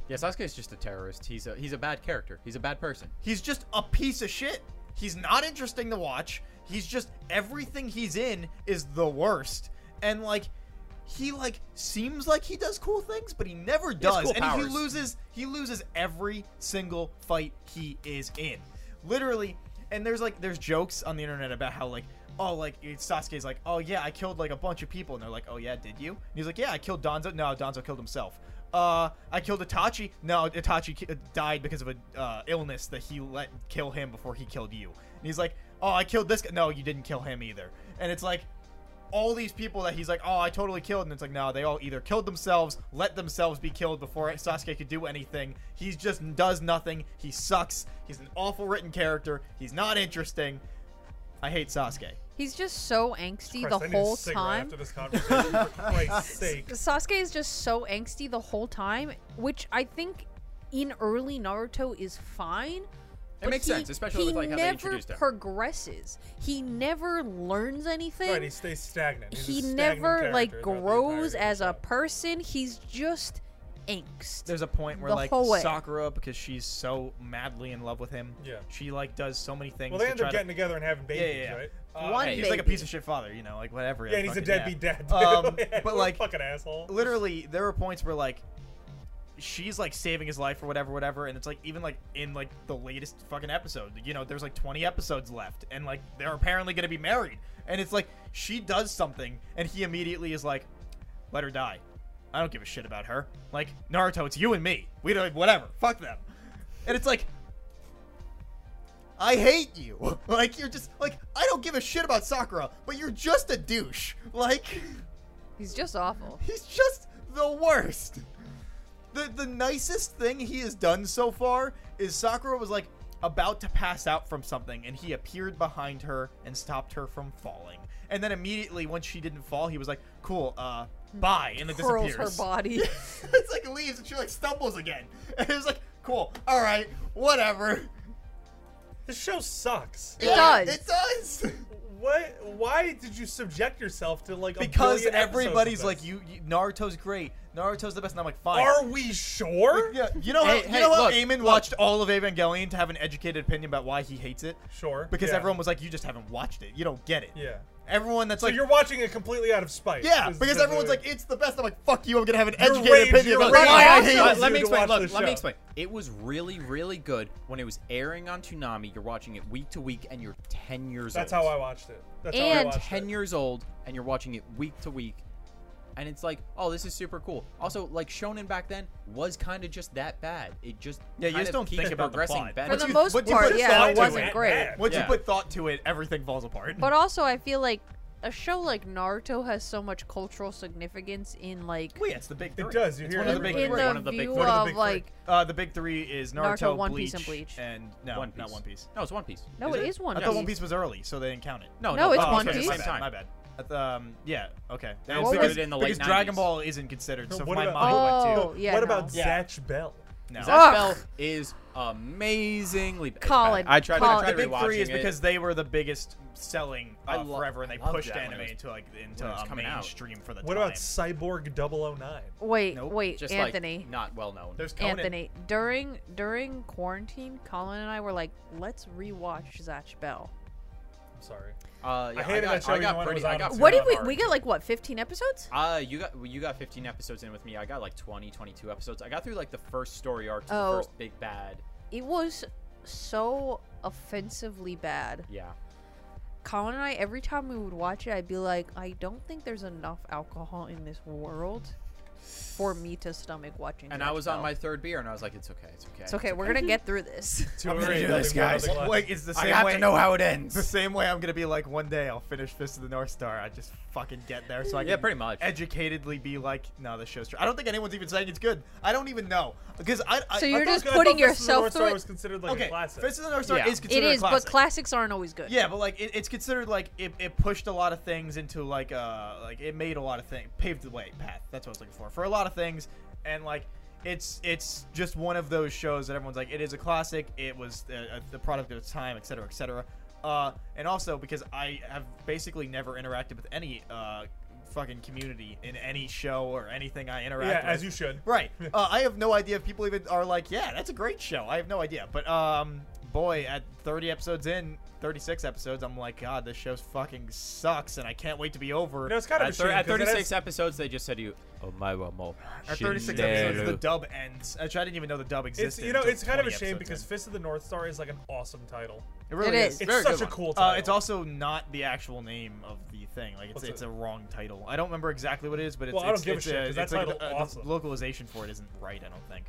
Yeah, Sasuke's just a terrorist. He's a he's a bad character. He's a bad person. He's just a piece of shit. He's not interesting to watch. He's just everything he's in is the worst. And like he like seems like he does cool things, but he never has does. cool and he powers. loses he loses every single fight he is in. Literally, and there's like there's jokes on the internet about how like Oh, like Sasuke's like, oh yeah, I killed like a bunch of people, and they're like, oh yeah, did you? And he's like, yeah, I killed Donzo. No, Donzo killed himself. Uh, I killed Itachi. No, Itachi ki- died because of a uh, illness that he let kill him before he killed you. And he's like, oh, I killed this guy. No, you didn't kill him either. And it's like, all these people that he's like, oh, I totally killed, and it's like, no, they all either killed themselves, let themselves be killed before Sasuke could do anything. He just does nothing. He sucks. He's an awful written character. He's not interesting. I hate Sasuke. He's just so angsty Christ, I the need a whole cigarette time. After this conversation, for Christ's sake. Sasuke is just so angsty the whole time, which I think in early Naruto is fine. but makes he- sense, especially with, like, how they introduced He him. never progresses. He never learns anything. Right, he stays stagnant. He's a he stagnant never like character throughout the grows entirety of as the a show. person. He's just angst. There's a point where The like whole way. Sakura, because she's so madly in love with him, Yeah. she like does so many things. Well, they to end up try getting to, together and having yeah, babies, yeah, yeah. right? One, hey. he's like a piece baby. of shit father, you know, like whatever. Yeah, and he's a fucking- deadbeat dad. too. Um, Yeah, but, what a like, fucking asshole. literally there were points where like she's like saving his life or whatever whatever and it's like even like in like the latest fucking episode you know there's like 20 episodes left and like they're apparently going to be married and it's like she does something and he immediately is like let her die i don't give a shit about her like naruto it's you and me we don't whatever fuck them and it's like I hate you. Like you're just like I don't give a shit about Sakura, but you're just a douche. Like He's just awful. He's just the worst. The the nicest thing he has done so far is Sakura was like about to pass out from something and he appeared behind her and stopped her from falling. And then immediately once she didn't fall, he was like, "Cool, uh, bye." And then Curls disappears. her body. it's like leaves and she like stumbles again. And it was like, "Cool. All right. Whatever." This show sucks. It does. It does. What? Why did you subject yourself to like? a because billion episodes everybody's of like, this? you, you Naruto's great. Naruto's the best." And I'm like, "Fine." Are we sure? Yeah, you know how, Hey, you hey, know how look, Eamon look. watched all of Evangelion to have an educated opinion about why he hates it? Sure. Because yeah. everyone was like, you just haven't watched it. You don't get it. Yeah. Everyone that's So like, you're watching it completely out of spite. yeah, Is- because is- everyone's like, it's the best. I'm like, fuck you, I'm going to have an You're educated rage- opinion you're about rage- why I you're hate rage- it. Let, let me you to explain. watch Look, this let me show. explain. It was really, really good when it was airing on Toonami. You're watching it week to week, and you're 10 years That's old. how I watched it. That's how I And and watched 10 it. years old and you're watching it week to week and it's like oh this is super cool also like shonen back then was kind of just that bad it just Yeah, you kind just of don't keeps think about the progressing plot. better For the you- most what you part, put yeah, thought it to wasn't it, great. man. Once you Yeah. put thought to it, everything falls apart. But also, I feel like a show like Naruto has so much cultural significance in like well, yeah, it's the big three. It does. You It's hear one it of in, the big in three. the One of the big- view one of the of big three. like Uh, the big three is Naruto, Naruto, One Piece, and Bleach. and no, One not Piece. One Piece. no it's one piece no, it is I One thought One Piece. Piece was early, so they didn't count it. no No, no, it's oh, One okay, Piece. My same bad. time My bad. At the, Um, yeah, okay. And it Well, started because- in the late because Dragon 90s. Ball isn't considered, So so what my about- mind went Oh to yeah. what no. about Yeah. Zatch Bell? no. Zatch Ugh. Bell is amazingly bad. Colin, I tried, Colin. I tried the big three rewatching is it. because they were the biggest selling I uh, lo- forever, and they I loved pushed that when anime it was- into like into when it was a coming out. mainstream for the What time. about Cyborg 009? Wait, Nope. wait, just Anthony. like not well known There's Conan. Anthony, during during quarantine, Colin and I were like, let's rewatch Zatch Bell. I'm sorry. uh, yeah, I hated got, that show I even got when it pretty, was I on got its what own. did pretty we hard. we got like what 15 episodes? Uh, you got well, you got 15 episodes in with me. I got like 20, 22 episodes. I got through like the first story arc to Oh. the first big bad. It was so offensively bad. Yeah. Colin and I, every time we would watch it, I'd be like, I don't think there's enough alcohol in this world for me to stomach watching. And Dragon I was on Ball. my third beer, and I was like, "It's okay, it's okay, It's okay. We're gonna get through this. Two I'm or gonna three, do there'll this, be one other guys. glass. Like, is the I same have way to know how it It's the ends." same way I'm gonna be like one day I'll finish Fist of the North Star. I just fucking get there so I Yeah, can pretty much. educatedly be like, no, this show's true. I don't think anyone's even saying it's good. I don't even know because I. I So I you're thought- just I thought putting Fist of the yourself North through Star it. was considered like okay. a classic. Fist of the North Star Yeah. is It it considered is, a classic. but classics aren't always good. Yeah, but like it, it's considered like it, it pushed a lot of things into like uh like it made a lot of things paved the way path. That's what I was looking for for a lot of things, and like it's it's just one of those shows that everyone's like it is a classic. It was the, uh, the product of its time, et cetera, et cetera. Uh, and also because I have basically never interacted with any uh fucking community in any show or anything I interact Yeah, with. as you should. Right. Uh, I have no idea if people even are like, yeah, that's a great show. I have no idea. But um, boy, at 30 episodes in, 36 episodes, I'm like, God, this show fucking sucks, and I can't wait to be over. You know, it's kind of At, a thir- shame at 'cause it 36 has- episodes, they just said to you, "Oh my, wa mo Our 36 episodes, the dub ends. Actually, I didn't even know the dub existed. It's you know until it's kind of a 20 shame episodes because Fist of the North Star is like an awesome title. in. it really It is. is. It's very such good a one. cool title. Uh, it's also not the actual name of the thing. Like it's What's it's it? a wrong title. I don't remember exactly what it is, but it's Well, I don't it's, give a it's shit, 'cause that it's like title the- uh, awesome. the localization for it isn't right. I don't think.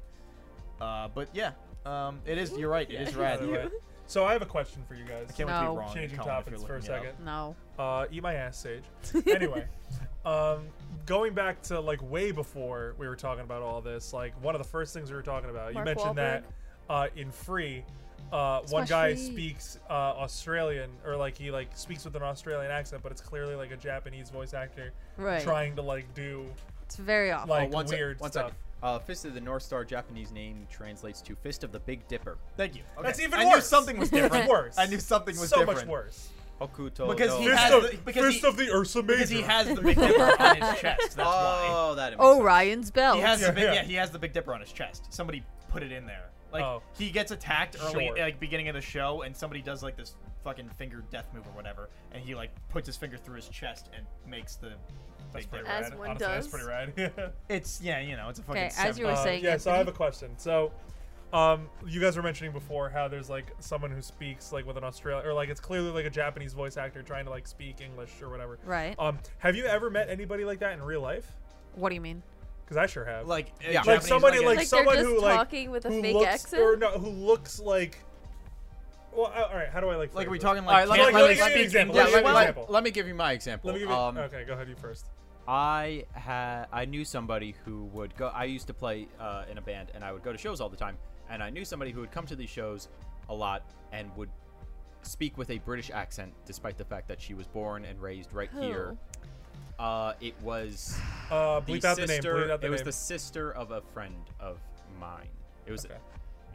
Uh, but yeah, um, it is. You're right. It is By rad. the way. So I have a question for you I guys. can't wait to No. be wrong. Changing Colin, if topics you're for a looking it up. second. No. Uh, eat my ass, Sage. Anyway, um, going back to like way before we were talking about all this, like one of the first things we were talking about, Mark you mentioned Wahlberg. that uh, in Free, uh, my one guy Free. speaks uh, Australian or like he like speaks with an Australian accent, but it's clearly like a Japanese voice actor Right. trying to like do It's very Oh, awful. like Oh, one sec- weird one sec. stuff. Uh, Fist of the North Star Japanese name translates to Fist of the Big Dipper. Thank you. That's Okay. even I knew worse. something was different. It's worse. I knew something was so different. much worse. Hokuto. Because no he Fist, has of, the- because Fist he- of the Ursa Major. Because he has the Big Dipper on his chest. That's why. Oh, that makes sense. Orion's belt. He has Yeah, the big, yeah. yeah, he has the Big Dipper on his chest. Somebody put it in there. Like Oh. he gets attacked early, Sure. like beginning of the show, and somebody does like this fucking finger death move or whatever, and he like puts his finger through his chest and makes the. That's Big pretty Dipper. As rad. one Honestly, that's does. pretty rad. Yeah. It's yeah, you know, it's a fucking. Okay, as you were seven- Uh, saying, Yeah, so I have a Anthony? question. So, um, you guys were mentioning before how there's like someone who speaks like with an Australian or like it's clearly like a Japanese voice actor trying to like speak English or whatever. Right. Oh. Um, have you ever met anybody like that in real life? What do you mean? Because I sure uh, have. like Yeah. Like Like somebody like, Like, they're someone just who like talking with a who fake looks accent? or no who looks like. Well, uh, all right. How do I like? like are we phrase talking this? All right, like let me- can't let me really give you an speak example. Yeah, English let, Give me well? an let- example. let me give you my example. Let me give you. um, okay, go ahead. You first. I had I knew somebody who would go. I used to play uh, in a band, and I would go to shows all the time. And I knew somebody who would come to these shows a lot and would speak with a British accent, despite the fact that she was born and raised right here. Uh, it was Uh, the bleep out the sister. name. Bleep out the it was name. the sister of a friend of mine. It was Okay.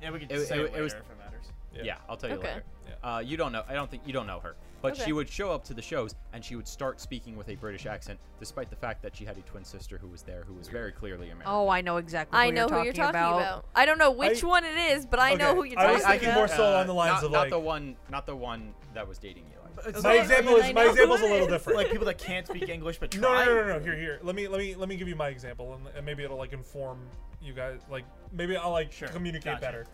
Yeah, we could It- say it- it, it was- later if it matters. yeah. I'll tell you Okay. later. Uh, you don't know. I don't think you don't know her, but Okay. she would show up to the shows and she would start speaking with a British accent, despite the fact that she had a twin sister who was there, who was very clearly American. Oh, I know exactly. I who know you're who talking you're talking about. about. I don't know which I- one it is, but I know Okay, who you're I talking was thinking about. more so on the lines Uh, not, of not like. Uh, the one, not the one that was dating you. It's my not- example I is my know example's who a it little is. different. like people that can't speak English but No, try. no, no, no, no. Here, here. Let me, let me, let me give you my example, and, and maybe it'll like inform you guys. Like, maybe I'll like Sure. Gotcha. communicate better.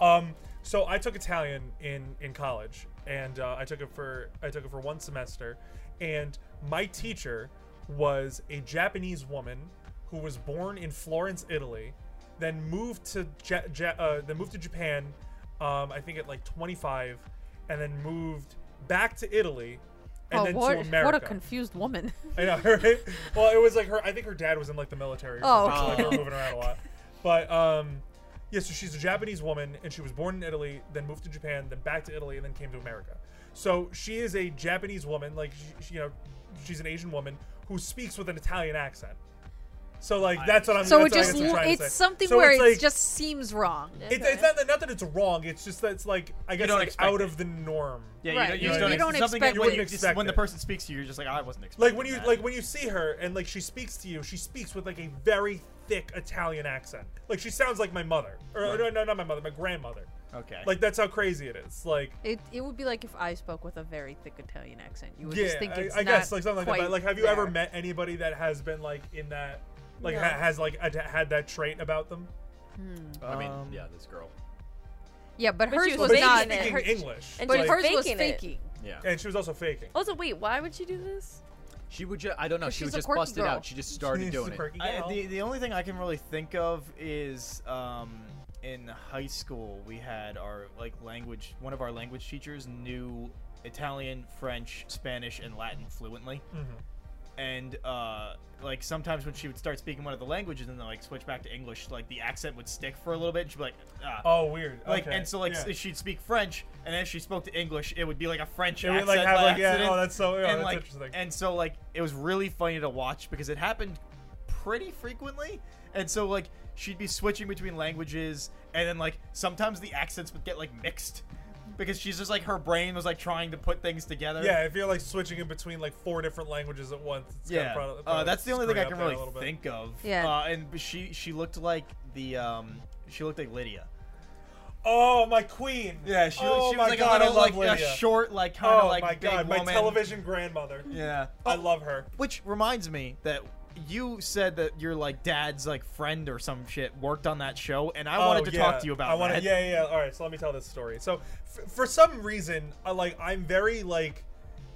Um, so I took Italian in in college, and uh, I took it for I took it for one semester, and my teacher was a Japanese woman who was born in Florence, Italy, then moved to ja- ja- uh, then moved to Japan, um, I think at like 25, and then moved back to Italy, and Oh, then what, to America. what a confused woman. I know, right? Well, it was like her. I think her dad was in like the military. Or Oh, something, so, like, okay. they were moving around a lot. But um, yeah. So she's a Japanese woman, and she was born in Italy, then moved to Japan, then back to Italy, and then came to America. So she is a Japanese woman, like she, she- you know, she's an Asian woman who speaks with an Italian accent. So like that's what I'm. so it that's what I just guess I'm trying to say. it's something So where it's it like- just seems wrong. It's, it's not, that, not that it's wrong. It's just that it's like I guess don't like expect out it. of the norm. Yeah, Right, you, you- don't, you you don't don't something expect that you wouldn't it. expect when the it. person speaks to you. You're just like, I wasn't expecting. like when you that. like when you see her and like she speaks to you she speaks with like a very thick italian accent like she sounds like my mother or no no not my mother my grandmother okay, like that's how crazy it is like It, it would be like if I spoke with a very thick Italian accent. You would yeah just think I- it's I, guess like something not like that quite but, like have you ever there. met anybody that has been like in that like No. ha- has like a, had that trait about them I mean, Um, yeah, this girl. Yeah, but But hers she was was but she was not. faking it. speaking Her- english and But like- she hers was faking it. faking. Yeah. and she was also faking Also, wait, why would she do this? She would just, I don't know, 'Cause she would she's a just quirky bust it girl. out. She just started doing it. Quirky I, gal. the the only thing I can really think of is um, in high school we had our like language. One of our language teachers knew Italian, French, Spanish, and Latin fluently, Mhm. and uh, like sometimes when she would start speaking one of the languages and then like switch back to English, like the accent would stick for a little bit. And she'd be like, ah. Oh, weird. Like Okay. and so like yeah. s- she'd speak French and then if she spoke to English it would be like a French It would, accent like, have, by like, yeah, accident. oh, that's so- oh, and that's like interesting. and so like it was really funny to watch because it happened pretty frequently and so like she'd be switching between languages and then like sometimes the accents would get like mixed because she's just like her brain was like trying to put things together yeah, if you're like switching in between like four different languages at once, it's yeah, Kind of probably, uh, that's the only thing I can really little bit. think of. Yeah. uh, and she she looked like the um she looked like Lydia. Oh, my queen. Yeah, she, oh she my was like god, a I little, love like a Lydia. short, like kind of oh like my big god, woman. my television grandmother. Yeah. Uh, I love her. Which reminds me that you said that your like dad's like friend or some shit worked on that show, and I wanted Oh, to yeah. talk to you about I wanna- that. Yeah, yeah. yeah. All right, so let me tell this story. So, f- for some reason, I, like I'm very like,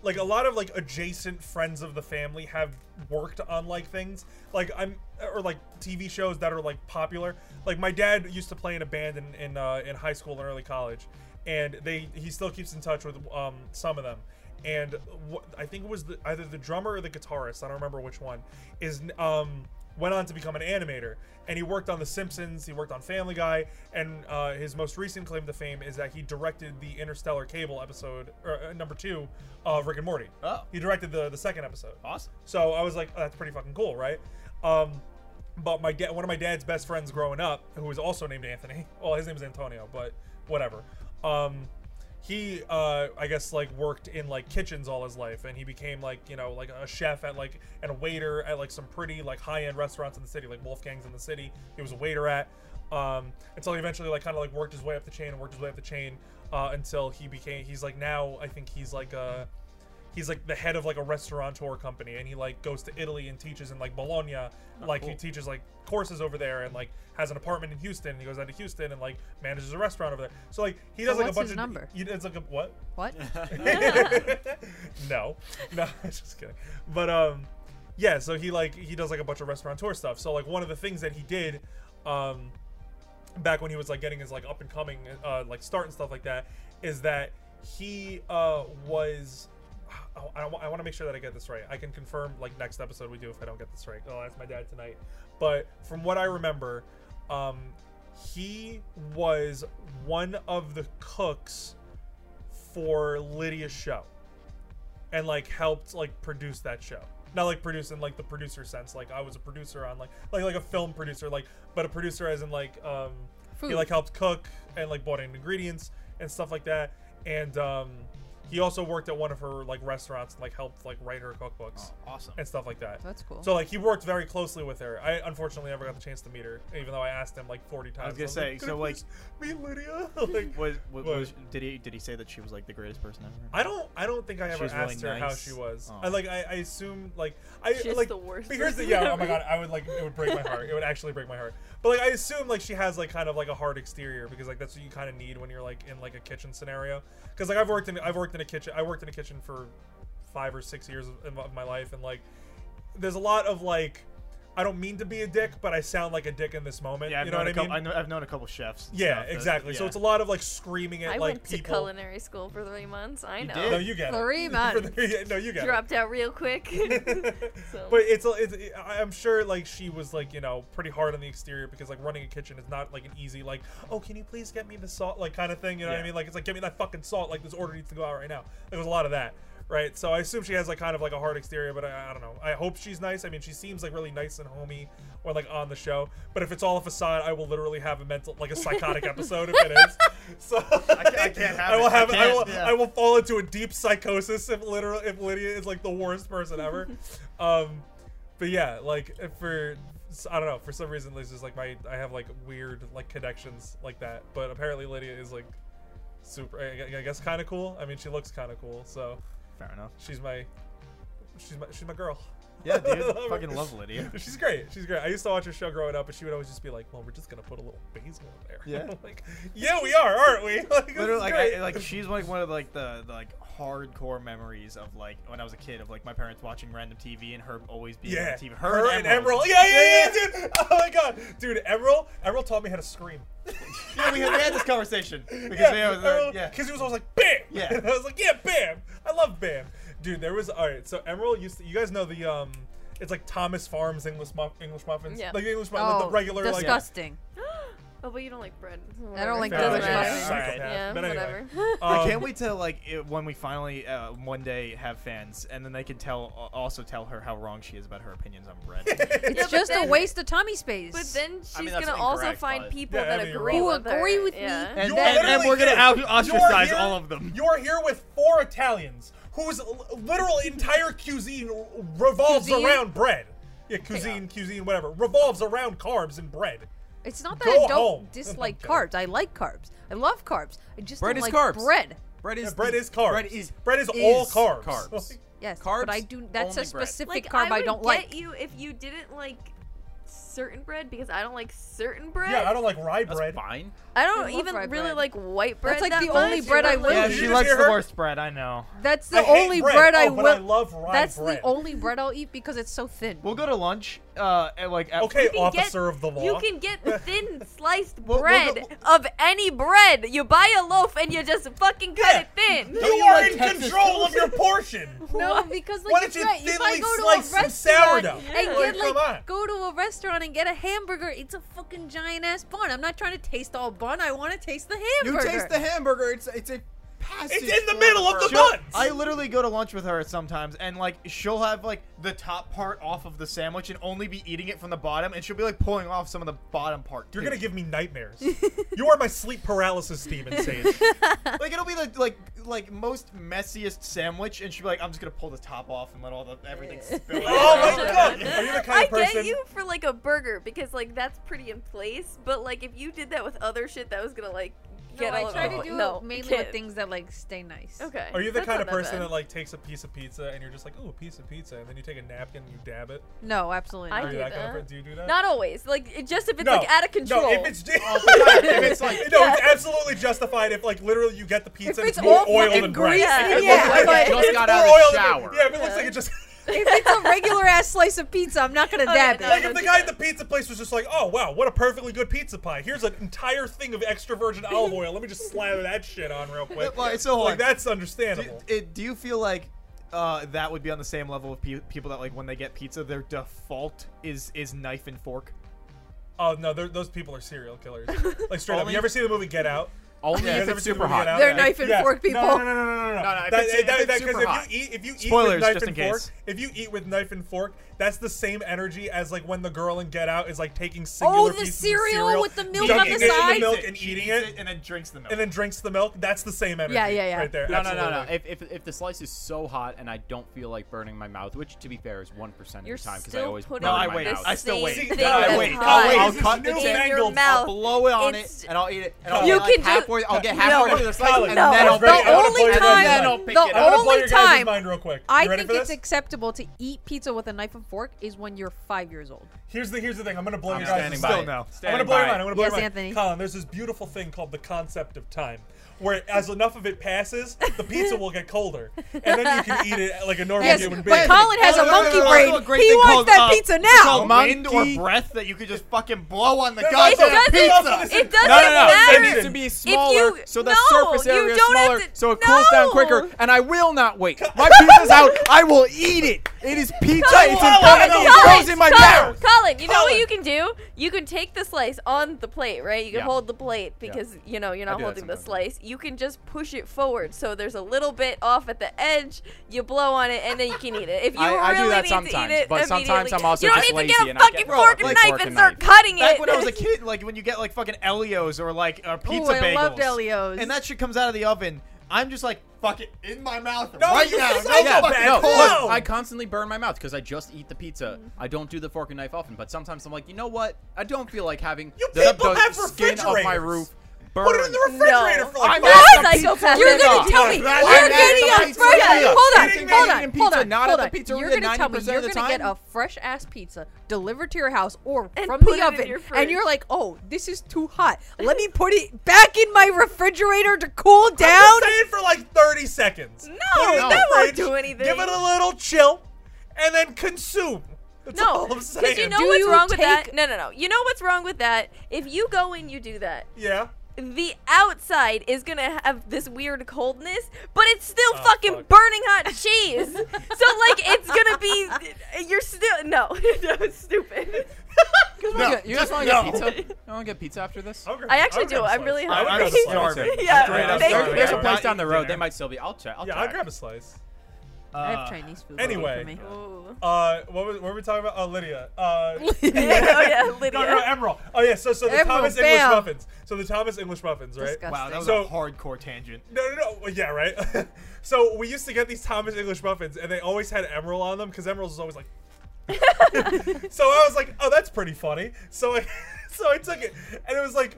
like a lot of like adjacent friends of the family have worked on like things like I'm or like TV shows that are like popular. Like my dad used to play in a band in in, uh, in high school and early college, and they he still keeps in touch with um, some of them. And wh- I think it was the, either the drummer or the guitarist. I don't remember which one is um, went on to become an animator and he worked on the simpsons he worked on family guy and uh, his most recent claim to fame is that he directed the interstellar cable episode or, uh, number two of rick and morty Oh. he directed the, the second episode Awesome. so I was like, oh, that's pretty fucking cool, right? Um, but my dad, one of my dad's best friends growing up, who was also named Anthony. Well, his name is Antonio, but whatever. Um, he, uh, I guess, like worked in like kitchens all his life, and he became like you know like a chef at like and a waiter at like some pretty like high end restaurants in the city, like Wolfgang's in the city. He was a waiter at. Um, until he eventually like kind of like worked his way up the chain and worked his way up the chain uh, until he became he's like now I think he's like uh he's like the head of like a restaurateur company and he like goes to italy and teaches in like bologna Oh, like he teaches like courses over there and like has an apartment in houston and he goes down to houston and like manages a restaurant over there so like he does like what's a bunch his of number? He, it's like a what What? no, no, just kidding. But um, yeah. So he like he does like a bunch of restaurateur stuff. So like one of the things that he did, um, back when he was like getting his like up and coming, uh, like start and stuff like that, is that he uh was. oh, I- I, want to make sure that I get this right. I can confirm like next episode we do if I don't get this right. I'll ask my dad tonight. But from what I remember, um, he was one of the cooks for Lydia's show and like helped like produce that show. Not like produce in like the producer sense, like I was a producer on like like like a film producer, like but a producer as in like um Food. he like helped cook and like bought in ingredients and stuff like that. And um he also worked at one of her like restaurants and like helped like write her cookbooks Awesome. and stuff like that. That's cool. So like he worked very closely with her. I unfortunately never got the chance to meet her, even though I asked him like forty times. I was gonna like, say, "Could so, I like- please meet Lydia. like, Was, was, What? was- did he did he say that she was like the greatest person ever? I don't. I don't think I ever was really asked her how nice? she was. Oh. I like. I, I assume like. I Just like. the worst but here's the person yeah. Oh my ever. god. I would like. It would break my heart. It would actually break my heart. But like, I assume like she has like kind of like a hard exterior because like that's what you kind of need when you're like in like a kitchen scenario. Because like I've worked in I've worked in a kitchen. I worked in a kitchen for five or six years of, of my life, and like there's a lot of like. I don't mean to be a dick, but I sound like a dick in this moment. Yeah, I've you know known what I a couple, mean? know, I've known a couple chefs. and yeah, stuff that- exactly. So yeah. it's a lot of like screaming at I like went to people. culinary school for three months. I know. No, did? you get it. Three For the- months. yeah, no, you get it. Dropped out real quick. So- but it's, a- it's it- I- I'm sure like she was like you know pretty hard on the exterior because like running a kitchen is not like an easy like oh can you please get me the salt like kind of thing you know what I Yeah. mean like it's like get me that fucking salt like this order needs to go out right now there was a lot of that right so I assume she has like kind of like a hard exterior but I, I don't know I hope she's nice I mean she seems like really nice and homey when like on the show but if it's all a facade I will literally have a mental like a psychotic episode if it is so I, ca- I can't have I will it. I have I can't, will yeah. I will fall into a deep psychosis if literally if Lydia is like the worst person ever. um, but yeah, like if for I don't know for some reason this is like my I have like weird like connections like that. But apparently Lydia is like super. I, gu- I guess kind of cool. I mean she looks kind of cool, so fair enough. she's my she's my she's my girl. Yeah, dude. I her. Fucking love Lydia. She's great. She's great. I used to watch her show growing up, and she would always just be like, "Well, we're just gonna put a little basil in there." Yeah. like, yeah, we are, aren't we? Like, this Literally, is like, great. I, like she's like one of like the, the like hardcore memories of like when I was a kid of like my parents watching random TV and her always being Yeah, on TV. Her, and Emerald. Yeah, yeah, yeah, dude. Oh my god, dude, Emerald. Emerald taught me how to scream. Yeah, we had, we had this conversation because yeah, yeah, it was, Emerald- yeah. 'cause he was always like Bam. Yeah. And I was like, yeah, Bam. I love Bam, dude. There was all right. So Emerald used to. You guys know the um. It's like Thomas Farms English muff, English muffins. Yeah. Like the English muffins, Oh, the regular like. disgusting. Oh, but you don't like bread. I don't like Fair those enough. muffins. Psychopath. Yeah, But anyway. whatever. I um, can't wait till like it, when we finally uh, one day have fans, and then they can tell uh, also tell her how wrong she is about her opinions on bread. It's Yeah, but just then- a waste of tummy space. But then she's that's gonna also incorrect, find but- people Yeah, that Emma, you're agree wrong. Who with her. agree with me. yeah. You and, are then- and, literally we're gonna here. out- You are ostracize here- all of them. You're here with four Italians, whose l- literal entire cuisine revolves Cuisine? around bread. Yeah, cuisine, cuisine, whatever revolves around carbs and bread. it's not that Go I don't home. dislike Okay. carbs. I like carbs. I love carbs. I just Bread don't is like carbs. bread. Bread is Yeah, bread the- is carbs. Bread is Bread is all carbs. Carbs. Yes, Carbs, but I do. That's only a bread. like, specific carb I, e- would don't get like. you if you didn't like certain bread because I don't like certain bread. Yeah, I don't like rye That's bread. fine. I I don't love even really fried bread. like white bread. That's like that the much, only bread I but, will Yeah, Did she you likes hear the her? worst bread. I know. That's I the hate only bread. bread I Oh, will. but I love rye that's bread. the only bread I'll eat because it's so thin. We'll go to lunch. Uh, at, like at, Okay, You can get- officer of the law. You can get thin sliced Well, well, bread of any bread. You buy a loaf and you just fucking cut it thin. You Don't you are like in Texas control of your portion. No, because like Why it's don't you right. If I thinly go to a slice some restaurant sourdough? Yeah. and get Like, come like on. go to a restaurant and get a hamburger, it's a fucking giant ass bun. I'm not trying to taste all bun. I want to taste the You hamburger. taste the hamburger. It's it's a passage. It's in the through middle of the burger. bun. I literally go to lunch with her sometimes, and like she'll have like the top part off of the sandwich and only be eating it from the bottom, and she'll be like pulling off some of the bottom part. You're too. gonna give me nightmares. you are my sleep paralysis demon, Sage. like it'll be the like like most messiest sandwich, and she'll be like, "I'm just gonna pull the top off and let all the everything spill." Oh out." my god! Are you the kind I of person? get you for like a burger because like that's pretty in place, but like if you did that with other shit, that was gonna like no, get all I over try the to place. do no, it mainly can't. with things that like stay nice. Okay. Are you the that's kind not of person bad. that like takes a piece of pizza and you're just like, ooh, piece of pizza, and then you take a napkin and you dab it? No, absolutely I not. Are do you that, kind that. of person? Do you do that? Not always. Like it- just if it's No. like out of control. No, if it's ju- If it's like no, it's absolutely justified if like literally you get the pizza and it's it's more all oil fucking than bread. greasy, It looks yeah, like- but- it's Just got more out of the oil than- shower. Yeah, if it looks like it just if it's a regular ass slice of pizza, I'm not gonna Okay, dab no, it. like if don't the do guy at that. the pizza place was just like, oh wow, what a perfectly good pizza pie. Here's an entire thing of extra virgin olive oil. Let me just slather that shit on real quick. Well, so hold like on. that's do, understandable. it, do you feel like uh, that would be on the same level of pe- people that like when they get pizza, their default is is knife and fork? Oh no, they're- those people are serial killers. Like straight up. Only- You ever see the movie Get Out? Only You guys if ever it's see the super movie Get hot. Out? They're knife and Yeah. fork people. No, no, no, no, no, no. no. no, if That- it's- that- if that- it's 'cause super hot. if you eat, if you eat with Spoilers, knife just and in fork, case. if you eat with knife and fork, that's the same energy as like when the girl in Get Out is like taking Oh, singular the pieces of cereal cereal with the milk dunking on the it in side? milk and She eating eats it, and then drinks the milk. and then drinks the milk. That's the same energy. Yeah, yeah, yeah. Right there. No, no, no, no. absolutely. If, if, if the slice is so hot and I don't feel like burning my mouth, which to be fair is one percent You're of the time because I still always putting burn No, I my wait. mouth. I still Same wait. thing No, I that's wait. hot I'll wait. I'll is cut the new in thing. your mangled mouth. I'll blow it on It's- it, and I'll eat it. And No. I'll You get like can do- halfway. I'll get No. halfway to the slice, and No. then That's I'll break right. it. I the wanna only play- time, I wanna And I'll pick the it I'm gonna up. blow only your guys' time mind real quick. I you ready think for it's this? acceptable to eat pizza with a knife and fork is when you're five years old. Here's the here's the thing. I'm gonna blow I'm your guys' standing mind. by. Still it. no. I'm gonna Standing blow your by mind. it. I'm gonna blow Yes, your mind. Anthony. Colin, there's this beautiful thing called the concept of time, where as enough of it passes, the pizza will get colder, and then you can eat it like a normal Yes, human but being. Colin has Oh, a no, no, no, monkey no, brain. no, a great he thing wants called, that uh, pizza it's now. called Wind or monkey- breath that you could just fucking blow on the It goddamn doesn't- pizza. It doesn't No, no, no. matter. It needs to be smaller, you- so the no, surface you area is don't have smaller, to- so it cools down quicker. no. And I will not wait. My pizza's out. I will eat it. It is pizza. It's in front of me. It goes in my Colin, mouth. Colin, you know what Colin. you can do? You can take the slice on the plate, right? You can Yeah. hold the plate because you know you're I not do that holding the sometimes. slice. You can just push it forward, so there's a little bit off at the edge. You blow on it, and then you can eat it. If you I- I do really that need sometimes, to eat it, but sometimes immediately- I'm also you don't just need to lazy get a and I fucking get- fork and Like knife fork and and start knife. cutting it. Back when I was a kid, like when you get like fucking Elios or like uh, pizza Ooh, I bagels, loved Elios. and that shit comes out of the oven, I'm just like fuck it in my mouth No, right you now. son No, of a fucking bitch. Oh, No, cold. No. look, I constantly burn my mouth because I just eat the pizza. I don't do the fork and knife often, but sometimes I'm like, you know what? I don't feel like having You the, people the have skin of my refrigerators. roof burn. Put it in the refrigerator for like five I'm not- seconds. Psychopath. You're gonna off. tell me I'm you're not getting at a the pizzeria. fresh. Hold on, Eating hold me on, eating hold pizza, on, not at hold the on. pizzeria You're gonna tell me 90% you're of the gonna get time? a fresh ass pizza delivered to your house or And from put it the in oven, your and fridge. you're like, "Oh, this is too hot. Let me put it back in my refrigerator to cool down." I'm just saying for like 30 seconds. No, that won't do anything. Give it a little chill, and then consume. That's No, all I'm saying. because you know Do what's you wrong with that. take- No, no, no. You know what's wrong with that. If you go in, you do that. Yeah. The outside is gonna have this weird coldness, but it's still Oh, fucking fuck. burning hot cheese. so like, it's gonna be. You're still no. that was stupid. You No, guys- you guys just want to no. get pizza? You want to get pizza after this? I'm gonna- I actually I'll do. grab a I'm slice. really I'll hungry. grab a I'm slice. starving. Yeah, Straight up thank starving. you. There's a I'm place not down the eating road. dinner. They might still be. I'll check. I'll Yeah, I'll check. grab a slice. I Uh, have Chinese food. waiting anyway. for me. Ooh. Uh, what, was, what were we talking about? Oh, Lydia. Uh, oh yeah, Lydia. no, no, Emerald. Oh yeah. So, so the Emerald, Thomas English bam. muffins. So the Thomas English muffins, right? Disgusting. Wow, that was a So- hardcore tangent. No, no, no. Well, yeah, right. so we used to get these Thomas English muffins, and they always had emerald on them because emerald was always like. so I was like, "Oh, that's pretty funny." So I, so I took it, and it was like,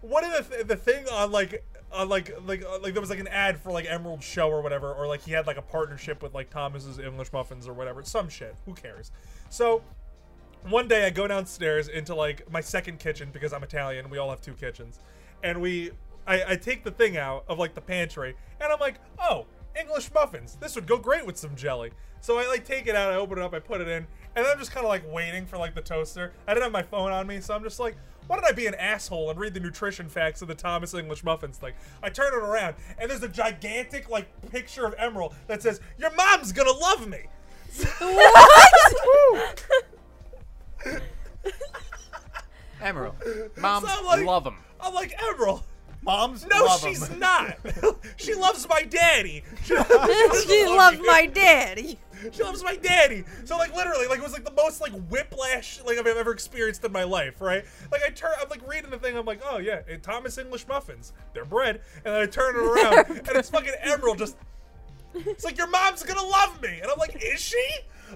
one of the th- the thing on like on like like uh, like there was like an ad for like Emerald Show or whatever, or like he had like a partnership with like Thomas's English muffins or whatever, some shit. Who cares? So one day I go downstairs into like my second kitchen because I'm Italian. We all have two kitchens, and we I, I take the thing out of like the pantry, and I'm like, oh, English muffins. This would go great with some jelly. So I like take it out, I open it up, I put it in, and I'm just kind of like waiting for like the toaster. I didn't have my phone on me, so I'm just like. Why did I be an asshole and read the nutrition facts of the Thomas English muffins thing? I turn it around and there's a gigantic like picture of Emerald that says, "Your mom's gonna love me." Emerald. Moms So I'm like- love them. I'm like, Emerald, Moms, No, love 'em. she's not. she loves my daddy. She, she loved my daddy. she loves my daddy. So like literally, like it was like the most like whiplash like I've ever experienced in my life, right? Like I turn, I'm like reading the thing, I'm like, oh yeah, eh, Thomas English muffins, they're bread, and then I turn it around, and it's fucking Emerald just. It's like your mom's gonna love me, and I'm like, is she?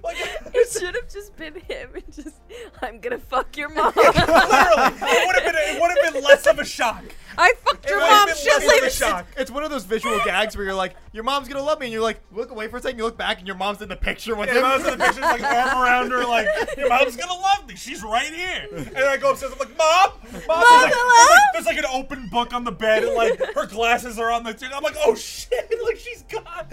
Like, It should have just been him and just. I'm gonna fuck your mom. literally, it would have been it would have been less of a shock. I fucked your It would have mom. been She was less of a like, shock. It's one of those visual gags where you're like, your mom's gonna love me, and you're like, look away for a second, you look back, and your mom's in the picture with Yeah, him. my mom's in the picture, like arm around her, like your mom's gonna love me. She's right here. And I go upstairs. I'm like, mom, mom. there's, like, there's, like, there's like an open book on the bed, and like her glasses are on the. T- I'm like, oh shit, like she's gone.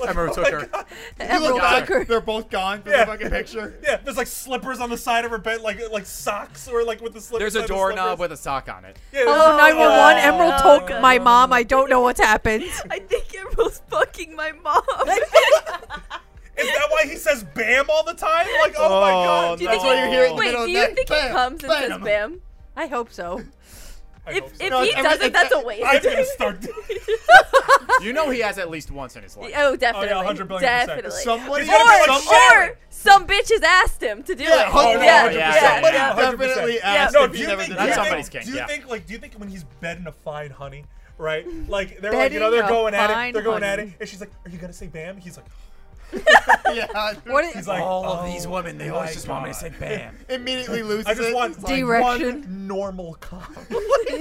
Like, Emerald oh my took her. God. You look Emerald back, Tucker. they're both gone from Yeah. the fucking picture. Yeah, there's like slippers on the side of her bed, like like socks or like with the slippers. There's a on the doorknob slippers. with a sock on it. Oh, Yeah, there's- Hello, 911. Oh. Emerald no. took my mom. I don't know what's happened. I think Emerald's fucking my mom. Is that why he says "bam" all the time? Like, oh, my Oh, god. no. Do you That's think why he- you're here in the Wait, middle of do the you night. think Bam, he comes and says bam. "bam"? I hope so. I If hope so. if No, he every- doesn't, that's a waste. I'm gonna start. doing- You know he has at least once in his life. Oh, definitely. 100 billion percent. definitely. Somebody, He's gonna be Or, like, or some bitches asked him to do Yeah, it. oh, no, yeah, 100%. yeah, Somebody yeah. definitely 100%. definitely Yeah. asked No, if do he's you ever think done that. do you That's somebody- somebody's think- kink, Do you yeah. think like do you think when he's bedding a fine honey, right? Like they're like you Bedding know they're a going at it, fine they're going at it, honey. and she's like, "Are you gonna say bam?" He's like, Yeah, What is he's like, All "Oh of these women, they always my just want me to God." say bam. immediately loses I just it. want like, Direction. one normal cock.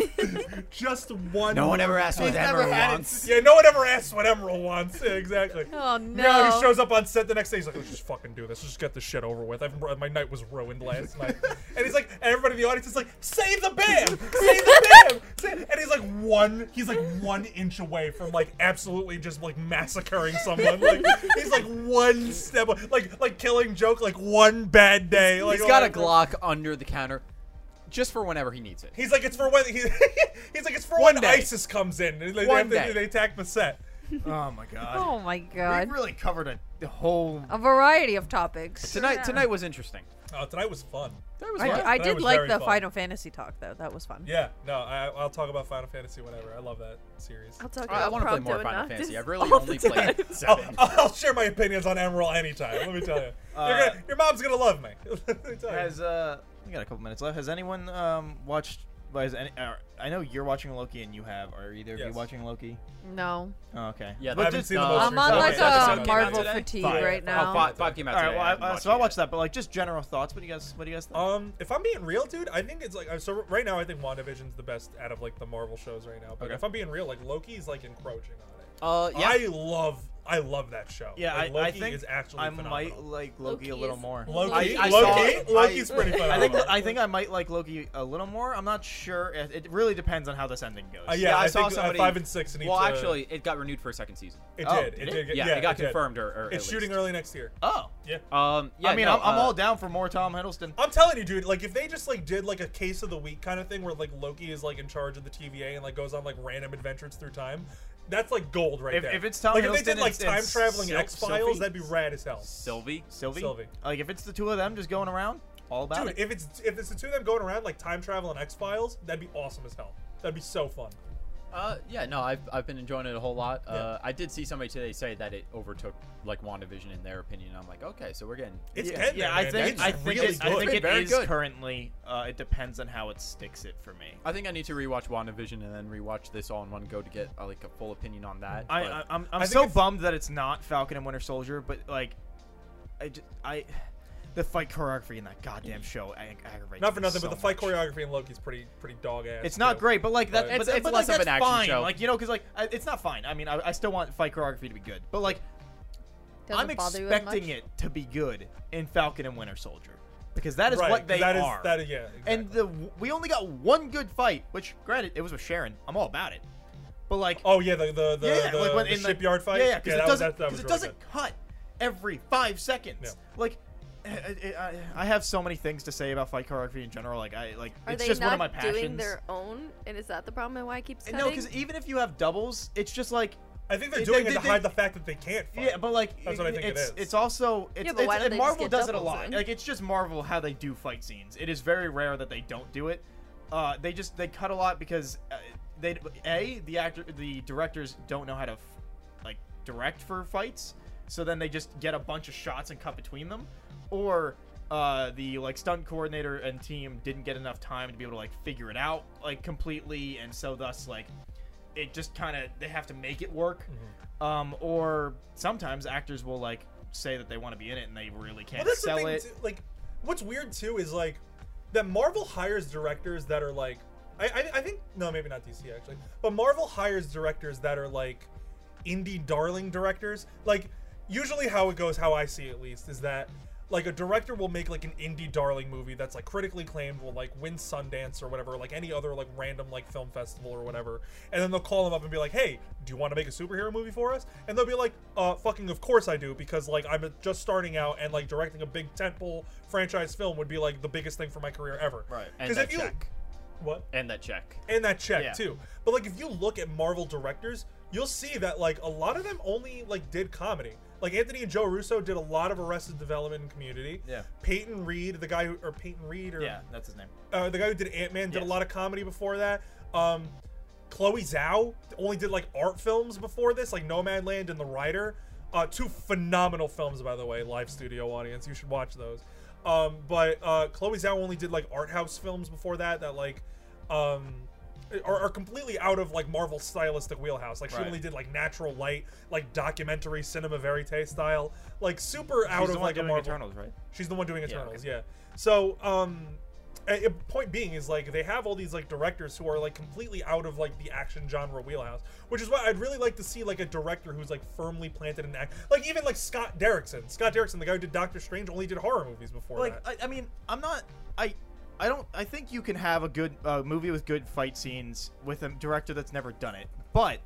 just one. No one ever normal asked cock. what never Emerald had it. wants. Yeah, no one ever asks what Emerald wants. Yeah, exactly. Oh Now he no. shows up on set the next day. He's like, "Let's just fucking do this. Let's just get this shit over with." I've, my night was ruined last night. And he's like, and everybody in the audience is like, "Save the bam! Save the bam!" Save-" And he's like one, he's like one inch away from like absolutely just like massacring someone. Like he's like one step, away. like like killing joke, like one bad day. like He's got a whatever. Glock under the counter, just for whenever he needs it. He's like, "It's for when." He, he's like, "It's for One when day. ISIS comes in." And they, One they, day. they attack the set. Oh my god. Oh my We god. really covered a the whole. A variety of topics. Tonight, tonight was interesting. Oh, tonight was fun. That was I, fun. d- I That did was like very the fun. Final Fantasy talk though. That was fun. Yeah, no, I, I'll talk about Final Fantasy whenever. I love that series. I'll talk I, about want to play Prompto more and Final Noctis Fantasy. I really all the only time. played I'll, seven. I'll share my opinions on Emerald anytime. Let me tell you, You're Oh. gonna, your mom's gonna love me. Let me tell you. Has uh, we got a couple minutes left. Has anyone um watched guys, any, are, I know you're watching Loki and you have. Are either of you Yes. watching Loki? No. Oh, okay. Yeah, I but haven't just- seen the uh, most I'm on recent like episode came a out Marvel today. fatigue Five. right now. Oh, five, five came out All right. today. Well, I I, haven't uh, watched so I it watched yet. that, but like, just general thoughts. What do you guys? What do you guys think? Um, if I'm being real, dude, I think it's like uh, so. Right now, I think WandaVision's the best out of like the Marvel shows right now. But Okay. if I'm being real, like Loki's like encroaching on it. Uh, yeah. I love, I love that show. yeah, I, Like, I Loki think is actually I might phenomenal. like Loki, a Loki little is- more. Loki, I- I Loki, saw- Loki's I- pretty phenomenal. Uh, I think I think I might like Loki a little more. I'm not sure. It, it really depends on how this ending goes. Uh, yeah, Yeah, I I, saw think uh, somebody- five and six. Needs well, to- actually, it got renewed for a second season. it oh, did. did It it? did. get- Yeah, it got did. confirmed. er, Or, or It's at shooting least. early next year. Oh. Yeah. Oh, Um, yeah, I mean, no, I'm, I'm uh, all down for more Tom Hiddleston. I'm telling you, dude. Like, if they just like did like a case of the week kind of thing, where like Loki is like in charge of the TVA and like goes on like random adventures through time, that's like gold right If- there. if it's Tom like if they Hiddleston did like and- time and traveling Sil- X Files, Sylvie? that'd be rad as hell. Sylvie. Sylvie? Sylvie. Like if it's the two of them just going around, all about Dude, it. if it's if it's the two of them going around like time travel and X Files, that'd be awesome as hell. That'd be so fun. Uh, yeah, no, I've, I've been enjoying it a whole lot. Yeah. Uh, I did see somebody today say that it overtook like WandaVision in their opinion. and I'm like, okay, so we're getting. It's yeah, getting yeah there, I man. think It's I think really it, I good. think it Very is good. currently. Uh, it depends on how it sticks it for me. I think I need to rewatch WandaVision and then rewatch this all in one go to get uh, like a full opinion on that. I, but- I I'm I'm I think so if- bummed that it's not Falcon and Winter Soldier, but like, I just, I the fight choreography in that goddamn show ag- aggravates. Mm. Not for me nothing, so but the fight much. choreography in Loki's pretty pretty dog ass. It's not great, but like that's Right. but, It's- it's but, less like, of an that's action fine. show. Like you know, because like I, it's not fine. I mean, I, I still want fight choreography to be good, but like Doesn't I'm bother you as expecting much? it to be good in Falcon and Winter Soldier because that is Right, what 'cause they that is- are. that is- yeah. Exactly. And the we only got one good fight, which granted it was with Sharon. I'm all about it, but like oh yeah, the the the, yeah, the, like when the in the- shipyard fight. Yeah, yeah, because that it was- doesn't that- that because was it really doesn't cut every five seconds. Yeah. Like. I, I, I have so many things to say about fight choreography in general. Like I like Are it's they just not one of my passions. doing their own? And is that the problem and why it keeps And cutting? no, because even if you have doubles, it's just like I think they're They- doing they- it to they- hide the fact that they can't. Fight. yeah, but like That's what I think it it's is. it's also it's, but why it's- don't they just Marvel get does it a doubles lot. in? Like it's just Marvel how they do fight scenes. It is very rare that they don't do it. Uh, they just they cut a lot because uh, they a the actor the directors don't know how to f- like direct for fights, so then they just get a bunch of shots and cut between them, or uh, the like stunt coordinator and team didn't get enough time to be able to like figure it out like completely, and so thus like it just kind of they have to make it work um, or sometimes actors will like say that they want to be in it and they really can't Well, that's the sell thing, it Too, like, what's weird too is like that Marvel hires directors that are like, I, I, I think no, maybe not DC actually, but Marvel hires directors that are like indie darling directors. Like, usually how it goes, how I see it at least, is that like a director will make like an indie darling movie that's like critically acclaimed will like win Sundance or whatever like any other like random like film festival or whatever and then they'll call them up and be like hey do you want to make a superhero movie for us and they'll be like uh fucking of course I do because like I'm just starting out and like directing a big tentpole franchise film would be like the biggest thing for my career ever Right. and because that if you check. what And that check. and that check Yeah. too. But like if you look at Marvel directors, you'll see that like a lot of them only like did comedy. Like Anthony and Joe Russo did a lot of Arrested Development and Community. Yeah. Peyton Reed, the guy who or Peyton Reed or yeah that's his name uh, the guy who did Ant Man did a Yes. lot of comedy before that. Um, Chloe Zhao only did like art films before this, like Nomadland and The Rider. Uh, two phenomenal films, by the way, live studio audience. You should watch those. Um, but uh, Chloe Zhao only did like art house films before that, that like um, are, are completely out of like Marvel stylistic wheelhouse. Like she Right. only did like natural light, like documentary cinema verite style, like super out She's of the one like a doing Marvel. Eternals right She's the one doing Eternals, okay. yeah. So, um, a, a point being is like they have all these like directors who are like completely out of like the action genre wheelhouse, which is why I'd really like to see like a director who's like firmly planted in act, like even like Scott Derrickson. Scott Derrickson, the guy who did Doctor Strange, only did horror movies before like that. I, I mean I'm not I I don't I think you can have a good uh, movie with good fight scenes with a director that's never done it but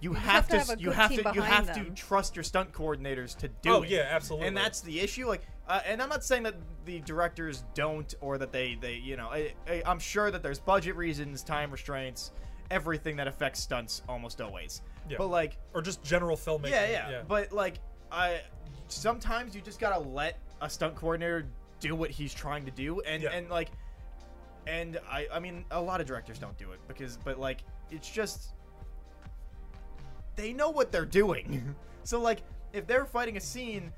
you, have, have to to, have a you good have team to you behind have to them. trust your stunt coordinators to do oh it. yeah, absolutely. and that's the issue like uh, and i'm not saying that the directors don't or that they they you know I, I, i'm sure that there's budget reasons time restraints everything that affects stunts almost always Yeah. but like or just general filmmaking. yeah, yeah but like i sometimes you just gotta let a stunt coordinator do what he's trying to do and Yeah. and like and i i mean a lot of directors don't do it because but like it's just they know what they're doing. so like if they're fighting a scene,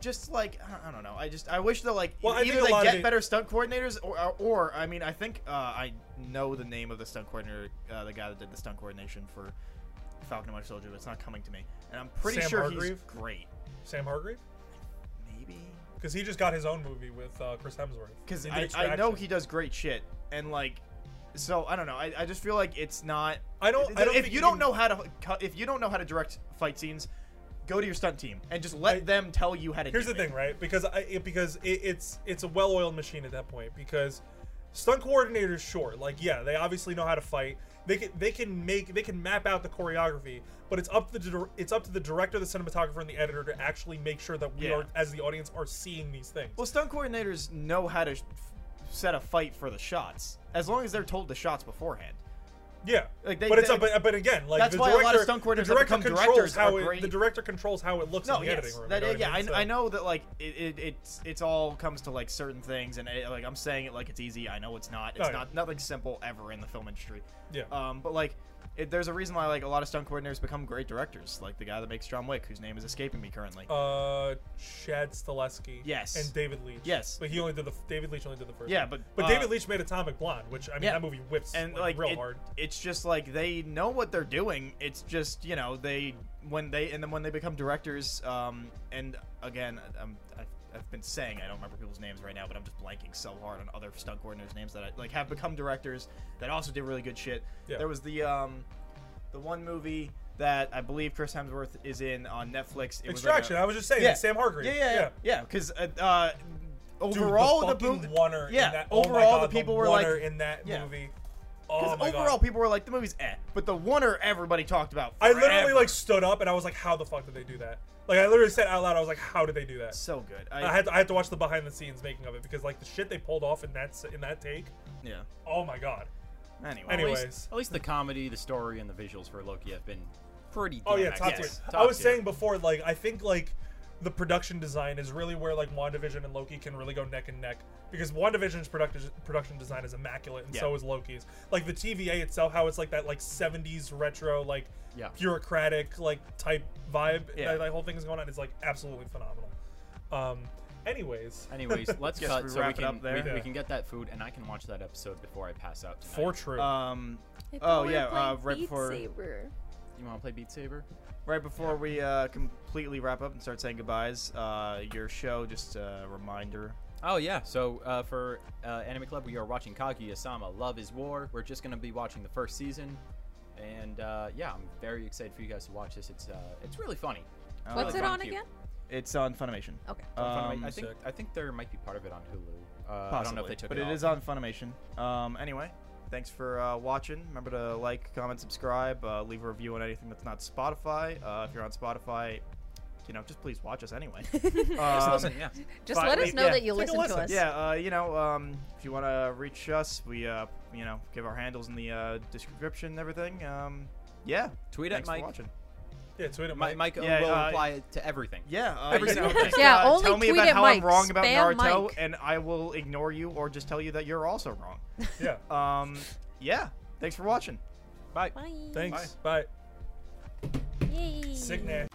just like I I don't know. I just I wish they like Well, I think either a they lot of get it- better stunt coordinators or, or or I mean I think uh, I know the name of the stunt coordinator, uh, the guy that did the stunt coordination for Falcon and Winter Soldier, but it's not coming to me. And I'm pretty Sam sure he's Hargrave? great. Sam Hargrave? Maybe Because he just got his own movie with uh, Chris Hemsworth. because He did I, I know Extraction. he does great shit and like so I don't know. I, I just feel like it's not. I don't. I don't if think you he don't can- know how to cut- if you don't know how to direct fight scenes, go to your stunt team and just let I- them tell you how to. Here's do the it. thing, right? Because I it, because it, it's it's a well-oiled machine at that point. Because stunt coordinators, sure, like yeah, they obviously know how to fight. They can they can make they can map out the choreography, but it's up to the dir- it's up to the director, the cinematographer, and the editor to actually make sure that we Yeah. are as the audience are seeing these things. Well, stunt coordinators know how to f- set a fight for the shots, as long as they're told the shots beforehand. yeah, like, they- but it's they- up. But, but again, like That's the why a director, lot of stunt the coordinators that director become controls directors how are it, great. the director controls how it looks No, in the yes, editing room. that, you know what yeah, I, mean? So- I know that like it, it, it's it's all comes to like certain things, and it, like I'm saying it like it's easy. I know it's not. It's Oh, yeah. not nothing simple ever in the film industry. Yeah. Um, but like, it, there's a reason why like a lot of stunt coordinators become great directors, like the guy that makes John Wick, whose name is escaping me currently. Uh, Chad Stileski. Yes. And David Leach. Yes. But he only did the David Leach only did the first. Yeah, one. but, but uh, David Leach made Atomic Blonde, which I mean Yeah. that movie whips and like, like real it- hard. it's just like they know what they're doing it's just you know they when they and then when they become directors um and again I'm, I've, I've been saying i don't remember people's names right now but i'm just blanking so hard on other stunt coordinators names that i like have become directors that also did really good shit Yeah. there was the um the one movie that i believe chris hemsworth is in on netflix it was like a- Extraction. I was just saying, yeah. Sam Hargrave. yeah yeah yeah yeah because uh, uh Dude, overall the, the, fucking boo- Warner yeah In that, oh my overall God, the people were like Warner in that Yeah. movie. because Oh my overall, God. people were like, the movie's eh. But the oneer everybody talked about. I literally forever. like stood up and I was like, how the fuck did they do that? Like I literally said out loud, I was like, how did they do that? so good. I, I had to, I had to watch the behind the scenes making of it because like the shit they pulled off in that s- in that take. yeah. Oh my God. Anyway, Anyway. At Anyways. least, at least the comedy, the story, and the visuals for Loki have been pretty. Oh damn yeah, top excellent. tier. Yes, I was tier. saying before, like I think like the production design is really where like WandaVision and Loki can really go neck and neck because WandaVision's production production design is immaculate and so Yeah. is Loki's. Like the TVA itself, how it's like that like 70s retro like Yeah. bureaucratic like type vibe Yeah. that, that whole thing is going on is like absolutely phenomenal. Um, anyways, Anyways, let's Guess cut we so we wrap it can up there. we, we Yeah. can get that food, and I can watch that episode before I pass out. Tonight. for true. um, I thought Oh, we were yeah, uh, playing right Beat before- Saber. you want to play Beat Saber? right before we uh, completely wrap up and start saying goodbyes, uh, your show, just a reminder. Oh yeah. So uh, for uh, Anime Club, we are watching Kaguya-sama: Love Is War. We're just gonna be watching the first season, and uh, yeah, I'm very excited for you guys to watch this. It's uh, it's really funny. Uh, What's like it Oh. on Funimation. again? It's on Funimation. Okay. Um, I think sick. I think there might be part of it on Hulu. Uh, I don't know Possibly, if they took but it. it is on Funimation. Um, anyway, thanks for uh, watching. Remember to like, comment, subscribe, uh, leave a review on anything that's not Spotify. Uh, if you're on Spotify, you know, just please watch us anyway. Just Um, listen, yeah. Just But let we- us know yeah, that you take a listen, listen. to us. Yeah, uh, you know, um, if you want to reach us, we, uh, you know, give our handles in the uh, description and everything. Um, yeah. Tweet at Thanks Mike. for watching. yeah, tweet at Mi- Mike. Mike uh, Yeah, will uh, reply to everything. Yeah. Uh, Every you single know, thing. just, Yeah, uh, only tell me tweet about at how I'm Mike. wrong about Spam Naruto, Mike. and I will ignore you or just tell you that you're also wrong. Yeah, Um, yeah. Thanks for watching. Bye. Bye. thanks. Bye. Yay. Sick Nash.